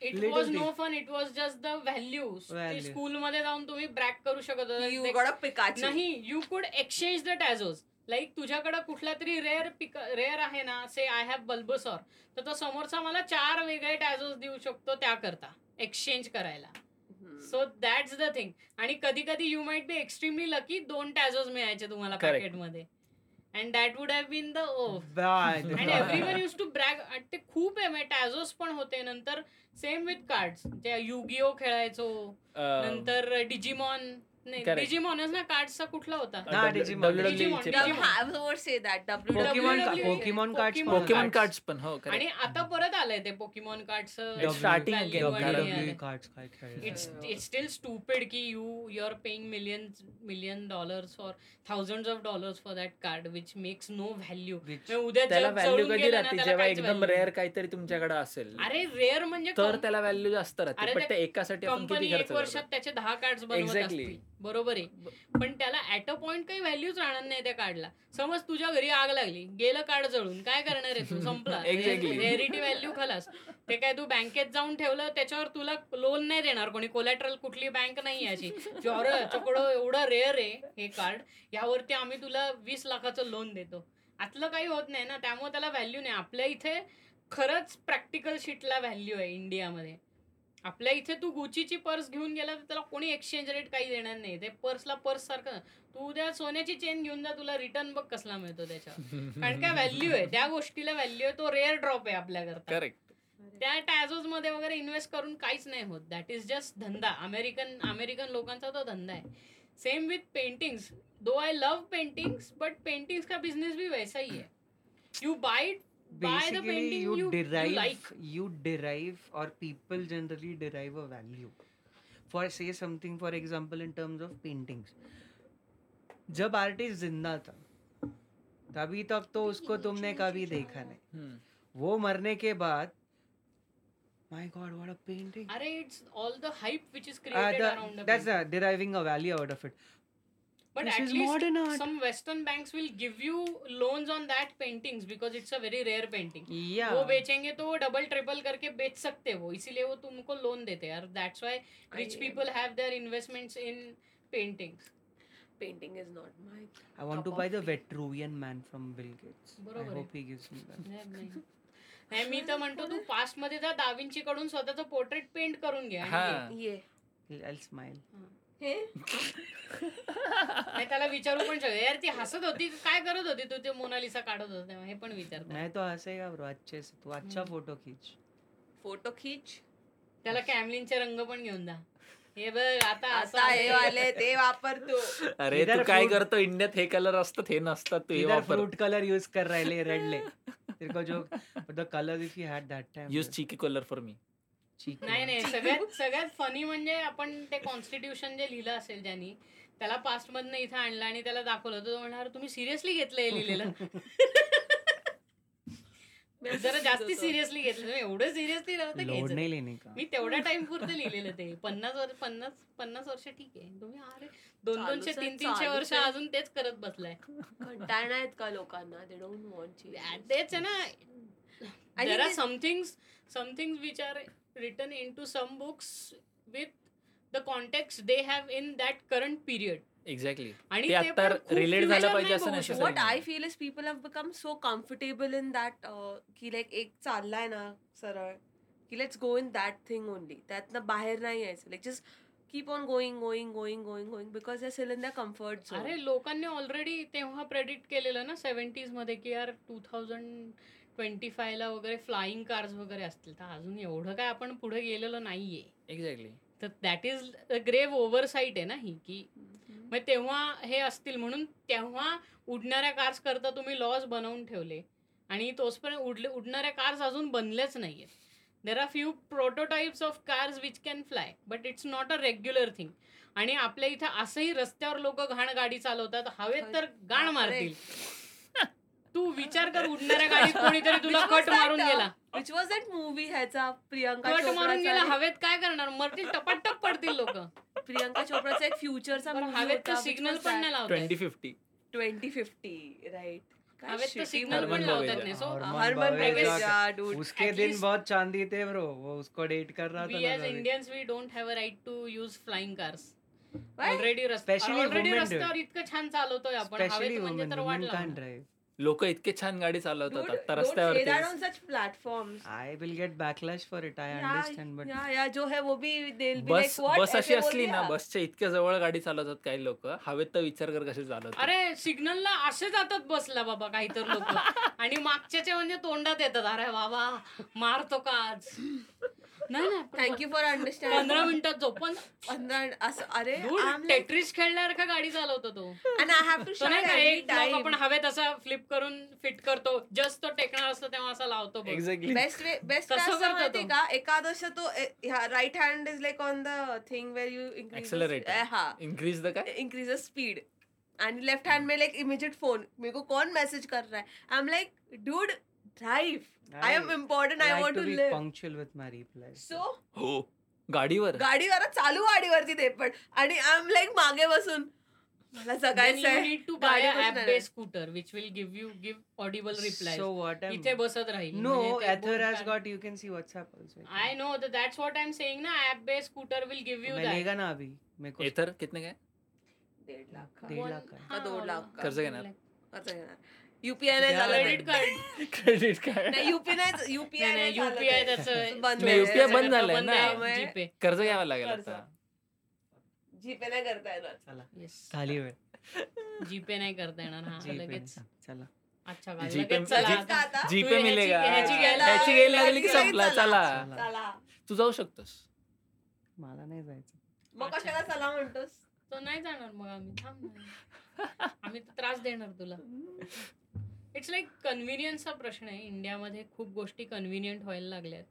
A: it
B: Little
A: was
B: thing.
A: No fun it was just the value
B: Value.
A: School मध्ये जाऊन तुम्ही ब्रॅक करू शकत होता.
C: You
A: They-
C: got a Pikachu
A: नाही you could exchange the tazos like तुझ्याकडे कुठला तरी रेअर पिक रेअर आहे ना से आय हॅव बल्बसॉर तर तो समोरचा मला चार वेगळे टॅझोज देऊ शकतो त्याकरता एक्सचेंज करायला
C: Hmm.
A: So that's the thing आणि कधी कधी you might be extremely lucky दोन टॅझोज मिळायचे तुम्हाला
D: Correct.
A: पॅकेटमध्ये and that would have bin the O
B: bye, ते
A: and
B: bye.
A: Everyone use to brag ते खूप आहे टॅझोस पण होते नंतर सेम विथ कार्ड्स ज्या युगिओ खेळायचो
D: अं,
A: नंतर डिजिमॉन नाही
D: Correct.
A: डिजिमॉनच ना कार्डचा कुठला होता
D: अं,
B: हा,
D: डब्ल्यू-
B: Digimon.
D: WWE चे
A: Digimon,
D: पण.
A: Digimon.
C: से दॅट
B: Pokemon
A: WWE.
B: का- Pokemon cards पण
A: E Pokemon
D: Pokemon
B: cards.
D: Cards पण हो
A: आणि
D: correct.
A: आता परत आलंय ते पोकिमॉन कार्डच
D: It's starting again,
A: E
D: कारण-
B: WWE E cards काय खेळले.
A: इट्स इट्स स्टील स्टुपिड की you you are paying million million dollars for thousand of dollars for that card which makes no value
B: Which-
A: उद्या
D: त्याला
A: जग
D: व्हॅल्यू
A: जळून
D: कधी
A: गेलं ना,
D: राहते
A: त्याला
D: जेव्हा
A: काहीच
D: एकदम
A: value
D: रेअर काहीतरी तुमच्याकडे असेल
A: नाही. अरे रेअर म्हणजे
D: तर त्याला व्हॅल्यू जास्त राहते
A: अरे
D: पण
A: ते
D: त्या एकासाठी आपण
A: कंपनी
D: किती खर्च
A: एक
D: करतो
A: वर्षात त्याचे दहा कार्ड बनवत
D: Exactly.
A: असतील बरोबर आहे पण त्याला ऍट अ पॉइंट काही व्हॅल्यूच राहणार नाही त्या कार्डला समज तुझ्या घरी आग लागली गेलं कार्ड जळून काय करणार आहे तू संपला
D: Exactly.
A: रेअरिटी व्हॅल्यू खलास ते काय तू बँकेत जाऊन ठेवलं त्याच्यावर तुला लोन नाही देणार कोणी कोलॅटरल कुठली बँक नाही याची जॉर चकडो एवढं रेअर आहे हे कार्ड यावरती आम्ही तुला वीस लाखाचं लोन देतो आतलं काही होत नाही ना त्यामुळे त्याला व्हॅल्यू नाही आपल्या इथे खरंच प्रॅक्टिकल शीटला व्हॅल्यू आहे इंडियामध्ये आपल्या इथे तू गुचीची पर्स घेऊन गेला तर त्याला कोणी एक्सचेंज रेट काही देणार नाही ते पर्सला पर्स सारखं तू उद्या सोन्याची चेन घेऊन जा तुला रिटर्न बघ कसला मिळतो त्याच्यावर कारण काय व्हॅल्यू आहे त्या गोष्टीला व्हॅल्यू आहे तो रेअर ड्रॉप आहे आपल्याकरता
D: करेक्ट
A: त्या टॅझोज मध्ये वगैरे इन्व्हेस्ट करून काहीच नाही होत दॅट इज जस्ट धंदा अमेरिकन अमेरिकन लोकांचा तो धंदा आहे same with paintings though I love paintings but paintings का बिझनेस भी वैसा ही है you buy buy the
B: Basically,
A: painting
B: you
A: you
B: derive,
A: like
B: you derive, or people generally derive a value. For say something, for example, in terms of paintings. जब artist जिंदा था तभी तक तो उसको तुमने कभी देखा नहीं वो मरने के बाद my God what a painting
A: अरे it's all the hype which
B: Uh,
A: is created around
B: that's deriving a value out of it
A: But
B: This
A: at
B: is
A: least
B: modern art.
A: some Western banks will give you loans on that paintings because it's a very rare painting.
B: या
A: वो बेचेंगे तो वो double triple करके बेच सकते हो इसीलिए वो तुमको लोन देते यार that's why rich people have their investments in paintings
C: painting is not my
B: I want to
C: cup
B: buy
C: of
B: the
C: tea.
B: Vitruvian Man from Bill Gates I
A: बरोबर आहे.
B: Hope he gives me that
A: नाही मी तर म्हणतो तू past मध्ये जा Da Vinci कडून स्वतःचं पोर्ट्रेट पेंट करून घ्या
D: हा.
C: ये
B: I'll smile.
C: हे
A: त्याला विचारू पण शकतो यार ती हसत होती का काय करत होती तू ते मोनालिसा काढत होता तेव्हा? हे पण विचारतो
B: मैं तो हंसेगा ब्रो अच्छे से तू अच्छा
A: हम्म.
B: फोटो खींच
C: फोटो खींच
A: त्याला कॅमलिनचे रंग पण घेऊन जा हे बघ आता
C: आता हे वाले ते वापरतो
D: अरे
B: Either
D: तू काय
B: fruit-
D: तो करतो इंडियात हे कलर असतात हे नसतात तू हे
B: इधर
D: वापर
B: फ्रूट कलर यूज कर रहे ले रेड ले तेरे का joke, but the color if you had that time.
D: Use
B: was
D: cheeky colour for me
B: cheeky.
A: नाही नाही सगळ्यात सगळ्यात फनी म्हणजे आपण ते कॉन्स्टिट्यूशन जे लिहिलं असेल ज्यांनी त्याला पास्ट मधनं इथं आणलं आणि त्याला दाखवलं तर तो म्हणणार तुम्ही सिरियसली घेतलं हे लिहिलेलं जरा जास्ती सिरियसली घेतलं मी एवढं सिरियसली नव्हतं
B: लोड
A: घ्यायचं
B: नाही लेने का
A: मी तेवढ्या टाइम पुरतं लिहिलेलं ते पन्नास वर्ष पन्नास पन्नास वर्ष ठीक आहे तुम्ही अरे दोन
C: चालूच
A: दोनशे
C: आहे,
A: तीन तीनशे
C: चालूच
A: वर्ष
C: आहे.
A: अजून तेच करत बसलाय
C: कंटाळणार आहेत का लोकांना दे डोंट वॉन्ट
A: तेच आहे ना
C: I
A: there
C: think
A: are
C: it-
A: some things some things which are written into some books with the context they have in that current period
D: exactly
A: आणि
D: ते
A: ते
D: आता
A: पण खूप
D: relate झालं
A: future नाही
D: पाहिजे असं
A: बघू
D: नाही
A: शकत.
C: what I feel is people have become so comfortable in that uh, की like एक चाललाय ना सरळ की let's go in that thing only त्यातनं बाहेर नाही यायचं like just keep on going going going going going because they sell in the comfort
A: अरे लोकांनी ऑलरेडी तेव्हा प्रेडिक्ट केलेलं ना सेव्हन्टीज मध्ये की यार टू थाउजंड ट्वेंटी ला वगैरे फ्लाईंग कार्स वगैरे असतील तर अजून एवढं काय आपण पुढे गेलेलो नाहीये
D: एक्झॅक्टली
A: तर दॅट इज ग्रेव्ह ओव्हरसाईट आहे ना ही की
C: Mm-hmm.
A: मग तेव्हा हे असतील म्हणून तेव्हा उडणाऱ्या कार्स करता तुम्ही लॉज बनवून ठेवले आणि तोचपर्यंत उडले उडणाऱ्या कार्स अजून बनल्याच नाहीयेत there are few prototypes of cars which can fly but it's not a regular thing आणि आपल्या इथं असंही रस्त्यावर लोक घाण गाडी चालवतात हवेत तर गाण मारतील तू विचार कर उडणाऱ्या गाडीत कोणीतरी तुला कट मारून गेला
C: विच वॉज दॅट मूवी ह्याचा प्रियंका
A: कट मारून गेला
C: चोप्राचा
A: हवेत काय करणार मरतील टपाटप पडतील लोक
C: प्रियंका चोप्राचा एक फ्युचरचा
A: हवेत तर सिग्नल पण नाही लावतात
D: twenty fifty
C: twenty fifty right
A: हवेत तर सिग्नल पण
D: हरमन
A: लावतात
D: बाबेजा.
A: नाही सो
B: हरमन
C: हरमन
A: बाबेजा
C: बाबेजा, dude.
B: उसके
A: at
B: दिन
A: least-
B: बहुत चांदी थे ब्रो वो उसको डेट कर रहा
A: we as
B: था तो
A: Indians we don't have a right to use flying cars.
C: Why?
A: Already
B: Especially
A: रस्त्यावर already
B: women do.
A: रस्त्यावर इतकं छान चालवतोय आपण
B: स्पेशली
A: हवेत म्हणजे
B: वुमेन
A: तर वाट
B: वुमेन कान
A: लावणार.
B: ड्राइव
D: लोक इतके छान गाडी चालवतात आता रस्त्यावरती
C: platform
B: I will get backlash for it I understand but
C: या या जो है वो भी they'll be
D: bus
C: like, "What?"
D: बस अशी
C: ऐसे बोल
D: असली ना
C: दिया.
D: बसच्या इतक्या जवळ गाडी चालवतात काही लोक हवेत तर विचार कर कसे चालवतात
A: अरे सिग्नलला असे जातात बसला बाबा काहीतर लोक आणि मागच्याचे म्हणजे तोंडात येतात अरे बाबा मारतो का आज नाही ना
C: थँक यू फॉर अंडरस्टँड
A: पंधरा मिनिटात झोपून
C: पंधरा असं अरे
A: टेट्रिस खेळल्यासारखा गाडी चालवतो तो
C: अँड आय हॅव टू
A: तो नाही
C: शॉट
A: का
C: एव्हरी
A: एक block आपण
C: टाइम
A: हवेत असा फ्लिप करून फिट करतो जस्ट तो टेकणार असतो तेव्हा असा लावतो बघ.
D: एक्झॅक्टली
C: बेस्ट वे बेस्ट
A: तसं करतो
C: माहिती
A: तो.
C: का एकादश तो right hand is like on the thing where you
D: Accelerator.
C: हा
D: इन्क्रीज द काय
C: इंक्रीज स्पीड आणि लेफ्ट हैंड में लाइक इमीडिएट फोन मेरे को कौन मैसेज कर रहा है I am like dude drive I am important I want to live
B: punctual with my reply
C: so
D: हो गाडीवर
C: गाडीवर चालू गाडीवरती ते पण आणि आय एम लाईक मागे बसून मला
A: Then you
C: जगायचंय
A: need to buy
C: गाडी
A: a
C: बसणार
A: app
C: आहे.
A: based scooter which will give you give audible replies.
B: So what
A: इथे बसत राहील म्हणजे
B: नो
A: तो
B: Ather has got you can see WhatsApp
A: I know that's what I am saying ना app based scooter will give you
B: मिलेगा ना अभी मेरे को
D: एथर कितने काय
C: दीड लाख
B: दीड लाख का.
C: का दोन लाख का?
D: कर्ज घेणार?
C: युपीआय नाही
B: द्या
C: झालं
B: credit
A: क्रेडिट
C: नाही
A: कार्ड
D: क्रेडिट कार्ड
C: युपीआय नाही युपीआय
A: नाही युपीआय
C: नाही झालं ते.
A: त्याचं
C: बंद
D: नाही,
C: आहे.
D: UPI बंद झालंय
A: बंद
D: ना.
A: आहे,
C: त्यामुळे-
A: जीपे
D: कर्ज घ्यावं लागेल
C: कर्ज.
D: आता
C: जीपे नाही करता येणार
A: Yes.
B: खाली वेळ
A: हाँ, जीपे नाही करता येणार हा
B: जी
A: लगेच
B: चला
A: अच्छा बा,
D: जीपे-
A: लगेच चला
D: जी-
C: लगेच का
A: आता.
C: आता
A: तू
D: जीपे
A: ह्याची-
D: मिळेगा
A: ह्याची घ्यायला-
D: ह्याची घ्यायला लागली की
C: ह्याची
D: संपला
C: घ्यायला
D: चला
B: चला.
C: चला
D: तू जाऊ शकतोस
B: मला नाही जायचं
C: मग कशाला चला म्हणतोस
A: तो नाही जाणार मग आम्ही थांब ना. आम्ही तर त्रास देणार तुला इट्स लाईक कन्व्हिनियन्सचा प्रश्न आहे इंडियामध्ये खूप गोष्टी कन्व्हिनियंट व्हायला लागल्यात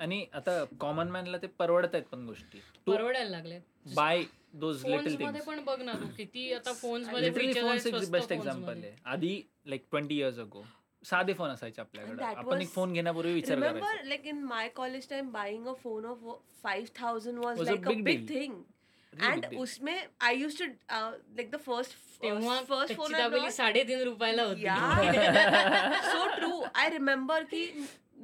D: आणि आता कॉमन मॅनला ते परवडत आहेत पण गोष्टी तू-
A: परवडायला लागल्यात
D: बाय दोज लिटिल
A: फोन्स मध्ये
D: थिंग्स
A: पण बघ ना तू किती आता फोन्स मध्ये
D: लिटरली
A: features आहेत
D: फोन्स एक
A: स्वस्त
D: बेस्ट
A: phones
D: एक्झाम्पल
A: मध्ये.
D: आहे आधी लाईक ट्वेंटी इयर्स अगो साधे फोन असायचे आपल्याकडे
C: that
D: आपण एक
C: was-
D: फोन घेण्यापूर्वी विचार करायचो
C: Remember, like in my college time, buying a phone of five thousand was,
D: Was a
C: like a big,
D: big deal.
C: thing.
D: Really
C: and
D: big deal.
C: usme, I used to uh, like the first
A: तेव्हा
C: first, first
A: कच्ची
C: phone. I
A: dabeli
C: got,
A: साडेतीन रुपयाला होती
C: yeah, so true. I remember की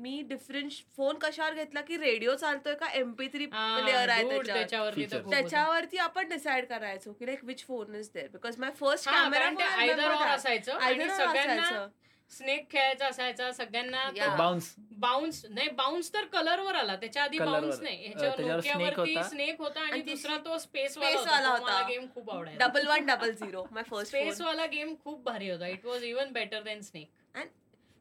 C: मी different phone कशावर घेतला की रेडिओ चालतोय का एमपी थ्री
A: हा,
C: प्लेअर आहे
A: dude,
C: त्याच्यावर
A: त्याच्यावरती तर
D: Features.
A: खूप होतं.
C: त्याच्यावरती आपण डिसाइड करायचो की like which phone is there because my first
A: हा, कारण ते either or
C: कॅमेरा
A: असायचं आणि सगळ्यांना
C: असायचं
A: स्नेक खेळायचा असायचा सगळ्यांना
C: Yeah.
D: बाउन्स
A: बाउन्स नाही बाउन्स तर कलरवर आला त्याच्या आधी
D: Colour वर.
A: बाउन्स नाही
D: अं,
A: ह्याच्यावर
D: त्याच्यावर snake
A: नोकियावरती
D: होता.
A: स्नेक होता आणि
C: आणि ती
A: दुसरा तो स्पेस
C: space वाला
A: वाला होता
C: होता.
A: गेम खूप आवडायचा
C: double one double zero my first
A: space वाला गेम खूप भारी होता it was even better than snake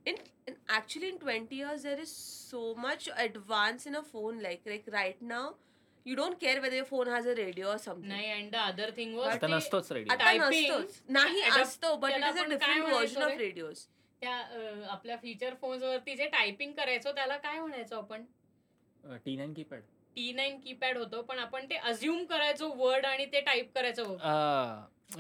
C: and actually in 20 years there is so much advance in a phone like like right now you don't care whether your phone has a radio or something
A: नाही and the other thing
D: आता
A: was
D: नसतोच ready
C: आता
A: typing,
C: नसतोच नाही
A: adapt-
C: असतो but it
A: त्याला
C: is
A: आपण काय म्हणायचो
C: अ डिफरंट व्हर्जन ऑफ
A: रे?
C: रेडिओज
A: त्या अं, आपल्या फीचर फोन्स वरती जे टायपिंग करायचो त्याला काय म्हणायचो आपण
D: T nine keypad
A: T nine keypad होतो पण आपण ते अज्युम करायचो वर्ड आणि ते टाईप करायचो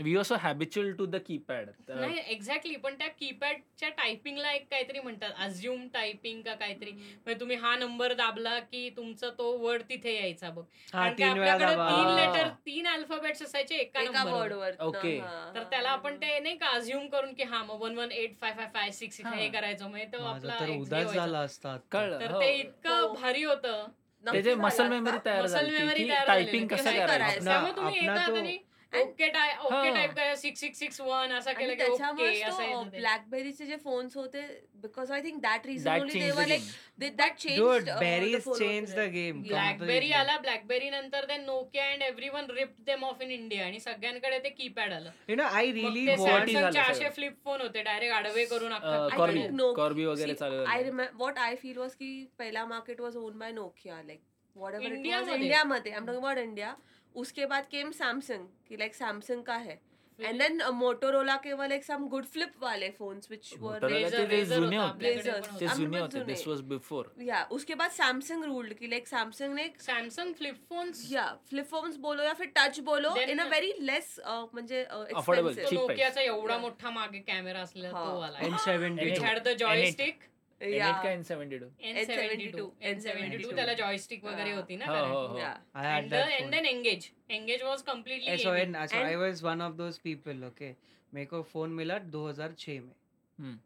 D: we also habitual to the keypad
A: नाही एक्झॅक्टली पण त्या कीपॅडच्या टायपिंगला एक काहीतरी म्हणतात अज्युम टायपिंग का काहीतरी
C: हम्म.
A: म्हणजे तुम्ही हा नंबर दाबला की तुमचा तो वर्ड तिथे यायचा बघ
B: हा
A: कारण की
B: तीन वेळा
A: आपल्याकडे तीन
B: दाबा
D: ले-
A: लेटर तीन अल्फाबेट्स असायचे एका
C: एका
A: नंबरवर
C: वर्ड वर
D: Okay.
A: तर त्याला आपण ते नाही का अझ्युम करून की हा मग one one eight five five five six
D: हा.
A: हे करायचो म्हणजे तो
B: माझा
A: आपला
B: तर
A: एक हे
B: उदास
A: व्हायचा.
B: झाला असता आता.
D: कळलं
A: तर
D: हो.
A: ते इतकं
C: हो.
A: भारी होतं
D: त्याचे मसल मेमरी तयार
A: Muscle memory
D: झाली
A: तयार झालेली.
D: टायपिंग कसं
C: कसं
D: करायचं
C: करायचं?
A: त्यामुळे तुम्ही
B: आपला
A: एका
B: तो-
A: हाताने
C: And-
A: ओके टाय ओके
D: हा.
A: टाईप करा सिक्स सिक्स सिक्स वन असं केलं की ओके
C: तो,
A: असं यायचं ते.
C: ब्लॅकबेरीचे अं, जे फोन्स होते because I think that
D: That
C: reason
D: changed
C: देवर
D: the
C: like
D: game.
C: That
B: Dude, berries changed the game.
A: BlackBerry
B: Completely.
A: आला ब्लॅकबेरी नंतर ते Nokia and every one ripped them off in India आणि सगळ्यांकडे ते कीपॅड आलं
B: You know, I
A: मग
B: really
A: ते
D: want-
B: want.
D: झालं
A: सॅमसंगचे
D: सगळं.
A: असे फ्लिप फोन होते डायरेक्ट आडवे करून
D: अं,
A: अख्खा
D: कॉर्बी
A: कीपॅड.
C: no.
D: कॉर्बी Uh, वगैरे चालू
C: आय
D: झालं.
C: वॉट आय फील वॉज की पहिला market was own by Nokia like whatever
A: इंडियामध्ये.
C: इंडियामध्ये I am talking about India उसके बाद केम सैमसंग की लाइक सैमसंग का है uh, एंड देन मोटोरोला केवल एक सम गुड फ्लिप वाले phones which were
D: Motorola
A: Razer-
D: ते ते
A: Razer
D: जुने
A: होता
D: होते
A: आपल्याकडे पण
C: Razors.
A: होता.
D: ते
C: आम्ही
D: जुने
C: पण
D: होते
C: जुने.
D: दिस वॉज बिफोर
C: या उसके बाद सैमसंग रूल्ड की लाइक सैमसंग ने एक
A: सॅमसंग फ्लिप फोन्स
C: या फ्लिप फोन्स बोलो या फिर टच बोलो
A: Then-
C: in a very less म्हणजे
D: Affordable.
A: तो
D: cheap
C: एक्सपेन्सिव्ह
D: price.
A: नोकियाचा एवढा
C: Yeah.
A: मोठा मागे कॅमेरा असला तो
C: हा.
A: आला
B: And 72.
A: It had the joystick
C: या
D: काय seventy two
A: N seventy two N seventy two
C: N72.
A: त्याला जॉयस्टिक वगैरे
C: हा.
A: होती ना
D: हो, हो, हो.
C: या
B: I had
A: and
B: that phone.
A: Then engage engage was completely
B: ऐसा है ना, so
C: And-
B: I was one of those people, okay. मेरे को फोन मिला 2006
D: हम्म.
B: में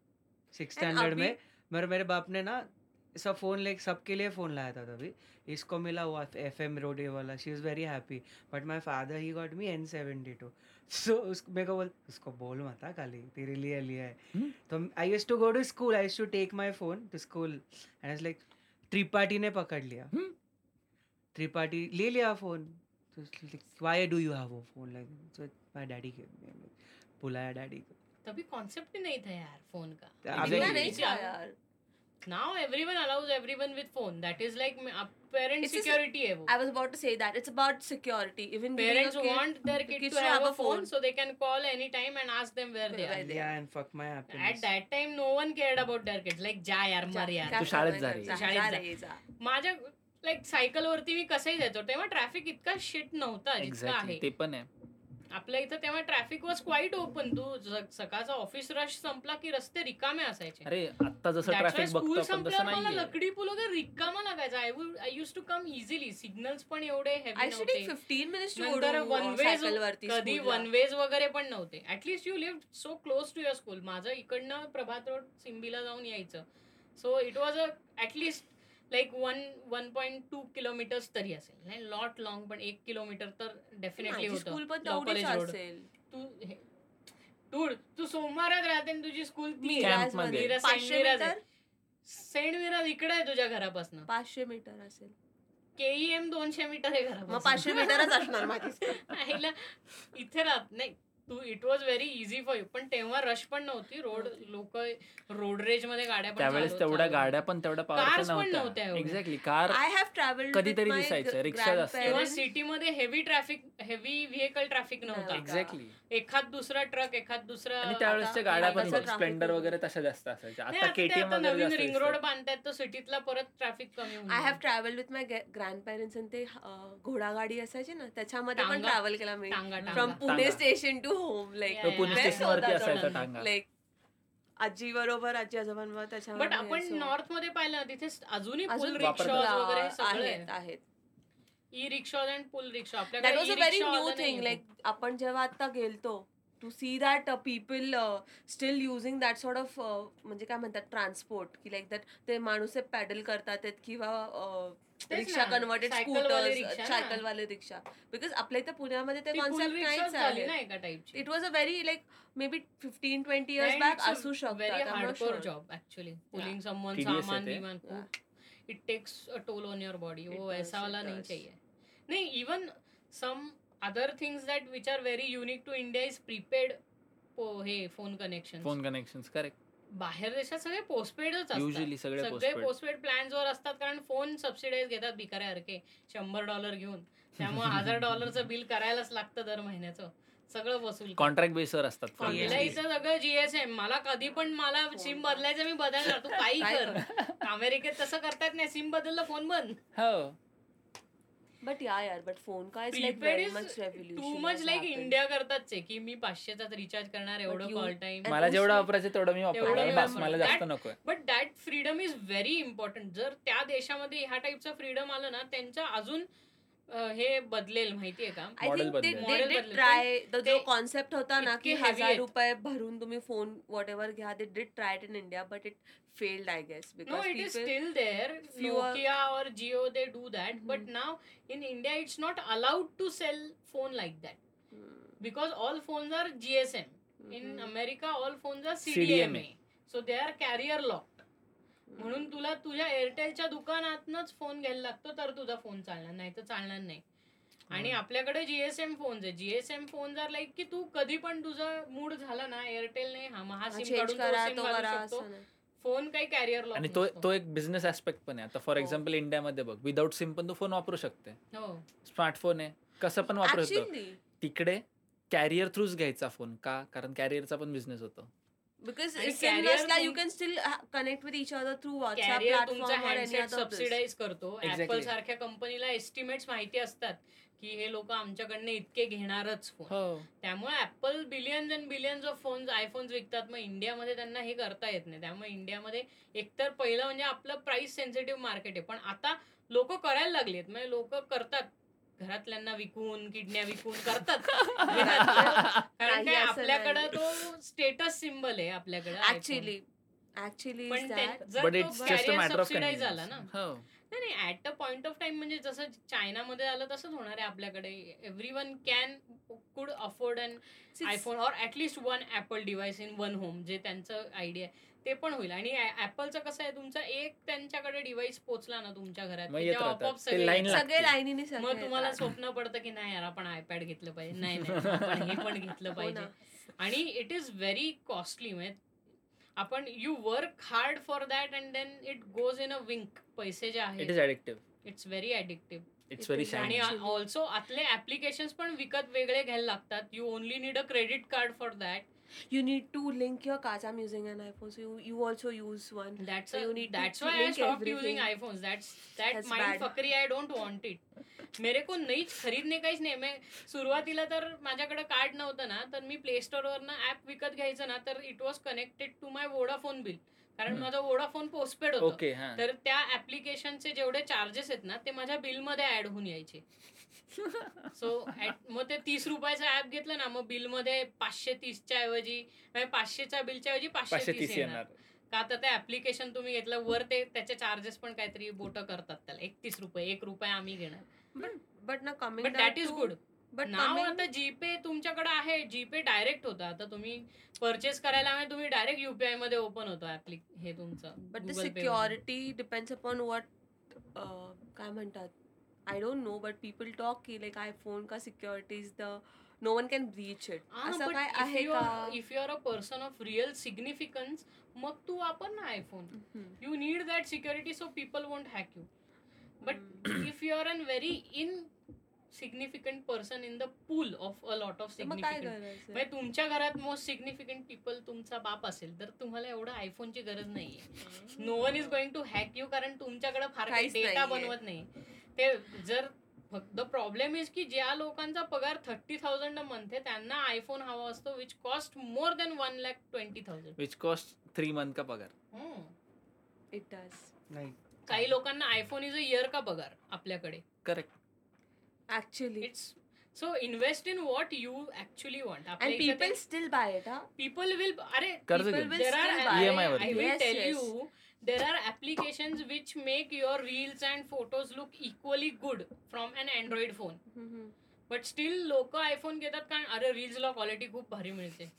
B: सिक्स
C: And
B: स्टैंडर्ड
C: अभी-
B: में मेरे मेरे बाप ने ना सब फोन ले सबके लिए फोन लाया था तभी इसको मिला हुआ एफ एम रोडे वाला she is very happy but my father he got me N seventy two so उसको मेरे को बोल उसको बोल मत हाँ खाली तेरे लिए लिया है
D: हम्म.
B: तो I use to go to school I use to take my phone to school and is like Tripathi ने पकड़ लिया
D: हम्म.
B: त्रिपाठी ले लिया फोन तो वाई डू यू हैव वो फोन लाइक तो माई डैडी के बुलाया डैडी को
A: तभी कॉन्सेप्ट ही नहीं था यार फोन का
B: अभी-
A: Exactly.
C: नाही
A: Yeah. Now everyone allows everyone with phone that is like parent
C: It's a-
A: security है वो
C: I was about to say that. It's about security. Even giving
A: parents
C: a kid-
A: want their kid
C: kids
A: to have a phone so they can call any time and ask them where they are
C: Where they
B: Yeah,
C: are.
B: and fuck my
A: at
B: happiness.
A: That time no one cared about their kids like जा यार मर यार
C: जा-
D: तू शाळेत जा
C: जा-
D: रे.
C: जा-
A: शाळेत
C: जा
A: जा.
C: रे, जा.
A: माझ्या लाईक सायकल वरती मी कसंही जायचो तेव्हा ट्रॅफिक इतका शिट नव्हता जितका
D: एक्झॅक्टली
A: आहे
D: ते पण आहे
A: आपल्या इथं तेव्हा ट्रॅफिक वॉज क्वाईट ओपन तू ज- सकाळचा ऑफिस रश संपला की रस्ते रिकामे असायचे
D: अरे आता जसं
A: That's why
D: ट्रॅफिक बघतो
A: school
D: आपण तसं
A: संपल्यावर मला
D: नाहीये
A: लकडी पूल वगैरे रिकामा लागायचा I would I use to come easily signals पण एवढे
C: I
A: हेवी
C: should take
A: नव्हते
C: 15 minutes to go
A: नंतर
C: to,
A: one
C: uh,
A: way
C: cycle वरती
A: कधी
C: school ला.
A: वन वेज वगैरे पण नव्हते at least you live so close to your school माझं इकडनं प्रभात रोड सिंबीला जाऊन यायचं so it was a at least like one one point two kilometres तरी असेल नाही लॉट लॉंग पण एक किलोमीटर तर डेफिनेटली
C: माझी
A: होतं
C: school पण
A: Law
C: तेवढीच
A: College Road.
C: असेल.
A: तू हे- धूर, तू सोमवारात राहते आणि तुझी स्कूल
C: मी
D: Camp
C: राज
D: मध्ये.
C: मध्ये.
A: Saint
C: पाचशे
A: Mira's
C: मीटर
A: आहे. सेंट विराज इकडे आहे तुझ्या घरापासून
C: पाचशे मीटर असेल
A: केईएम दोनशे मीटर आहे घरापासून
C: मग पाचशे मीटरच असणार माझी school.
A: आईला इथे राहत नाही तू it was very easy for you पण तेव्हा रश पण नव्हती रोड लोक रोड रेज मध्ये गाड्या पण
D: त्यावेळेस
A: चालवत-
D: तेवढ्या
A: चालवत.
D: गाड्या पण तेवढ्या
A: Cars पण
D: पॉवरच्या
A: नव्हत्या
D: नव्हत्या
A: एवढ्या.
D: Exactly car
C: I have traveled with
D: कधीतरी
C: my
D: दिसायचं,
C: gr-
D: रिक्षात असतं.
A: तेव्हा
C: grandparents.
A: सिटीमध्ये heavy traffic heavy vehicle traffic नव्हता
C: नव्हता.
D: एक्झॅक्टली
A: एखाद दुसरा ट्रक एखाद दुसरा
D: आणि त्यावेळेसच्या
C: आता-
D: गाड्या
C: आता
D: पण
C: कसं
D: बघ,
C: traffic
D: स्प्लेंडर
C: होतं.
D: वगैरे तशा जास्त असायच्या
A: नाही,
D: आता
A: ते
D: केटीएम
A: आता
D: वगैरे
A: नवीन
D: जास्त
A: रिंग रोड
D: दिसतात.
A: बांधतायत तर सिटीतला परत ट्रॅफिक कमी होऊन
C: आय हॅव
A: जाईल.
C: ट्रॅव्हल विथ माय ग्रँडपेरेंट्स आणि ते अं, घोडागाडी असायची ना त्याच्यामध्ये पण
A: टांगा.
C: ट्रॅव्हल केला मी
A: टांगा
C: from
A: tonga
D: tonga.
C: Pune station to home like
A: Yeah,
D: तो
A: yeah,
D: पुणे
A: yeah.
D: स्टेशन वरती
A: होता तो
D: असायचा
A: नवीन.
D: टांगा
C: लाईक आजी बरोबर आजी आजोबांवर त्याच्यावर
A: बट आपण नॉर्थ मध्ये पाहिलं ना, तिथे अजूनही
C: अजून
A: पुल
D: वापरतात.
A: रिक्षा वगैरे
C: आहेत
A: सगळे
C: आहेत
A: E rickshaw and pull rickshaw
C: that was a very
A: e-rickshaw
C: new
A: आलं
C: थिंग
A: नाहीये.
C: लाईक आपण जेव्हा आता गेलतो to see that people still using that sort of म्हणजे काय म्हणतात ट्रान्सपोर्ट की लाईक दॅट ते माणूस पॅडल करतात आहेत किंवा uh,
A: तेच
C: रिक्षा
A: ना,
C: कन्वर्टेड
A: cycle वाली
C: स्कूटर्स
A: रिक्षा ना.
C: सायकलवाले रिक्षा बिकॉज आपल्या इथे पुण्यामध्ये ते
A: ती पुल
C: कॉन्सेप्ट
A: रिक्षाच
C: नाहीच
A: झाली
C: आहे
A: ना एका टाईपची
C: it was a very like may be fifteen twenty years back असू
A: हार्डकोर
C: शकतात
A: job actually pulling someone
D: Tedious है
A: सामान
D: ते.
A: विमान it takes a toll on your body
C: It
A: वो
C: does,
A: Oh, ऐसा
C: it
A: वाला नहीं
C: does.
A: चाहिए नहीं even some other things that which are very unique to India is prepaid हे phone connection
D: phone connection correct
A: बाहेर देशात सगळे पोस्टपेडच असतात
D: युजली सगळे
A: सगळे
D: postpaid.
A: पोस्टपेड प्लॅन्स वर असतात कारण फोन सबसिडाईज घेतात बिकाऱ्या सारखे शंभर डॉलर घेऊन त्यामुळे हजार डॉलरचं बिल करायलाच लागतं दर महिन्याचं सगळं वसूल कर.
D: कॉन्ट्रॅक्ट बेसवर असतात
A: फॉर्म्युला
B: Yes.
A: इथं सगळं जीएसएम मला कधी पण मला सिम बदलायचं मी बदलणार तू काही
C: काय
A: कर अमेरिकेत तसं करतात नाही सिम बदललं फोन बंद
D: हो
C: बट या यार बट फोन का is like
A: Prepaid
C: very
A: is
C: much revolution
A: too much like India करताच आहे की मी पाचशेचाच रिचार्ज करणार एवढं
C: you-
A: कॉल टाइम
C: And
D: मला जेवढं
C: also-
D: वापरायचं तेवढं मी
A: तेवढं
D: वापरणार
A: मी
D: बस
A: वापरणार.
D: मला जास्त
A: That-
D: नकोय
A: but that freedom is very important जर त्या देशामध्ये ह्या टाईपचं फ्रीडम आलं ना त्यांचं अजून अं, हे बदलेल माहितीये का
C: आय
D: Model
C: थिंक ते
D: बदलेल.
A: Model
C: दे
A: बदलेल.
C: ट्राय जो
A: ते
C: कॉन्सेप्ट होता ना
A: इतके
C: की
A: heavy
C: हजार
A: आहेत.
C: रुपये भरून तुम्ही फोन वॉट एव्हर घ्या they did try it in India but it failed I guess
A: No,
C: because
A: it is still there.
C: No, uh,
A: Nokia or Geo, they do that. But
C: Mhm.
A: now in India, it's not allowed to sell phone like that
C: Hmm,
A: because all phones are GSM. In America, all phones are CDMA.
D: CDMA.
A: So they are carrier locked. म्हणून तुला तुझ्या एअरटेलच्या दुकानातनच phone घ्यायला लागतो तर तुझा phone चालणार नाही तर चालणार नाही आणि
D: हो.
A: आपल्याकडे जीएसएम फोन्स आहे जीएसएम फोन जर लाईक की तू कधी पण तुझा मूड झाला ना एअरटेलने हा महा सिम
C: चेंज
A: काढून तो
C: करा
A: SIM
C: तो
A: घालू
C: करा
A: शकतो.
C: असं नाही
A: फोन काही कॅरियर लॉक
D: आणि तो तो एक बिझनेस ऍस्पेक्ट पण आहे आता फॉर
C: हो.
D: एक्झाम्पल इंडियामध्ये बघ विदाऊट सिम पण तू फोन वापरू शकते
A: हो
D: स्मार्टफोन आहे कसं पण वापरू शकतो
C: ऍक्च्युअली
D: तिकडे कॅरियर थ्रूच घ्यायचा फोन का कारण कॅरियरचा पण बिझनेस होतो
C: बिकॉज
A: आणि
C: सिम
A: carrier
C: नसला यू
A: तुम-
C: can still connect with each other through WhatsApp
A: carrier तुमचा
C: प्लॅटफॉर्म
A: हँडसेट सबसिडाईज करतो
D: Exactly.
A: ऍपल सारख्या कंपनीला एस्टिमेट्स माहिती असतात की हे लोक आमच्याकडनं इतके घेणारच फोन
D: हो
A: त्यामुळे Apple billions and billions of phones iPhones विकतात मग इंडियामध्ये त्यांना हे करता येत नाही त्यामुळे इंडियामध्ये एकतर पहिलं म्हणजे आपलं प्राइस सेन्सिटिव्ह मार्केट आहे पण आता लोक करायला लागलेत म्हणजे लोक करतात घरातल्यांना विकून किडन्या विकून करतात कारण
C: नाही
A: काय
C: असं
A: आपल्याकडं
C: नाही.
A: तो स्टेटस सिम्बल आहे आपल्याकडे
C: ऍक्च्युअली ऍक्च्युअली
A: पण त्यां- जर
D: बट
A: तो
D: it's just a
A: carrier
D: matter of
A: subsidized झाला ना
D: हो
A: नाही नाही at a point of time म्हणजे जसं चायनामध्ये आलं तसंच होणार आहे आपल्याकडे everyone can could afford an iPhone or at least one Apple device in one home जे त्यांचं आयडिया आहे ते पण होईल आणि ऍपलचं कसं आहे तुमचा एक त्यांच्याकडे डिव्हाइस पोहोचला ना तुमच्या घरात
D: मग
A: की
D: येत
A: तेव्हा
D: राहतात.
A: आपोआप
D: ते
A: सगळे
D: line
A: येतात.
D: लागते.
C: सगळे लाईनीने
A: मग
C: सगळे
A: तुम्हाला
C: येतात.
A: स्वप्न पडतं की नाही यार आपण आयपॅड घेतलं पाहिजे नाही नाही आपण हे पण घेतलं
C: हो
A: पाहिजे
C: ना.
A: आणि इट इज व्हेरी कॉस्टली म्हणजे आपण you work hard for that and then it goes in a wink पैसे जे
D: इट
A: आहेत
D: is addictive
A: it's very addictive
D: it's
C: It
D: very
C: is
D: shiny
A: आणि
C: Actually.
A: ऑल्सो आतले ऍप्लिकेशन पण विकत वेगळे घ्यायला लागतात you only need a credit card for that
C: you need to link your cards. I'm using an iPhone, so you, you also use one.
A: That's
C: So you need to
A: that's why I
C: link
A: stop
C: everything.
A: Using iPhone that's that
C: That's
A: mind
C: bad.
A: फकरी I don't want it मेरे को नाही खरीदने काहीच नाही मैं सुरुवातीला तर माझ्याकडे कार्ड नव्हतं ना तर मी प्ले ना ऍप विकत घ्यायचं ना तर it was connected to my Vodafone bill कारण
D: हम्म.
A: माझा वोडाफोन पोस्टपेड होता
D: ओके हा
A: तर त्या ऍप्लिकेशनचे जेवढे चार्जेस आहेत ना ते माझ्या बिलमध्ये ऍड होऊन यायचे सो मग ते तीस रुपयाचं ऍप घेतलं ना मग बिलमध्ये पाचशे तीसच्या ऐवजी म्हणजे पाचशेच्या बिलच्या ऐवजी
D: पाचशे
A: पाचशे तीस येणार का तर ते ऍप्लिकेशन तुम्ही घेतलं वर ते त्याचे चार्जेस पण काहीतरी बोट करतात त्याला एकतीस रुपये एक रुपया आम्ही घेणार
C: But but now coming
A: but
C: down
A: that is
C: to-
A: good
C: But
A: now
C: coming
A: आता जीपे तुमच्याकडे आहे जीपे डायरेक्ट होता आता तुम्ही परचेस करायला हवे तुम्ही डायरेक्ट युपीआय मध्ये ओपन होतो ऍप्लिक हे तुमचं
C: but the
A: Google Pay मध्ये.
C: security depends upon what uh, काय म्हणतात I don't know but people talk की like iPhone का security is the no one can breach it असं काय आहे का
A: if you are a person of real significance मग तू वापर ना iPhone
C: hmm.
A: You need that security so people won't hack you but
C: hmm.
A: If you are an very in significant person in the pool of a lot of
C: तर मग काय
A: significant
C: करायचं
A: म्हणजे तुमच्या घरात मोस्ट सिग्निफिकंट पीपल तुमचा बाप असेल तर तुम्हाला एवढं आयफोनची गरज नाहीये no one is going to hack you कारण तुमच्याकडे फार काही
C: Hmm. काहीच
A: डेटा
C: नाहीये.
A: बनवत नाही ते जर द प्रॉब्लेम इज की ज्या लोकांचा पगार थर्टी थाउजंड अ मंथ आहे त्यांना आयफोन हवा असतो which cost more than one lakh twenty
D: which cost three month का पगार
C: Hmm.
A: थाउजंड
C: it does
B: नाही
A: काही लोकांना आयफोन इज अ इयर का पगार आपल्याकडे
D: correct
C: actually
A: it's so invest in what you actually want
C: and people still buy it हा
A: people will अरे
D: कर्ज
C: People
D: घेऊन
C: will
A: there
C: still
A: are E
C: buy. E
D: EMI वरती.
A: I will
C: Yes,
A: tell
C: yes.
A: you there are applications which make your reels and photos look equally good from an Android phone.
C: Hmm.
A: But still लोक iPhone घेतात कारण अरे रील्सला quality खूप भारी मिळते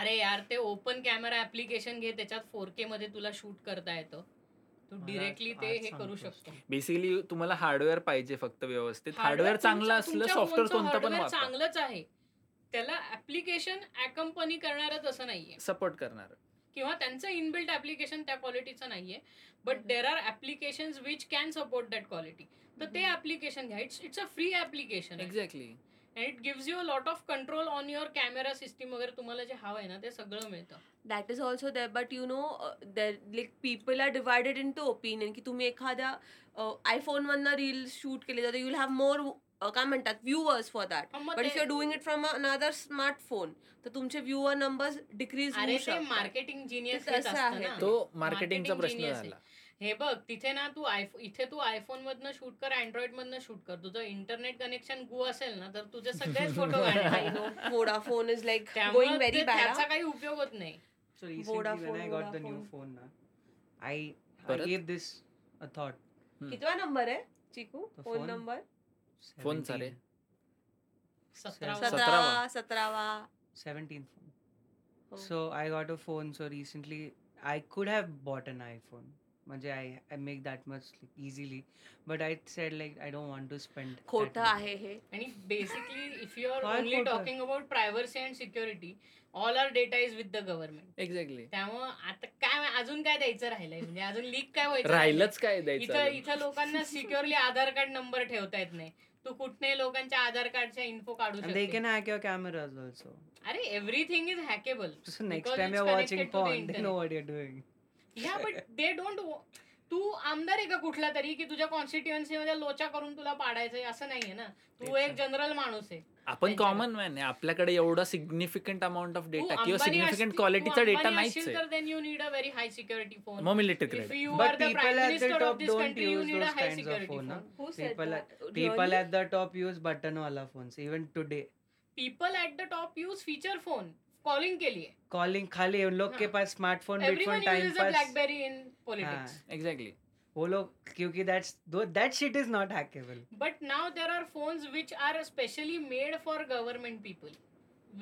A: अरे यार ते ओपन कॅमेरा ऍप्लिकेशन घे त्याच्यात फोर के मध्ये तुला शूट करता येतं तू
B: मला
A: डिरेक्टली ते
B: आज
A: हे करू
B: सांगतोस.
A: शकतो
D: बेसिकली तुम्हाला हार्डवेअर पाहिजे फक्त व्यवस्थित हार्डवेअर चांगलं असलं सॉफ्टवेअर कोणतं पण
A: हार्डवेअर
D: वापरा.
A: चांगलंच आहे त्याला ऍप्लिकेशन अकंपनी करणारच असं नाहीये
D: सपोर्ट करणार
A: किंवा त्यांचं इनबिल्ट ऍप्लिकेशन त्या क्वालिटीचं नाहीये बट
C: बरोबर.
A: There are application which can support that quality तर ते
C: हम्म.
A: ऍप्लिकेशन घ्या it's it's a free application
D: exactly
A: and it gives you a lot of control on your camera system वगैरे तुम्हाला जे हवं आहे ना ते सगळं मिळतं
C: that is also that but you know that like people are divided in two opinion की तुम्ही uh, एखाद्या आयफोनमधनं रील शूट केली जाते you will have more uh, काय म्हणतात व्ह्युअर्स फॉर दॅट
A: हा, मग
C: बट इफ
A: ते-
C: you are doing it from another smartphone तर तुमचे व्ह्युअर नंबर्स डिक्रीज
A: अरे ते मार्केटिंग जिनियस
C: ते तसं आहे ते.
D: तो
A: ना
D: मार्केटिंगचा
A: Marketing
D: प्रश्न
A: genius आहे.
D: झाला
A: हे बघ तिथे ना तू आयफो इथे तू आयफोन मधनं शूट कर अँड्रॉइड मधनं शूट कर तुझं इंटरनेट कनेक्शन गु असेल ना तर तुझे सगळेच photo
C: Vodafone is like going
A: त्यामुळे
C: व्हेरी
A: ते-
C: बॅड
A: त्याचा काही उपयोग होत नाही
B: So recently when I
C: Vodafone,
B: got the new
C: Vodafone.
B: phone na, I, I
D: परत?
B: gave this a thought.
C: कितवा नंबर आहे चिकू
B: तो
C: फोन
B: phone?
C: नंबर
D: Phone सारे.
B: 17.
A: सतरा
D: सतरा.
C: सतरावा सतरावा
B: 17th phone.
C: Oh.
B: So I got a phone. So recently, I could have bought an iPhone. म्हणजे I, I make that much easily, but I said like I don't want to spend. that
C: खोटं
B: much.
C: आहे हे
A: आणि basically if you are
B: काय
A: only
B: खोटं?
A: Talking about privacy and security all our data is with the government
D: exactly
A: त्यामुळे आता काय अजून काय द्यायचं राहिलंय म्हणजे अजून लीक काय व्हायचं
D: राहिलंच काय द्यायचं
A: इथं
D: अजून?
A: इथं लोकांना सिक्युअरली आधार कार्ड नंबर ठेवता येत नाही तू कुठल्याही लोकांच्या आधार कार्डच्या इन्फो काढू
B: And they
A: शकते
B: can hack your cameras also.
A: अरे everything is hackable
B: So next
A: Because
B: time
A: it's
B: you're watching
A: connected to the
B: porn, they know what you're doing.
A: ह्या बट दे डोंट तू आमदार आहे का कुठला तरी की तुझ्या constituency मध्ये लोचा करून तुला पाडायचंय असं नाहीये ना तू
B: तेच
A: एक जनरल माणूस आहे
D: आपण
A: त्यांच्या-
D: कॉमन मॅन आहे आपल्याकडे एवढा सिग्निफिकंट अमाऊंट ऑफ
A: तू
D: डेटा किंवा
A: हो, अंबानी
D: सिग्निफिकंट
A: असशील-
D: क्वालिटीचा
A: तू
D: डेटा
A: अंबानी
D: नाहीच
A: असशील
D: आहे
A: तर then you need a very high security phone.
D: मग military
A: If
D: credit
A: you are
B: But
A: the
B: people
A: prime
B: at the
A: minister of
B: top
A: this
B: don't
A: country, you
B: use
A: need a
B: those
A: high
B: kinds of
A: security phone.
B: phone. ना.
C: Who said
B: People
C: that?
B: at people
C: Really?
B: at the top use button wala phones even today.
A: People at the top use feature phone, calling के लिए.
B: Calling खाली उन लोग के
A: हाँ.
B: पास smartphone
A: Everyone
B: बिटफोन टाइम
A: uses a
B: पास
A: BlackBerry in politics.
B: हाँ,
D: एक्झॅक्टली
B: वो लोग क्योंकि that's दो that shit is not hackable.
A: But now there are phones which are specially made for government people,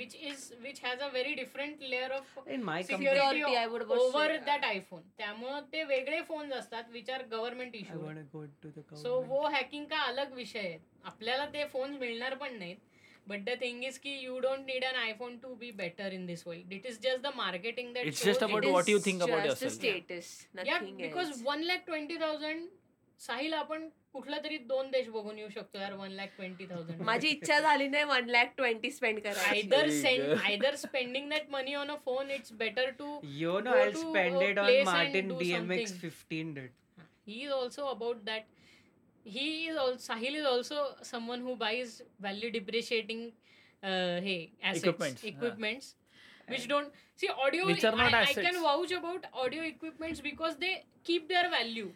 A: which is which has a very different layer of
B: In my company,
A: Security
C: Security, I would was
A: over
C: saying.
A: That iPhone त्यामुळे ते वेगळे फोन असतात which are government
B: I
A: issue
B: want to go to the
A: so
B: government.
A: वो hacking का अलग विषय आहे आपल्याला ते फोन मिळणार पण नाहीत बट द थिंग इज की you don't need an iPhone to be better in this world it is just the marketing that
D: It's just about
C: It
D: what you
C: is
D: think about
C: just a
D: yourself.
C: status, nothing
A: because
C: else.
A: One lakh twenty thousand Sahil आपण कुठला तरी दोन देश बघून येऊ शकतो यार one lakh twenty thousand
C: माझी इच्छा झाली नाही वन लॅक ट्वेंटी स्पेंड करायची
A: either
D: Very
A: send
D: good.
A: Either spending that money on a phone it's better to
B: You know,
A: go
B: I'll
A: to
B: spend
A: a
B: it on
A: place and
B: Martin
A: do
B: DMX
A: something.
B: 15, dude.
A: he is also about that he is also sahil is also someone who buys value depreciating uh, hey assets
D: Equipments, yeah.
A: equipments which don't see audio
D: Which are not
A: I, I
D: assets.
A: can vouch about audio equipments because they keep their value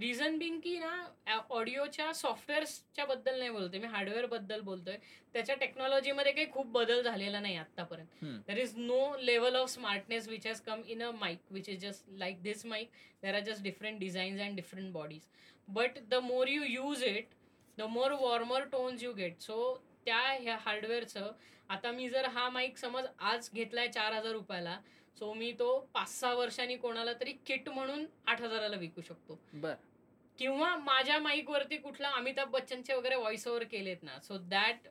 A: reason being की ना ऑडिओच्या सॉफ्टवेअर्सच्या बद्दल नाही बोलते मी hardware बद्दल बोलतोय त्याच्या टेक्नॉलॉजीमध्ये काही खूप बदल झालेला नाही आतापर्यंत
D: Hmm.
A: There is no level of smartness which has come in a mic which is just like this mic there are just different designs and different bodies but the more you use it the more warmer tones you get so त्या ह्या हार्डवेअरचं आता मी जर हा mic समज आज घेतलाय चार हजार रुपयाला सो मी तो पाच सहा वर्षांनी कोणाला तरी किट म्हणून आठ हजाराला विकू शकतो
D: बर
A: किंवा माझ्या माईक वरती कुठला अमिताभ बच्चनचे वगैरे व्हॉइस ओव्हर केलेत ना so that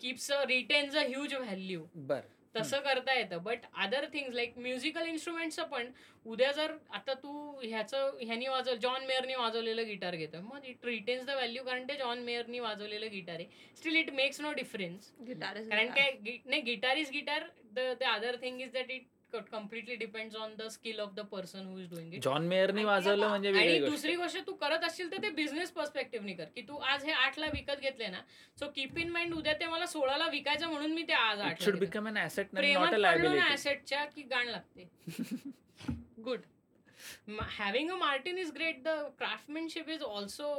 A: keeps a retains a huge value
D: बर
A: तसं करता येतं but other things like musical इन्स्ट्रुमेंट्सचं पण उद्या जर आता तू ह्याचं ह्यानी वाजव जॉन मेअरनी वाजवलेलं गिटार घेतोय मग इट रिटेन्स द व्हॅल्यू कारण ते जॉन मेअरनी वाजवलेलं गिटार आहे still it makes no difference
C: Guitar is
A: कारण
C: guitar.
A: काय गि- नाही guitar is guitar the other thing is that it completely depends on the skill of the person who is doing it
D: John मेयरने वाजवलं म्हणजे
A: आणि
D: वेगळी गोष्ट
A: दुसरी गोष्ट तू करत असशील तर ते बिझनेस पर्स्पेक्टिव्हनी कर की तू आज हे आठला विकत घेतले ना सो कीप इन माइंड उद्या ते मला सोळाला विकायचं म्हणून मी ते आज
D: इट शुड
A: आठ
D: बिकम अन ऍसेट
A: प्रेमात
D: नॉट अ
A: पडलो ना
D: लायबिलिटी
A: ऍसेटच्या की गाण लागते good having a Martin is great the craftsmanship is also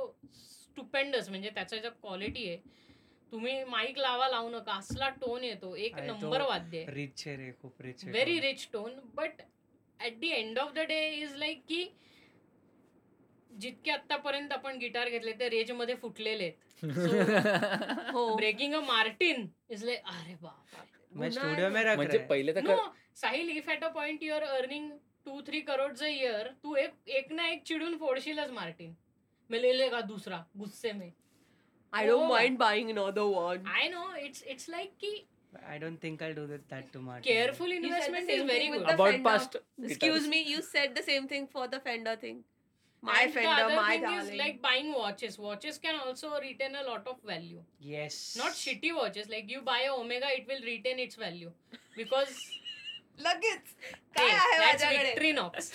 A: stupendous म्हणजे त्याच्या ज्या क्वालिटी आहे तुम्ही माईक लावा लावू नका असला टोन येतो एक
B: अरे तो
A: नंबर वाद्य आहे
B: Rich है रे, खूप rich है.
A: Very rich tone but at the end of the day is like की जितके आतापर्यंत आपण गिटार घेतले ते रेंज मध्ये फुटलेले आहेत
C: हो
B: Oh.
A: Breaking a Martin is like अरे बाप
B: मैं
C: गुन्हा
B: स्टुडियो में
C: आहे.
B: रख
D: म्हणजे
B: रहा है.
D: पहिले तर
C: uh,
A: no Sahil if at a point your earning two three crore a year तू एक एक ना एक चिडून फोडशीलच मार्टिन मिळेल का दुसरा गुस्से मे
C: I don't
A: हो.
C: mind buying another one.
A: I know it's it's like की
B: I don't think I'll do that, that to Martin.
A: Careful
C: the
A: investment
C: same
A: is very
C: thing with
A: good
C: the
D: about
C: Fender.
D: Past
C: Excuse me, you said the same thing for the Fender thing. my
A: And the
C: fender,
A: other
C: my
A: thing is
C: darling.
A: like buying watches. Watches can also retain a lot of value.
B: Yes.
A: Not shitty watches. Like you buy a Omega, it will retain its value because
C: लगेच
A: hey,
C: काय आहे
A: that's
C: माझ्याकडे
A: Victorinox.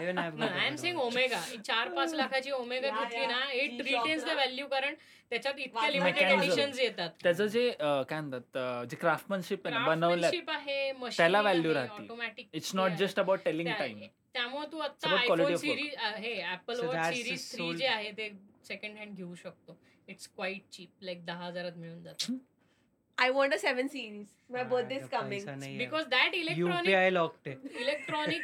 B: Even I've
A: No,
B: got
A: I am
B: it.
A: saying Omega. ही चार पाच लाखाची Omega
C: Yeah,
A: घेतली
C: yeah.
A: ना it
C: G-Shock
A: retains the
C: ना.
A: व्हॅल्यू कारण त्याच्यात इतक्या
C: वाजणार
A: लिमिटेड
D: Mechanism.
A: एडिशन्स येतात
D: त्याचं जे अं, काय म्हणतात अं, जे क्राफ्टमनशिप आहे ना बनवलं
A: Craftsmanship आहे मशीन
D: त्याला value राहते.
A: Automatic
D: it's not just about telling time
A: त्यामुळे तू आता
D: Support quality
A: iPhone
D: of work.
A: Series हे Apple
B: So
A: watch
B: that's
A: series
B: the
A: three
B: sole-
A: जे आहे ते सेकंड हँड घेऊ शकतो इट्स क्वाईट चीप लाईक दहा हजारात मिळून जातं
C: I want a seven series my
B: Ah,
C: birthday is
B: yeah,
C: coming
B: पैसा नाही आहे.
A: Because that electronic
B: UPI locked आहे.
A: Electronic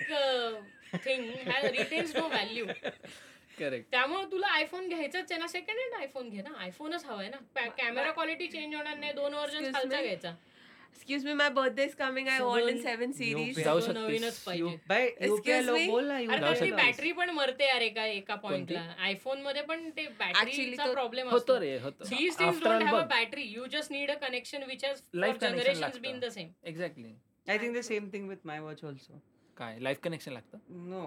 A: thing retains no value
D: correct
A: त्यामुळे तुला आयफोन घ्यायचाच आहे ना सेकंड हँड आयफोन घे ना आयफोनच हवाय ना कॅमेरा क्वालिटी चेंज होणार नाही दोन वर्जन
C: Excuse
A: खालचा
C: me?
A: घ्यायचा
C: excuse me my birthday is coming I
A: So
C: want in
A: don't-
C: seven series
B: You
D: जाऊ
A: तो
D: शकतेस.
A: नवीनच
B: यू
A: पाहिजे
B: बाय
C: Excuse
B: UPI लो
C: me?
B: बोल ना
A: अरे
D: जाऊ
A: पण ती
D: शकतेस.
A: बॅटरी पण मरते यार एका एका पॉइंटला आयफोन मध्ये पण ते बॅटरीचा
C: तो
A: प्रॉब्लेम
D: होतो
A: असतो
D: रे होतो
A: These things
D: after
A: don't
D: all
A: have a
D: बघ
A: battery. You just need a connection which has
D: Life
A: for
D: connection
A: generations
D: लागतं.
A: been the same.
D: Exactly
B: I think the same thing with my watch also
D: काय life connection लागतं
B: no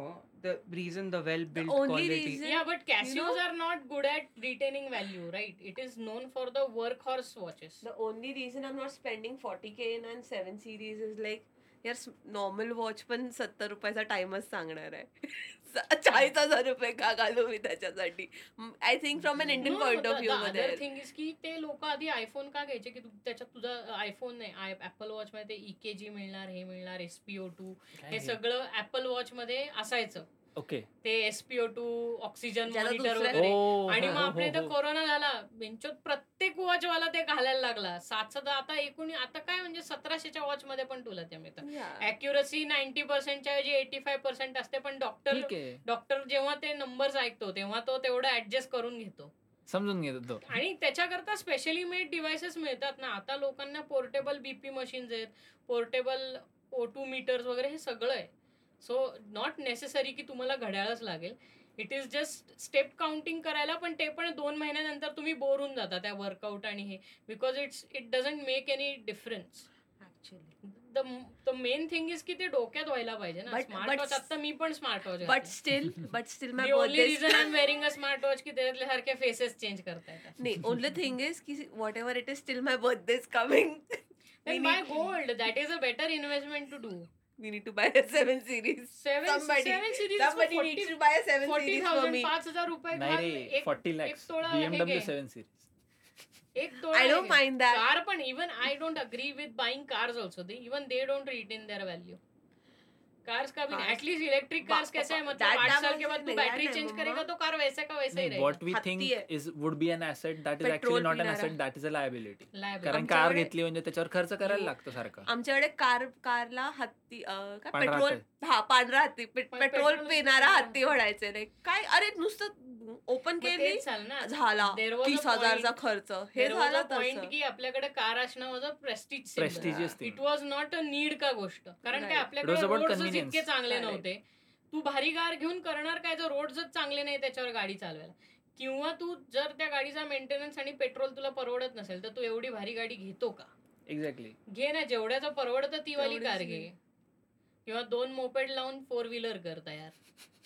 B: the reason the well build
C: only
B: quality
C: reason-
A: Yeah, but Casios
C: know-
A: are not good at retaining value, right? It is known for the workhorse watches.
C: The only reason I'm not spending 40k in and 7 series is like यार normal watch पण सत्तर रुपयाचा टाइमच सांगणार आहे स- चाळीस हजार रुपये का घालू मी त्याच्यासाठी I think from an Indian point of view मध्ये
A: थिंग इज की ते लोक आधी आयफोन का घ्यायचे की तू- त्याच्यात तुझा आयफोन नाही ऍपल वॉच मध्ये इकेजी मिळणार हे मिळणार एसपीओ टू हे सगळं ऍपल वॉच मध्ये असायचं
D: ओके
A: ते एसपीओ टू ऑक्सिजन
C: ज्याला
A: मॉनिटर
C: दुसऱ्या-
A: वगैरे
D: Oh,
A: आणि
D: हो,
A: मग आपल्या इथं कोरोना झाला बेंचोत प्रत्येक वॉच वाला ते घालायला लागला सातशे आता एकूण आता काय म्हणजे सतराशेच्या वॉच मध्ये पण तुला ते मिळतं अॅक्युरसी नाईन्टी पर्सेंटच्या ऐवजी एटी फाय पर्सेंट असते पण डॉक्टर
D: ठीक आहे
A: डॉक्टर जेव्हा ते नंबर्स ऐकतो तेव्हा तो तेवढं ऍडजस्ट करून घेतो
D: समजून घेतो तो
A: आणि त्याच्याकरता स्पेशली मेड डिव्हायसेस मिळतात ना आता लोकांना पोर्टेबल बीपी मशीन्स आहेत पोर्टेबल ओ टू मीटर्स वगैरे हे सगळं आहे सो नॉट नेसेसरी की तुम्हाला घड्याळच लागेल it is just step counting करायला पण ते पण दोन महिन्यानंतर तुम्ही बोर होऊन जाता त्या वर्कआउट आणि हे because it's it doesn't make any difference the main thing is की ते डोक्यात व्हायला पाहिजे ना
C: But-
A: स्मार्ट
C: but-
A: वॉच आता मी पण smart watch
C: but still but still my
A: only
C: birthday
A: reason I am wearing a smart watch की त्याच्यातले सारखे फेसेस चेंज करता येतात
C: नाही ओनली थिंग इज की whatever it is still my birthday is coming
A: Then buy gold. That is a better investment to do.
C: We need to buy seven series
A: Seven,
C: Somebody-
A: seven series is
C: somebody needs to buy a seven series for
A: 40,000,
C: me.
A: 5,000 रुपये
D: नाही
A: घाल,
D: रे
A: एक-
D: forty
A: एक
D: लॅक्स
A: तोळा हे
D: BMW
A: घे.
D: Seven series
A: एक तोळा
C: आय डोंट
A: हे घे.
C: माइंड दॅट
A: कार पण even I don't agree with buying cars also they even they don't read in their value cars का भी
C: Cars-
A: एटलीस्ट इलेक्ट्रिक कार्स
C: बाप-
A: कैसे है
C: बाप-
A: मतलब
C: that-
A: आठ
C: that
A: साल
C: was
A: के बाद तू
C: नहीं
A: बैटरी
C: यार,
A: चेंज
C: नहीं,
A: करेगा
C: मम्मा।
A: तो कार वैसे का वैसे ही
D: नाही व्हॉट
A: रहेगा
D: वी
C: हत्ती
D: थिंक
C: आहे.
D: Is would be an asset that is
C: Petrol
D: actually not an
C: पिणारा.
D: Asset that is a liability
A: Liability.
D: कारण कार
C: आमच्याकडे-
D: घेतली म्हणजे त्याच्यावर खर्च करायला लागतो सारखा
C: आमच्याकडे कार कारला हत्ती अं, काय
D: पांढरा
C: पेट्रोल हा पांढरा हत्ती पे-
A: पण
C: पेट्रोल
A: पेट्रोल
C: पिणारा
A: पिणारा
C: हत्ती म्हणायचे नाही काय अरे नुसतं ओपन
A: मग
C: केली
A: तेच झालं ना.
C: झाला
A: There was a
C: तीस हजारचा
A: point-
C: खर्च हे
A: There was
C: झालं
A: a point
C: तसं
A: की आपल्याकडे कार असणं was a prestige
D: prestigious
A: it was not a need का गोष्ट कारण काय
C: Right.
A: आपल्याकडे
D: It was about
A: road
D: convenience.
A: इतके चांगले
C: Correct.
A: नव्हते तू भारी कार घेऊन करणार काय जर रोडच चांगले नाही त्याच्यावर गाडी चालवायला किंवा तू जर त्या गाडीचा मेंटेनन्स आणि पेट्रोल तुला परवडत नसेल तर तू एवढी भारी गाडी घेतो का
D: एक्झॅक्टली
A: घे ना जेवढ्याचं परवडतं ती वाली
C: तेवढीच
A: कार
C: घे.
A: घे किंवा दोन मोपेड लावून फोर व्हीलर करता यार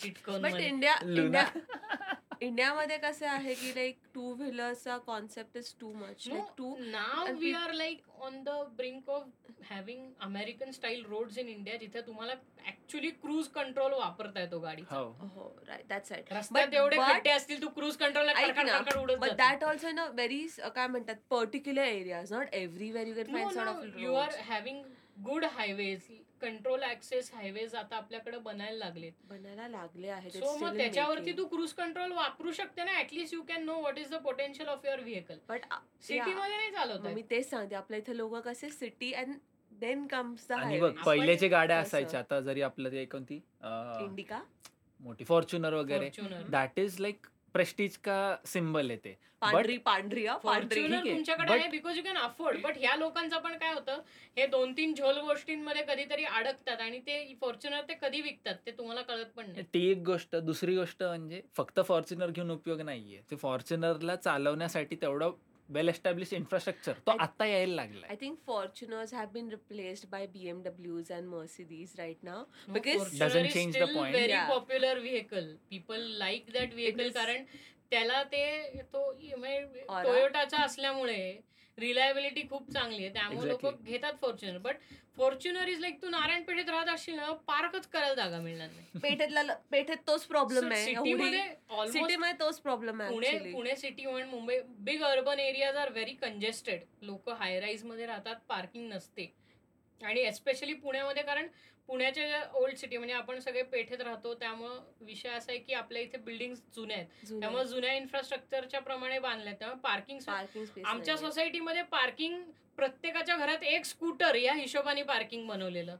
A: किटकॉन
C: बट
A: मध्ये.
C: इंडिया
D: लुना
C: इंडिया इंडियामध्ये कसं आहे की लाईक टू व्हीलरचा concept is too much
A: No,
C: like to
A: now
C: and
A: we
C: peop-
A: are like on the brink of having American style roads in India जिथे तुम्हाला ऍक्च्युली क्रूज कंट्रोल वापरता येतो गाडी
D: हो
C: हो राईट दॅट्स राईट
A: रस्त्यात
C: But-
A: एवढे
C: but-
A: खड्डे असतील तू क्रूज कंट्रोल
C: ऐक ना,
A: उडत
C: but that also in a very काय म्हणतात particular areas not everywhere you get fine sort of
A: you are having good highways control access highways आता आपल्याकडे बनायला लागलेत
C: बनायला लागले आहेत
A: सो मग त्याच्यावरती तू क्रूज कंट्रोल वापरू शकते ना at least you can know what is the potential of your vehicle
C: but
A: सिटीमध्ये नाही चालवत
C: मी तेच सांगते आपल्या इथे लोक कसे city and then comes the
D: आणि बघ
A: आपण-
D: पहिले जे गाड्या
C: कसं?
D: असायच्या आता जरी आपलं ते कोणती अं,
C: इंडिका
D: मोठी फॉर्च्युनर वगैरे
A: Fortuner
D: that is like prestige का सिम्बल येते
C: पांढरी पांढरी हा, पांढरी
D: ठीक
A: फॉर्च्युनर
D: आहे,
A: तुमच्याकडे
D: but-
A: आहे because you can afford but ह्या लोकांचं पण काय होतं हे दोन तीन झोल गोष्टींमध्ये कधीतरी अडकतात आणि ते फॉर्च्युनर ते कधी विकतात ते तुम्हाला कळत पण नाही
D: ती एक गोष्ट दुसरी गोष्ट म्हणजे फक्त फॉर्च्युनर घेऊन उपयोग नाहीये ते फॉर्च्युनरला चालवण्यासाठी तेवढं वेल एस्टॅब्लिश इन्फ्रास्ट्रक्चर तो
C: I-
D: आता यायला लागलाय
C: I think Fortuners have been replaced by BMWs and Mercedes right now.
A: No,
C: Because-
A: Fortuner
D: Doesn't
A: is
D: change the
A: still
D: point.
A: Very
C: Yeah.
A: Popular vehicle people like that vehicle
C: Because-
A: कारण त्याला ते तो
C: Aura?
A: टोयोटाचा असल्यामुळे reliability खूप चांगली आहे त्यामुळे लोक
D: Exactly.
A: घेतात Fortuner but Fortuner is like तू नारायण पेठेत राहत असशील ना पार्कच करायला जागा मिळणार नाही
C: पेठेतला ल- पेठेत तोच प्रॉब्लेम आहे
A: सिटीमध्ये ऑलमोस्ट
C: सिटीमध्ये तोच प्रॉब्लेम आहे
A: पुणे
C: actually.
A: पुणे सिटी म्हण Mumbai big urban areas are very congested लोक हायराईज मध्ये राहतात पार्किंग नसते आणि एस्पेशली पुण्यामध्ये कारण पुण्याच्या ज्या ओल्ड सिटी म्हणजे आपण सगळे पेठेत राहतो त्यामुळं विषय असा आहे की आपल्या इथे बिल्डिंग जुन्या आहेत
C: जुने
A: त्यामुळे जुन्या इन्फ्रास्ट्रक्चरच्या प्रमाणे बांधल्या आहेत. त्यामुळे पार्किंग
C: parking space
A: आमच्या
C: नाहीये.
A: सोसायटीमध्ये पार्किंग प्रत्येकाच्या घरात एक स्कूटर या हिशोबाने पार्किंग बनवलेलं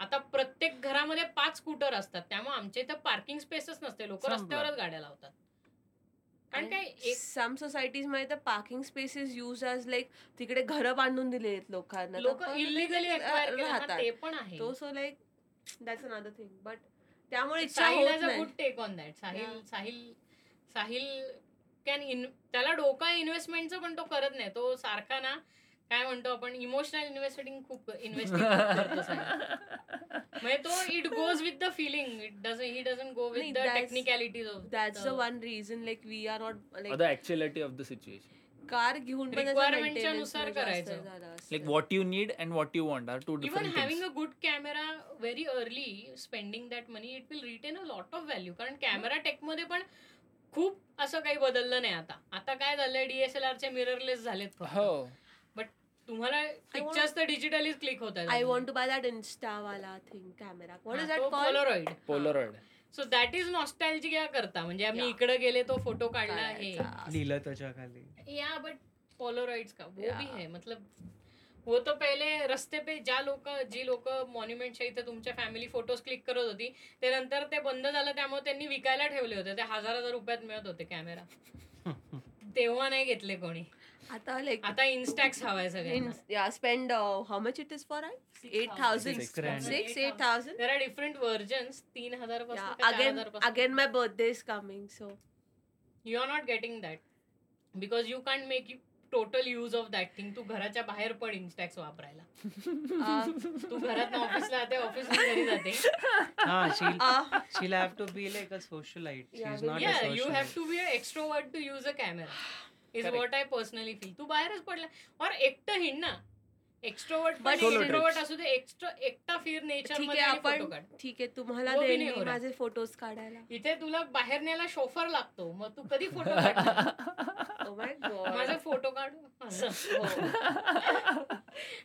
A: आता प्रत्येक घरामध्ये पाच स्कूटर असतात त्यामुळे आमच्या इथं पार्किंग स्पेसच नसते लोक
D: संपलं.
A: रस्त्यावरच गाड्या लावतात कारण काय एक
C: सम सोसायटीज मध्ये तर पार्किंग स्पेसेस यूज आज लाईक तिकडे घर बांधून दिले आहेत लोकांना
A: लोक
C: तर पण
A: इलिगली
C: ते
A: एक्वायर
C: राहतात
A: ते पण आहे
C: तो so like that's another thing but त्यामुळे इच्छा
A: साहिल
C: होत
A: हॅज अ
C: नाही
A: good take on that Sahil
C: Yeah.
A: Sahil Sahil can in त्याला डोका इन्व्हेस्टमेंटचं पण तो करत नाही तो सारखा ना काय म्हणतो आपण इमोशनल इन्व्हेस्टिंग खूप इन्व्हेस्टिंग करतो साहिल. म्हणजे तो it goes with the feeling it doesn't he doesn't go with
C: नाही,
A: the
C: that's-
A: technicalities of
C: that's the one reason like we are not
D: the
C: like
D: actuality of the situation
C: car घेऊन पण त्याचा
A: Requirement च्या
C: maintenance
A: नुसार
C: मध्ये जास्त
A: करायचं.
C: झाला असतं.
D: Like what you need and what you want are two
A: even having
D: different
A: a good camera very early spending that money it will retain a lot of value कारण कॅमेरा टेकमध्ये पण खूप असं काही बदललं नाही आता आता काय झालंय डीएसएलआरचे मिररलेस झालेत फक्त.
D: हो
A: तुम्हाला पिक्चर्स तर डिजिटली क्लिक होत
C: I want to buy that insta वाला thing camera what is that call
A: पोलोरॉइड
D: Polaroid
A: so that is nostalgic या करता म्हणजे आम्ही
C: Yeah.
A: इकडे गेले तो फोटो काढला हे
B: लिहिलं त्याच्या खाली
A: या बट पोलोरॉइड्स का वो भी
C: Yeah.
A: है मतलब वो तो पहले रस्ते पे ज्या लोक जी लोक मॉन्युमेंटच्या इथे तुमच्या फॅमिली फोटोज क्लिक करत होती ते नंतर ते बंद झालं त्यामुळे त्यांनी विकायला ठेवले होते ते हजार हजार रुपयात मिळत होते कॅमेरा तेव्हा नाही घेतले कोणी
C: आता लाईक
A: आता इन्स्टॅक्स हवाय सगळ्यांना
C: या spend how much it is for I eight thousand
D: Six grand.
C: Six eight thousand
A: there are different versions तीन हजार पासून
C: again again my birthday is coming so
A: you are not getting that because you can't make total use of that thing तू घराच्या बाहेर पण इन्स्टॅक्स वापरायला तू घरात ऑफिसला जाते ऑफिस घरी जाते
B: हा she'll
C: Ah,
B: she'll have to be like a socialite she
C: Yeah,
B: is
C: but-
B: not a
A: या you have
B: socialite
A: to be extrovert to use a camera is
D: Correct.
A: What I personally feel तू बाहेरच पडला और एकटं हिंड ना extrovert पण
C: But solo
A: extrovert
D: trips.
A: असू दे extra एकटा फिर नेचर
C: ठीक
A: मध्ये
C: आहे
A: आणि photo
C: आपण
A: काढ
C: ठीक आहे तुम्हाला
A: वो भी
C: देईन
A: नाही हो
C: मी
A: रहा.
C: माझे फोटोज काढायला
A: इथे तुला बाहेर न्यायला शोफर लागतो मग तू कधी फोटो
C: Uh,
A: काढ
C: Oh my
A: माझा
C: God.
A: फोटो काढू असं
C: हो.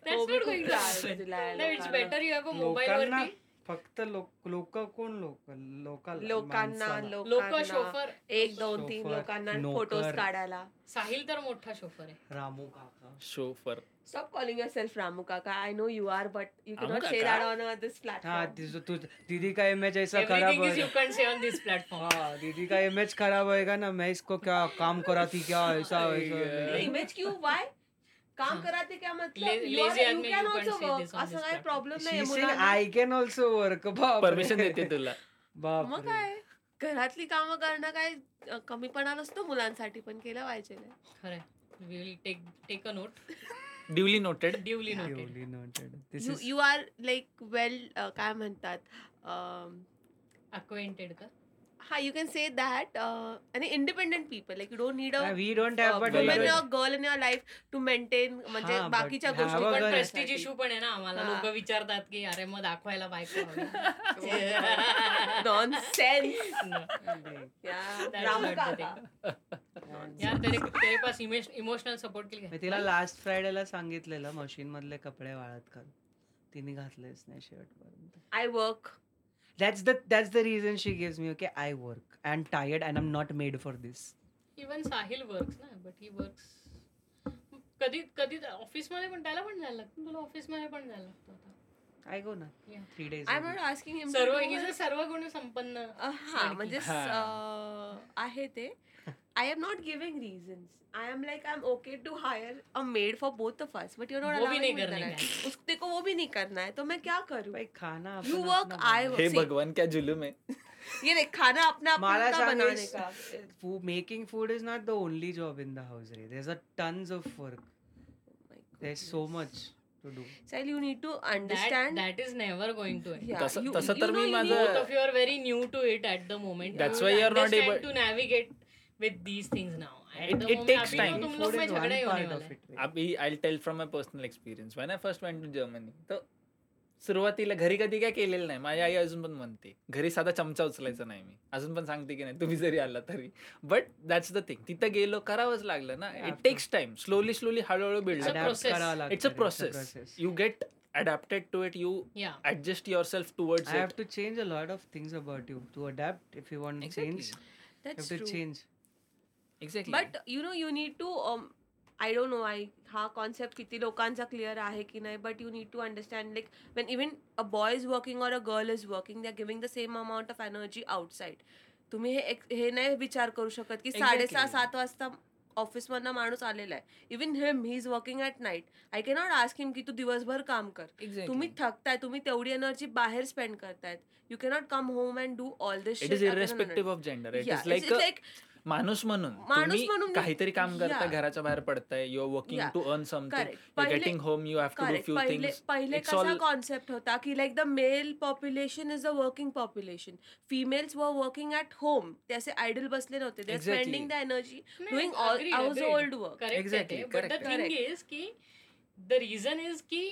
A: That's
C: हो, मी
A: not
C: खूप
A: going to
C: त्रास
A: happen.
C: दिला आहे
A: No, it's
C: लोकांना.
A: better you have a mobile
B: लोकांना
A: वरती.
B: फक्त लोक लोक कोण लोक लोकाला
C: लोकांना
B: माणसाला.
A: लोक
C: लोकांना
A: शोफर
C: एक दोन तीन
B: शोफर,
C: लोकांना
B: नोकर.
C: फोटोज काढायला
A: साहिल तर मोठा शोफर आहे
B: रामू काका
D: show for
C: Stop calling yourself Ramu Kaka. I know you are, but you cannot
D: Ramu
C: say
D: Kaka?
C: that on uh, this
B: हा
C: platform.
B: तिचं तू दीदी का इमेज ऐसा खराब
A: Everything is you
B: है
A: can say on this platform.
B: हाँ दीदी का इमेज खराब होएगा ना मैं इसको क्या काम कराती क्या ऐसा ऐसा
C: Yeah.
D: Yeah.
C: Image क्यों? Why? काम कराते क्या मतलब
A: Le-
C: you are
A: lazy
C: you
A: आदमी, you
C: can
A: can't
C: also
A: say
C: work
A: this on
C: असं
A: this
C: काही
A: platform.
C: प्रॉब्लेम नाही
B: शी
C: आहे
B: सेड
C: मुलांना.
B: आय कॅन ऑल्सो वर्क बाप
D: परमिशन देते तो। तुला
B: बाप
C: मग काय घरातली कामं करणं काय अ, कमीपणा नसतो मुलांसाठी पण केलं पाहिजे ना.
A: खरंय. We will take take a note.
D: Duly noted
C: हो.
A: Duly noted.
B: This
C: You-
B: is
C: you are like well uh, काय म्हणतात अम,
A: Acquainted का?
C: हा यू कॅन से दॅट आणि independent people like you don't need a
B: we don't
C: Uh,
B: have but
D: women
C: women
D: are-
C: girl in your life to maintain म्हणजे
B: हा, but
C: बाकीच्या
B: have
C: गोष्टी
B: a
A: पण
B: girl.
A: प्रेस्टिज
C: पण
A: issue पण आहे ना आम्हाला
C: हा.
A: लोक विचारतात की अरे मग दाखवायला बायको हवी.
C: Non sense
A: No. That's
C: Ramu
A: not
C: काका
A: यार तेरे तेरे पास इमोशनल सपोर्ट के लिए
B: मी तिला लास्ट फ्रायडेला सांगितलेलं मशीन मधले कपडे वाळत घाल तिने घातलेच नाही शर्ट पर्यंत
C: I work
B: that's the that's the reason she gives me okay I work I am tired and am not made for this
A: even Sahil works ना बट ही वर्क्स कधी कधी ऑफिस मध्ये पण त्याला पण जायला लागतं तुला ऑफिस मध्ये पण जायला लागतं आता.
B: आय गो ना
A: Yeah.
B: Three days
C: I not asking him
A: सर्व हिज सर्व गुण संपन्न
C: हा
A: लडकी.
C: Uh, हाँ, म्हणजे स-
B: हाँ.
D: हा.
C: अ, आहे ते I am not giving reasons I am like I am okay to hire a maid for both of us but you not
A: वो भी नहीं करने
C: करना है उसको देखो वो भी नहीं करना है तो मैं क्या करूं
B: भाई खाना
C: You
B: upon
C: work,
B: Apna
C: I
B: बनाओ.
C: work.
D: हे
C: See-
D: भगवान क्या जुलूम आहे
C: ये देख खाना अपना
B: माला
C: अपना का बनाने
B: सांगेस-
C: का
B: making food is not the only job in the house रे there a tons of work
C: Oh
B: there is so much to do
C: child you need to understand
A: that is never going to end
D: तसं- तसं तर मी माझं-
A: both of you are very new to it at the moment.
D: That's
A: You
D: why you are not
A: understand
D: able-
A: to navigate with these things now. At
D: It-
A: the
D: it
A: moment,
D: takes
A: अभी तो
D: time.
A: तुम लोग में झगड़ा ही होने वाला है.
D: अभी I tell from my personal experience when I first went to Germany तर सुरुवातीला घरी कधी काय केलेलं नाही माझी आई अजून पण म्हणते घरी साधा चमचा उचलायचा नाही मी अजून पण सांगते की नाही तुम्ही जरी आला तरी बट दॅट्स द थिंग तिथं गेलो करावंच लागलं ना
B: Yeah,
D: it
B: of
D: takes time slowly slowly हळूहळू
A: It's a
D: build
A: process.
D: It's a process you get adapted to it you
A: Yeah.
D: Adjust yourself towards
B: I have to change a lot of things about you to adapt if you want to change. You have to change.
D: Exactly
C: but you know you need to I don't no I हा concept किती लोकांचा clear आहे की नाही but you need to understand like when even a boy is working or a girl is working they are giving the same amount of energy outside तुम्ही हे एक- हे नाही विचार करू शकत की साडेसहा
D: Exactly.
C: सात वाजता ऑफिसमधनं माणूस आलेला आहे even him he is working at night I cannot ask him की तू दिवसभर काम कर तुम्ही थकताय तुम्ही तेवढी एनर्जी बाहेर स्पेंड करतायत you cannot come home and do all this
D: it is irrespective of gender it is like
C: like
D: माणूस म्हणून
C: माणूस
D: तुम्ही
C: म्हणून मी-
D: काहीतरी काम करता
C: Yeah.
D: घराच्या बाहेर पडताय your working
C: Yeah.
D: To earn something
C: correct
D: you getting home you have to do
C: Correct.
D: Few
C: पहिले
D: थिंग्स
C: पहिले
D: It's
C: कसा
D: all-
C: कॉन्सेप्ट होता की like the male population is the working population females were working at home ते असे idle बसले नव्हते they
D: Exactly.
C: Spending the energy
A: नाही,
C: doing all
A: agreed,
C: house
A: agreed.
C: Old work
A: Correct
D: Exactly,
A: आहे. But the
D: correct.
A: thing
C: Correct.
A: is की the reason is की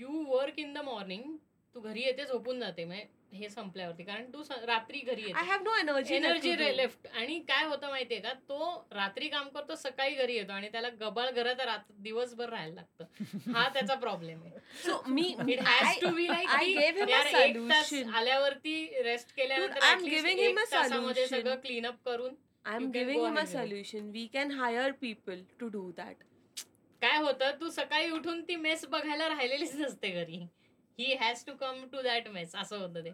A: you work in the morning तू घरी येते झोपून जाते म्हणजे हे संपल्यावरती कारण तू स- रात्री घरी
C: आय
A: येते
C: have no energy
A: energy left आणि काय होतं माहितीये का तो रात्री काम करतो सकाळी घरी येतो आणि त्याला गबाळ घरात रात- दिवसभर राहायला लागतं हा त्याचा प्रॉब्लेम आहे
C: so me
A: It has to be like
C: I
A: की
C: गेव हिम
A: यार
C: अ
A: एक तास
C: सोल्युशन
A: आल्यावरती रेस्ट केल्यानंतर
C: Dude, I'm
A: at least
C: giving him
A: एक
C: a
A: तासामध्ये
C: solution.
A: सगळं क्लीन अप करून
C: I
A: you
C: am
A: can
C: giving
A: go
C: him a
A: ahead.
C: Solution we can hire people to do that
A: काय होतं तू सकाळी उठून ती मेस बघायला राहिलेलीच नसते घरी he has to come to that mess असं होतं ते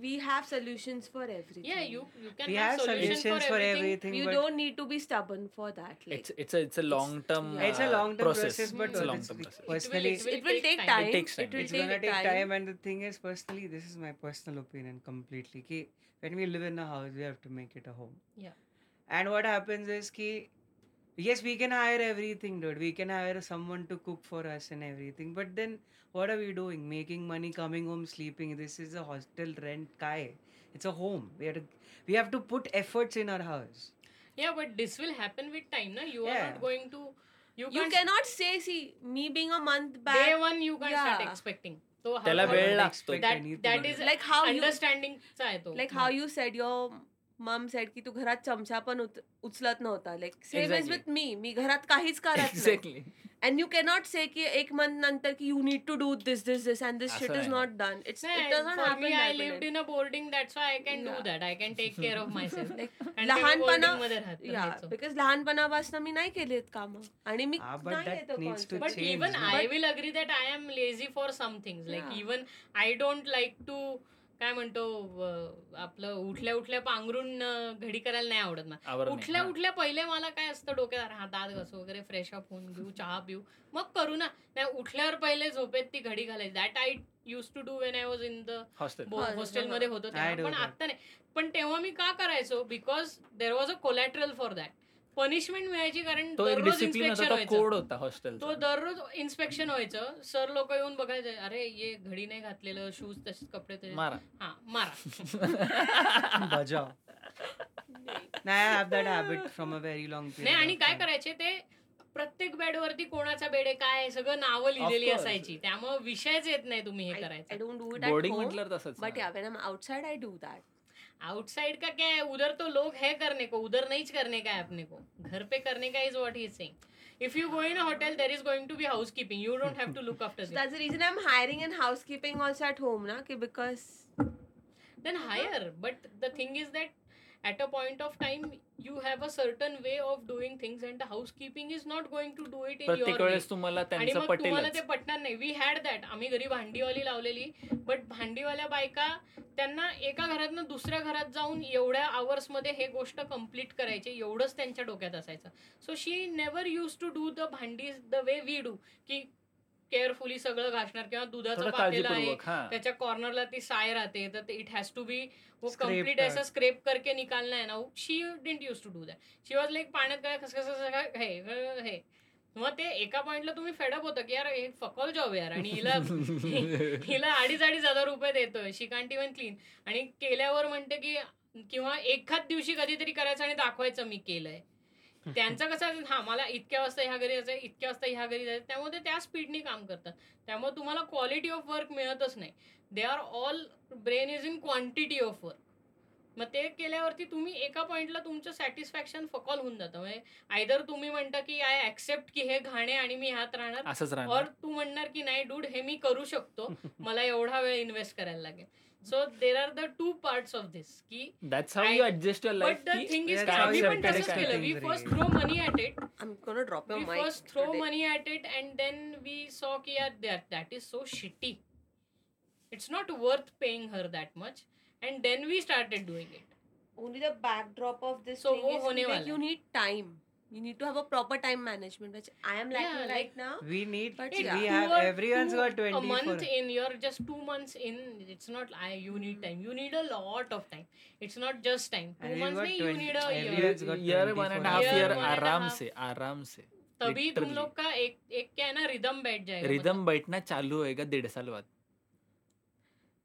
C: वी हॅव सोल्युशन्स फॉर
A: या
C: everything
A: you you can
B: We have solutions for everything,
C: you
B: but
C: don't need to be stubborn for that like
D: it's it's it's a long term
C: yeah.
B: it's a long term Ah, process, but
D: it's a
A: uh,
D: long
B: it's-
D: term process
B: personally,
A: it will
C: it will
A: take
C: take
A: time.
C: time.
D: It takes
C: It will
D: time.
B: it's gonna
C: take
B: take time.
C: time.
B: and the thing is personally this is my personal opinion completely ki when we live in a house we have to make it a home
A: Yeah.
B: and what happens is ki yes we can hire everything dude we can hire someone to cook for us and everything but then what are we doing making money coming home sleeping this is a hostel rent kai it's a home we have to, we have to put efforts in our house
A: yeah but this will happen with time ना you are
B: Yeah.
A: Not going to you
C: you
A: can
C: cannot say see me being a month
A: day
C: back
A: one you can start
C: Yeah.
A: Expecting तो how-
D: त्याला
A: how-
D: वेळ
B: Don't
D: लागतो
B: expect
A: that
B: anything
A: that
B: out
A: is
B: of it.
C: like how you
A: अंडरस्टँडिंगचा आहे तो
C: like how you said your mom said की तू घरात चमचा पण उत- उचलत नव्हता like same is
D: Exactly.
C: With मी मी घरात काहीच करत
D: exactly
C: and you cannot say की एक मंथ नंतर की you need to do this this this and this
D: असं
C: शिट इज
D: नाही.
C: Not done it's it does not
A: me I lived
C: happen
A: in a boarding that's why I can do
C: Yeah.
A: That I can take care of my
C: Like,
A: self
C: लहानपणा-
A: मध्ये
C: या
A: राहतो
C: because लहानपणापासून मी नाही केली आहेत कामं आणि मी
B: Ah, but
C: नाही
B: that
C: येतो
B: needs to
A: But
B: change,
A: even
B: no?
A: I
B: But-
A: will agree that I am lazy for some things. Like
C: Yeah.
A: even I don't like to काय म्हणतो अं, आपलं उठल्या उठल्या पांघरून अं, घडी करायला नाही आवडत ना उठल्या उठल्या पहिले मला काय असतं डोक्यात अरे हा दात घासू वगैरे फ्रेश अप होऊन घेऊ चहा पिऊ मग करू ना नाही उठल्यावर पहिले झोपेत ती घडी घालायची that I use to do when I was in the
D: hostel
C: हा, हा.
A: हॉस्टेलमध्ये होतो तेव्हा.
B: I do
A: पण
B: that.
A: आता नाही पण तेव्हा मी का करायचो because there was a collateral for that punishment मिळायची कारण
D: तो एक
A: दररोज
D: डिसिप्लिन
A: इन्स्पेक्शन
D: होता तो
A: व्हायचं
D: कोड होता हॉस्टेल
A: तो दररोज इन्स्पेक्शन व्हायचं सर लोक येऊन बघायचे अरे ये घडी नाही घातलेलं शूज तसेच कपडे तसेच
D: मारा
A: हा मारा
B: बजाओ नाही I have that habit from a very long
A: नाही आणि काय करायचे ते प्रत्येक बेडवरती कोणाचा बेड आहे काय आहे, सगळं नावं लिहिलेली
D: course.
A: असायची त्यामुळे विषयच येत नाही तुम्ही हे
C: आय
A: करायचं
C: डोंट डू इट
D: बोर्डिंग म्हटलं तसंच
C: बट
D: ना.
C: या when am outside I do that
A: outside का क्या है उधर तो लोग है करने को उधर नहीं करने का है अपने को घर पे करने का is what he saying if you go in hotel there is going to be housekeeping you don't have to look after
C: that's reason I am hiring and housekeeping also at home ना की because
A: then
D: Uh-huh.
A: Hire but
D: Hmm.
A: The thing is that at a point of time you have a certain way of doing things and the housekeeping is not going to do it in
D: प्रत्येक
A: your way
D: वेळेस तुम्हाला
A: आणि
D: त्यांचं
A: मग तुम्हाला
D: पटेलच
A: ते पटणार नाही वी हॅड दॅट आम्ही घरी भांडीवाली लावलेली बट भांडीवाल्या बायका त्यांना एका घरातनं दुसऱ्या घरात जाऊन एवढ्या आवर्स मध्ये हे गोष्ट कम्प्लीट करायची एवढंच त्यांच्या डोक्यात असायचं so she never use to do the भांडी द वे वी डू की केअरफुली सगळं घासणार किंवा दुधाचं
D: थोडं
A: पातेलं आहे
D: काळजीपूर्वक हा
A: त्याच्या कॉर्नरला ती साय राहते तर इट हॅज टू बी वो
B: Scraped
A: कम्प्लीट
B: out.
A: ऐसा स्क्रेप करके निकालना है ना she didn't use to do that she was like पाण्यात काय खसखस खसखस हे हे- हे मग ते एका पॉइंटला तुम्ही फेडअप होतं की यार हे फकॉल जॉब यार आणि हिला हिला अडीच अडीच हजार रुपये देतोय शी कांट इव्हन क्लीन आणि केल्यावर म्हणते की किंवा एखाद दिवशी कधीतरी करायचं आणि दाखवायचं मी केलंय त्यांचं कसं असेल, हा मला इतक्या वाजता ह्या घरी जायचं इतक्या वाजता ह्या घरी जायचं त्यामुळे ते त्या स्पीडने काम करतात त्यामुळे तुम्हाला क्वालिटी ऑफ वर्क मिळतच नाही they are all brain is in quantity of work मग ते केल्यावरती तुम्ही एका पॉइंटला तुमचं सॅटिस्फॅक्शन फकॉल होऊन जातं म्हणजे आयदर तुम्ही म्हणता की आय ऍक्सेप्ट की हे घाणे आणि मी ह्यात राहणार
D: असंच
A: और
D: राहणार
A: तू म्हणणार की नाही डूड हे मी करू शकतो मला एवढा वेळ इन्व्हेस्ट करायला लागेल so there are the two parts of this की
D: that's how you
A: I-
D: adjust your
A: but
D: life
A: the thing is
B: that's how
A: आम्ही
B: you
A: पण
B: have to
A: तसंच
B: do
A: केलं we
B: things
A: first
B: really.
A: Throw money at it
C: I'm gonna drop your
A: we
C: mic.
A: First throw
C: today.
A: Money at it and then we saw की यार that that is so shitty it's not worth paying her that much and then we started doing it
C: Only the backdrop of this
A: So
C: thing
A: वो
C: is
A: होने
C: like
A: वाला
C: you
A: है.
C: need time. You need to have a proper time management, which I am lacking
A: Yeah,
C: right
A: like-
C: now.
B: we need
C: But
B: we
C: yeah.
B: have
A: Two or
B: everyone's
A: two
B: got
A: a
B: 20
A: month
B: for
A: in you're just two months in it's not I, you
D: Hmm.
A: need time you need a lot of time it's not just time two
B: And you
A: months
B: got
A: नाही you
B: 20
A: need a
B: every
A: year
B: It's got
D: year one
B: 24
D: and half
A: years.
D: Year
A: Year one and a
D: आराम
A: half.
D: से आराम से
A: तभी तुम
D: literally.
A: लोग का एक एक क्या है ना रिदम बैठ जाएगा
D: रिदम बैठना चालू होएगा डेढ़ साल बाद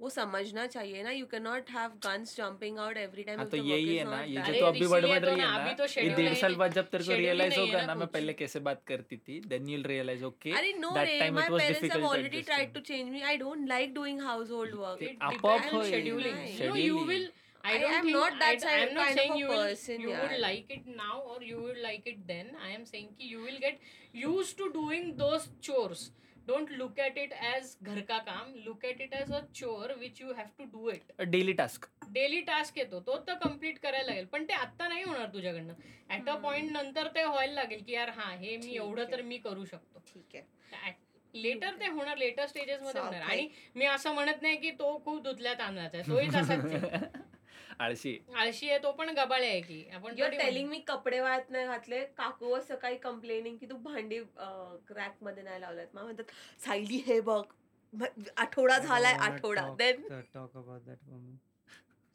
C: वो समझना चाहिए ना you can not have guns jumping out every time
D: हाँ तो यही है ना ये
A: done.
D: जो तो
A: अरे,
D: अभी बड़बड़
A: इसीलिए तो
D: रही है
A: ना,
D: ना
A: अभी तो
D: ये
A: schedule
D: डेढ़
A: है
D: साल
A: नहीं-
D: बाद जब तेरे को
A: schedule ही
D: रियलाइज
A: नहीं है
D: होगा
A: ना
D: ना मैं
A: कुछ।
D: पहले कैसे बात करती थी देन यू रियलाइज ओके
C: अरे नो
D: that
C: रे
D: time it
C: my
D: was
C: parents have
D: difficult to
C: already tried
D: understand.
C: To change me I don't like doing household work
A: It
D: आपोआप
A: depends
D: होईल.
A: scheduling. You know,
D: हो Scheduling.
A: you will- I
C: I
A: don't
C: am
A: think-
C: not that
A: I- I'm
C: type-
A: not
C: kind of
A: saying
C: a
A: you will-
C: person,
A: you
C: yeah.
A: would like it now or you will like it then. I am saying कि you will get used to doing those chores. Don't look at it as घर का काम. Look at it as a chore which you have to do it.
D: Daily task
A: daily task येतो तो तर complete करायला लागेल पण ते आत्ता नाही होणार तुझ्याकडनं ऍट अ
C: हम्म.
A: पॉइंट नंतर ते व्हायला लागेल की यार हा हे मी
C: ठीक
A: एवढं
C: आहे.
A: तर मी करू शकतो
C: ठीक है
A: लेटर ते होणार लेटर स्टेजेस मध्ये होणार
C: चालतंय.
A: आणि मी असं म्हणत नाही की तो खूप धुतल्या तांदळाचा आहे तोही तसाच आहे.
D: आळशी
A: आळशी आहे तो पण गबाळे आहे की आपण
C: युअर
A: थोडी
C: टेलिंग मी कपडे वाळत नाही घातले काकूवर सकाळी कंप्लेनिंग की तू भांडी क्रॅक मध्ये नाही लावल्यात मला म्हणतात सायली हे बघ म- आठवडा झालाय आठवडा then
B: So talk about that woman.
A: म्हणू.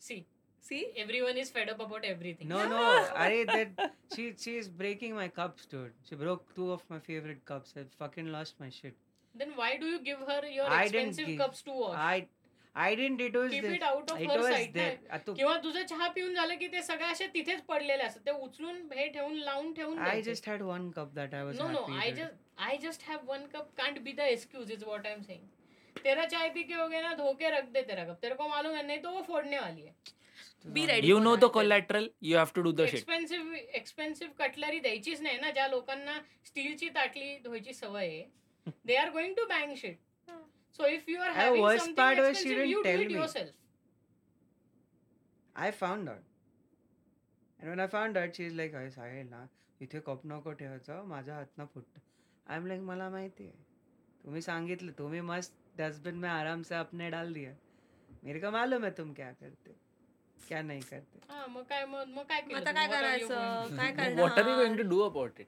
A: See
C: see
A: everyone is fed up about everything
B: No, no. I that she she is breaking my cups, dude. She broke two of my favorite cups. I fucking lost my shit.
A: Then why do you give her your
B: I didn't
A: expensive
B: give-
A: cups to wash
B: I I didn't. It was
A: keep
B: there.
A: It out of
B: It
A: her
B: was
A: side
B: there. I took-
A: किंवा तुझं चहा पिऊन झालं की ते सगळे असे तिथेच पडलेले असतात ते उचलून हे ठेवून लावून ठेवून
B: I
A: द्यायचे.
B: just had one cup that I was
A: No, no,
B: happy.
A: I
B: with.
A: just I just have one cup can't be the excuse is what I'm saying. तेरा चाय पी के हो गया ना धो के रख दे तेरा कप तेरे को मालूम है नहीं तो वो फोड़ने वाली है
C: be ready
D: you know the collateral you have to do the shit
A: expensive expensive cutlery द्यायचीच नाही ना ज्या लोकांना स्टीलची ताटली धुवायची सवय आहे they are going to bang shit so if you are
B: And worst part was she didn't
A: you do
B: tell
A: it
B: me.
A: Yourself
B: I found out. And when I found out, she's like, अरे साहिल ना इथे cup नको ठेवायचं माझा हात ना फुट I am like मला माहिती आहे तुम्ही सांगितलं तुम्ही मस्त डस्टबिन में आराम से आपने डाल दिया मेरे को मालूम है तुम क्या करते हो, क्या नहीं करते हो."
A: हा मग काय मग मग काय केलं
C: आता
A: तू?
C: काय
A: What are you
C: करायचं
A: going
C: काय
D: वॉट आर यू गोइंग
C: करणार
D: to do about it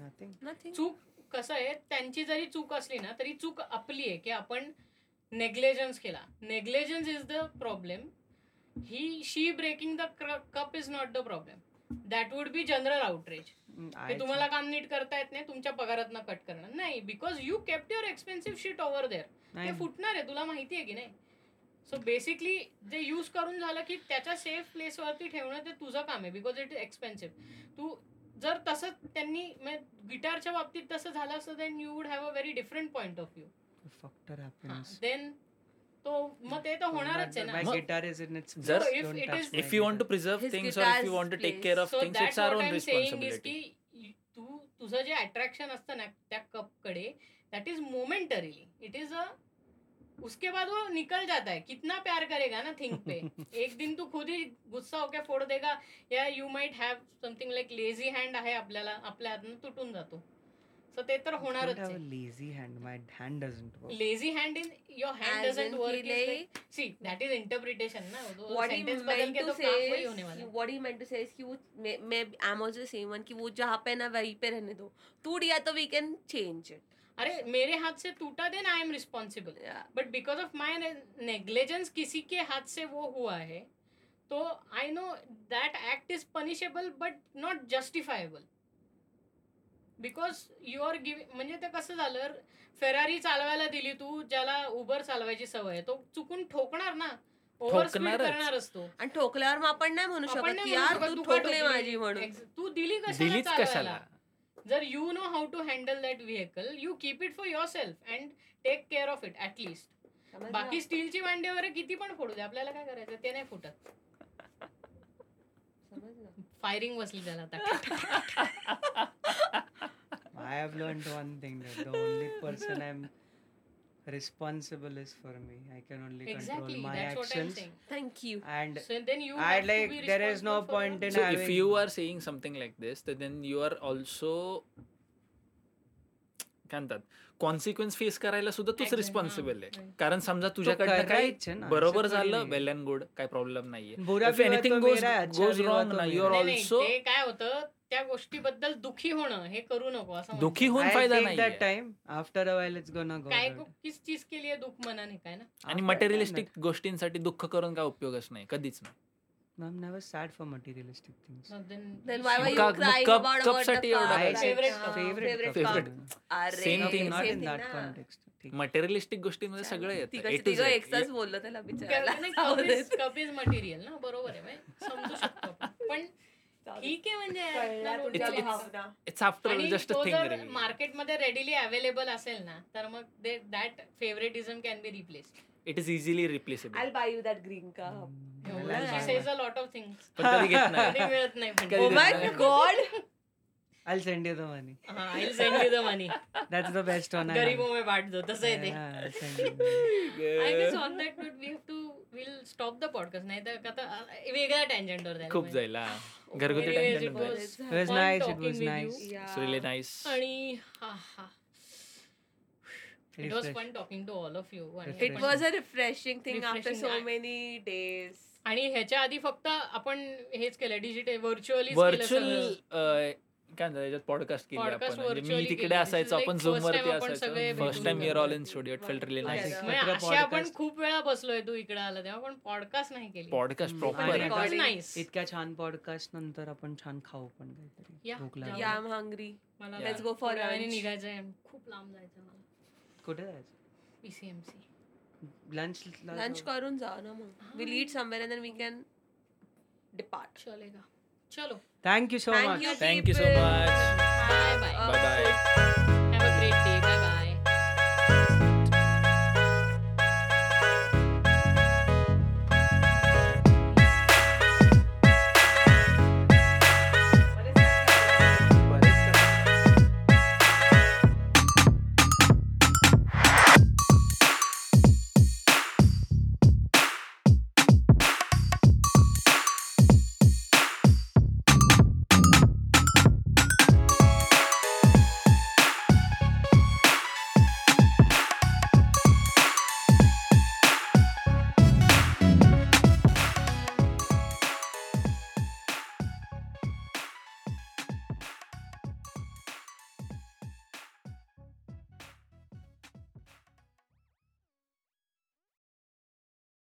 B: nothing
A: to-
C: Nothing.
A: चूक कसं आहे त्यांची जरी चूक असली ना तरी चूक आपली आहे की आपण नेग्लेजन्स केला negligence is the problem he she breaking the cup is not the problem that would be general outrage
B: Mm,
A: की तुम्हाला काम नीट करता येत नाही तुमच्या पगारात कट करणार नाही because you kept your expensive shit over there ते फुटणार आहे तुला माहिती आहे की नाही सो बेसिकली जे यूज करून झालं की त्याच्या सेफ प्लेसवरती ठेवणं ते तुझं काम आहे बिकॉज इट इज एक्सपेन्सिव्ह तू जर तसं त्यांनी गिटारच्या बाबतीत तसं झालं असतं then you would have a very different point of view
B: factor happens
A: then तो मग ते तर होणारच आहे ना
B: माय
D: मग-
B: गिटार इज इन इट्स
D: जर-
A: So if it is-
D: if you want to preserve
C: His
D: things और if you
C: guitars
D: want to take
C: plays.
D: Care of
A: so
D: things
A: that
D: it's
A: what
D: are own
A: I saying is
D: responsibility
A: की U- तू तुझं जे attraction असतं ना त्या कपकडे that is momentarily it is a उसके बाद वो निकल जाता है कितना प्यार करेगा ना थिंग पे एक दिन तू खुद ही गुस्सा होके फोड देगा या you might have something like lazy hand आहे आपल्याला आपल्या हातनं तुटून जातो सो ते तर होणारच आहे
B: lazy hand my hand doesn't work
A: lazy hand in your hand
C: As
A: doesn't
C: in he
A: work
C: like-
A: see that is interpretation ना
C: What he
A: सेंटेंस oh, बदल
C: meant
A: के
C: to
A: तो
C: say
A: काम वही
C: is-
A: होने वाला है
C: what he meant to say is कि वो- मैं- मैं- I'm also the same one कि वो जहाँ पे है ना वहीं पे रहने दो टूट गया तो वी कैन चेंज इट
A: अरे मेरे हाथ से टूटा then I am responsible
C: Yeah.
A: But because of my negligence किसी के हाथ से वो हुआ है तो I know that act is punishable but not justifiable because you are give म्हणजे ते कसं झालं फेरारी चालवायला दिली तू ज्याला उबर चालवायची सवय आहे तो चुकून ठोकणार ना ओव्हर स्पीड
D: ठोकणारच.
A: करणार असतो
C: आणि ठोकल्यावर मग आपण नाही म्हणू
A: आपण
C: शकत
A: नाही म्हणू
C: की यार
A: शकत
C: तू
A: दुखा
C: ठोकले
A: ठोकली.
C: माझी म्हणून
A: Ex- तू दिली कशाला
D: दिलीच
A: चालवायला
D: कशाला
A: जर you know how to handle that vehicle you keep it for yourself and take care of it at least
C: समजलं?
A: बाकी स्टीलची भांडी वगैरे किती पण फोडू दे आपल्याला काय करायचं ते नाही फुटत
C: समजलं?
A: फायरिंग बसली त्याला आता
B: I have learn one thing the only person I am responsible is for me I can only control
A: exactly
B: my action
C: thank you
B: and
A: so then you
B: I like there is no point in
D: So
B: I
D: if
B: will-
D: you are saying something like this, then- then you are also काय म्हणतात consequence face करायला सुद्धा तूच
A: Exactly,
D: responsible
A: हा,
D: आहे
A: right.
D: कारण समजा तुझ्याकडनं काय
B: करायचं ना,
D: बरोबर
B: असं थोडी
D: झालं
B: आहे.
D: वेल अँड गुड काय प्रॉब्लेम नाहीये
B: बुरा
D: If
B: भी हुआ
D: anything
B: तो
D: goes-
B: मेरा है, अच्छा
D: goes
B: भी हुआ
D: wrong
B: तो
D: ना,
B: मेरा
D: you are
B: है.
D: all- also-
A: ते काय होतं त्या गोष्टीबद्दल दुखी होणं हे करू नको असं म्हणतात.
D: दुखी होऊन
B: I'll
D: फायदा
B: take that
D: नाही
B: time. After a while, it's gonna go
A: काय
B: good.
A: किस चीज केली आहे दुःख मनाने काय ना
D: आणि
B: After
D: मटेरियलिस्टिक
B: that,
D: गोष्टींसाठी दुःख करून काय उपयोगच नाही कधीच नाही
B: no, I'm never sad for materialistic things.
A: So then-
C: Then why were you
D: मग का- मग
C: crying
D: cup-
C: about-
D: cup
C: about the
D: साठी एवढं
C: cup?
B: I
A: Right.
B: said
A: Favorite
C: हा,
A: cup.
B: favorite Mm.
C: cup.
B: cup.
D: Favorite.
C: अरे,
D: Same
B: No,
D: thing.
B: not
C: same
B: in
C: thing
B: that
C: ना.
B: context. ठीक.
D: Materialistic गोष्टींमध्ये सगळं येतं
C: तिघं-
D: A to
C: तिघं
D: Z.
C: एकदाच बोललं त्याला बिचारायला जाऊ दे.
A: कप इज मटेरियल ना बरोबर आहे बाई. समजू शकतो आपण. पण
C: जाऊ दे.
A: ठीक आहे म्हणजे
C: कळल्या
A: आपला
C: तुमच्या
A: रोजचा भाव.
C: भावना.
D: इट्स आफ्टर
A: आणि
D: जस्ट अ
A: तो जर
D: थिंग
A: मार्केटमध्ये रेडीली अवेलेबल असेल ना तर मग दे that favouritism can be replace
D: it is easily replaceable
C: I'll buy you that green cup.
B: Mm, I like
A: She
B: that
A: says
B: one.
A: a lot of things.
D: पण कधी घेत
A: कधी
D: नाही
A: मिळत नाही पण.
D: कधी
C: Oh
D: देत
C: my
D: नाही.
C: God.
B: I'll send you the money.
A: हा, I'll send you the money.
B: That's the best one. I have.
A: गरीबों में बांट दो तसं आहे ते.
B: Yeah, I'll send you the money.
A: I guess on that note we have to we'll stop the podcast नाहीतर का तर आता वेगळ्या tangent वर जायला
D: खूप
A: पाहिजे.
D: जाईल हा. घरगुती
A: Anyways,
D: tension
A: it
D: नको.
A: was
D: It's
B: It was
A: Fun
B: nice. It
A: talking
B: was
A: with
B: nice.
A: you.
C: Yeah.
D: really nice.
A: आणि हा हा it was
B: Refresh.
A: Fun talking to all of you
B: It
C: It was a refreshing thing after
A: Refreshing.
C: so
A: I-
C: many days.
A: आणि ह्याच्या आधी फक्त आपण हेच केलं डिजिटल व्हर्च्युअली
D: व्हर्च्युअल काय म्हणतात याच्यात पॉडकास्ट केली
A: Podcast
D: आपण म्हणजे मी
A: virtually
D: तिकडे
A: केली. This
D: असायचो
A: is
D: आपण
A: like
D: झूम
A: first
D: वरती
A: time आपण सगळे
D: असायचो फर्स्ट टाइम
A: भेटून
D: वी आर ऑल इन
C: बोलतो.
D: Studio it felt really
B: I
D: nice
B: think
A: म्हणजे
B: एकत्र
A: असे आपण
B: podcast.
A: खूप वेळा बसलोय तू इकडे आला तेव्हा पण पॉडकास्ट नाही केली
D: पॉडकास्ट
B: आणि
D: प्रॉपर
B: recording.
A: नाईस
B: इतक्या छान पॉडकास्ट नंतर आपण छान खाऊ पण काहीतरी
A: Yeah,
B: भूक
A: जाऊ.
B: लागली
C: Yeah, I'm hungry.
A: मला
D: Let's
C: go for
A: थोड्या वेळाने
C: lunch.
A: निघायचंय खूप लांब जायचं मला
B: कुठे जायचं
A: पीसीएमसी
B: लंच
C: Lunch करून जा ना मग. We'll eat somewhere and then we can depart.
A: चलेगा चलो
B: thank you so
C: Thank
B: much
C: you,
D: Thank you so
C: people.
D: much.
A: Bye bye
D: bye bye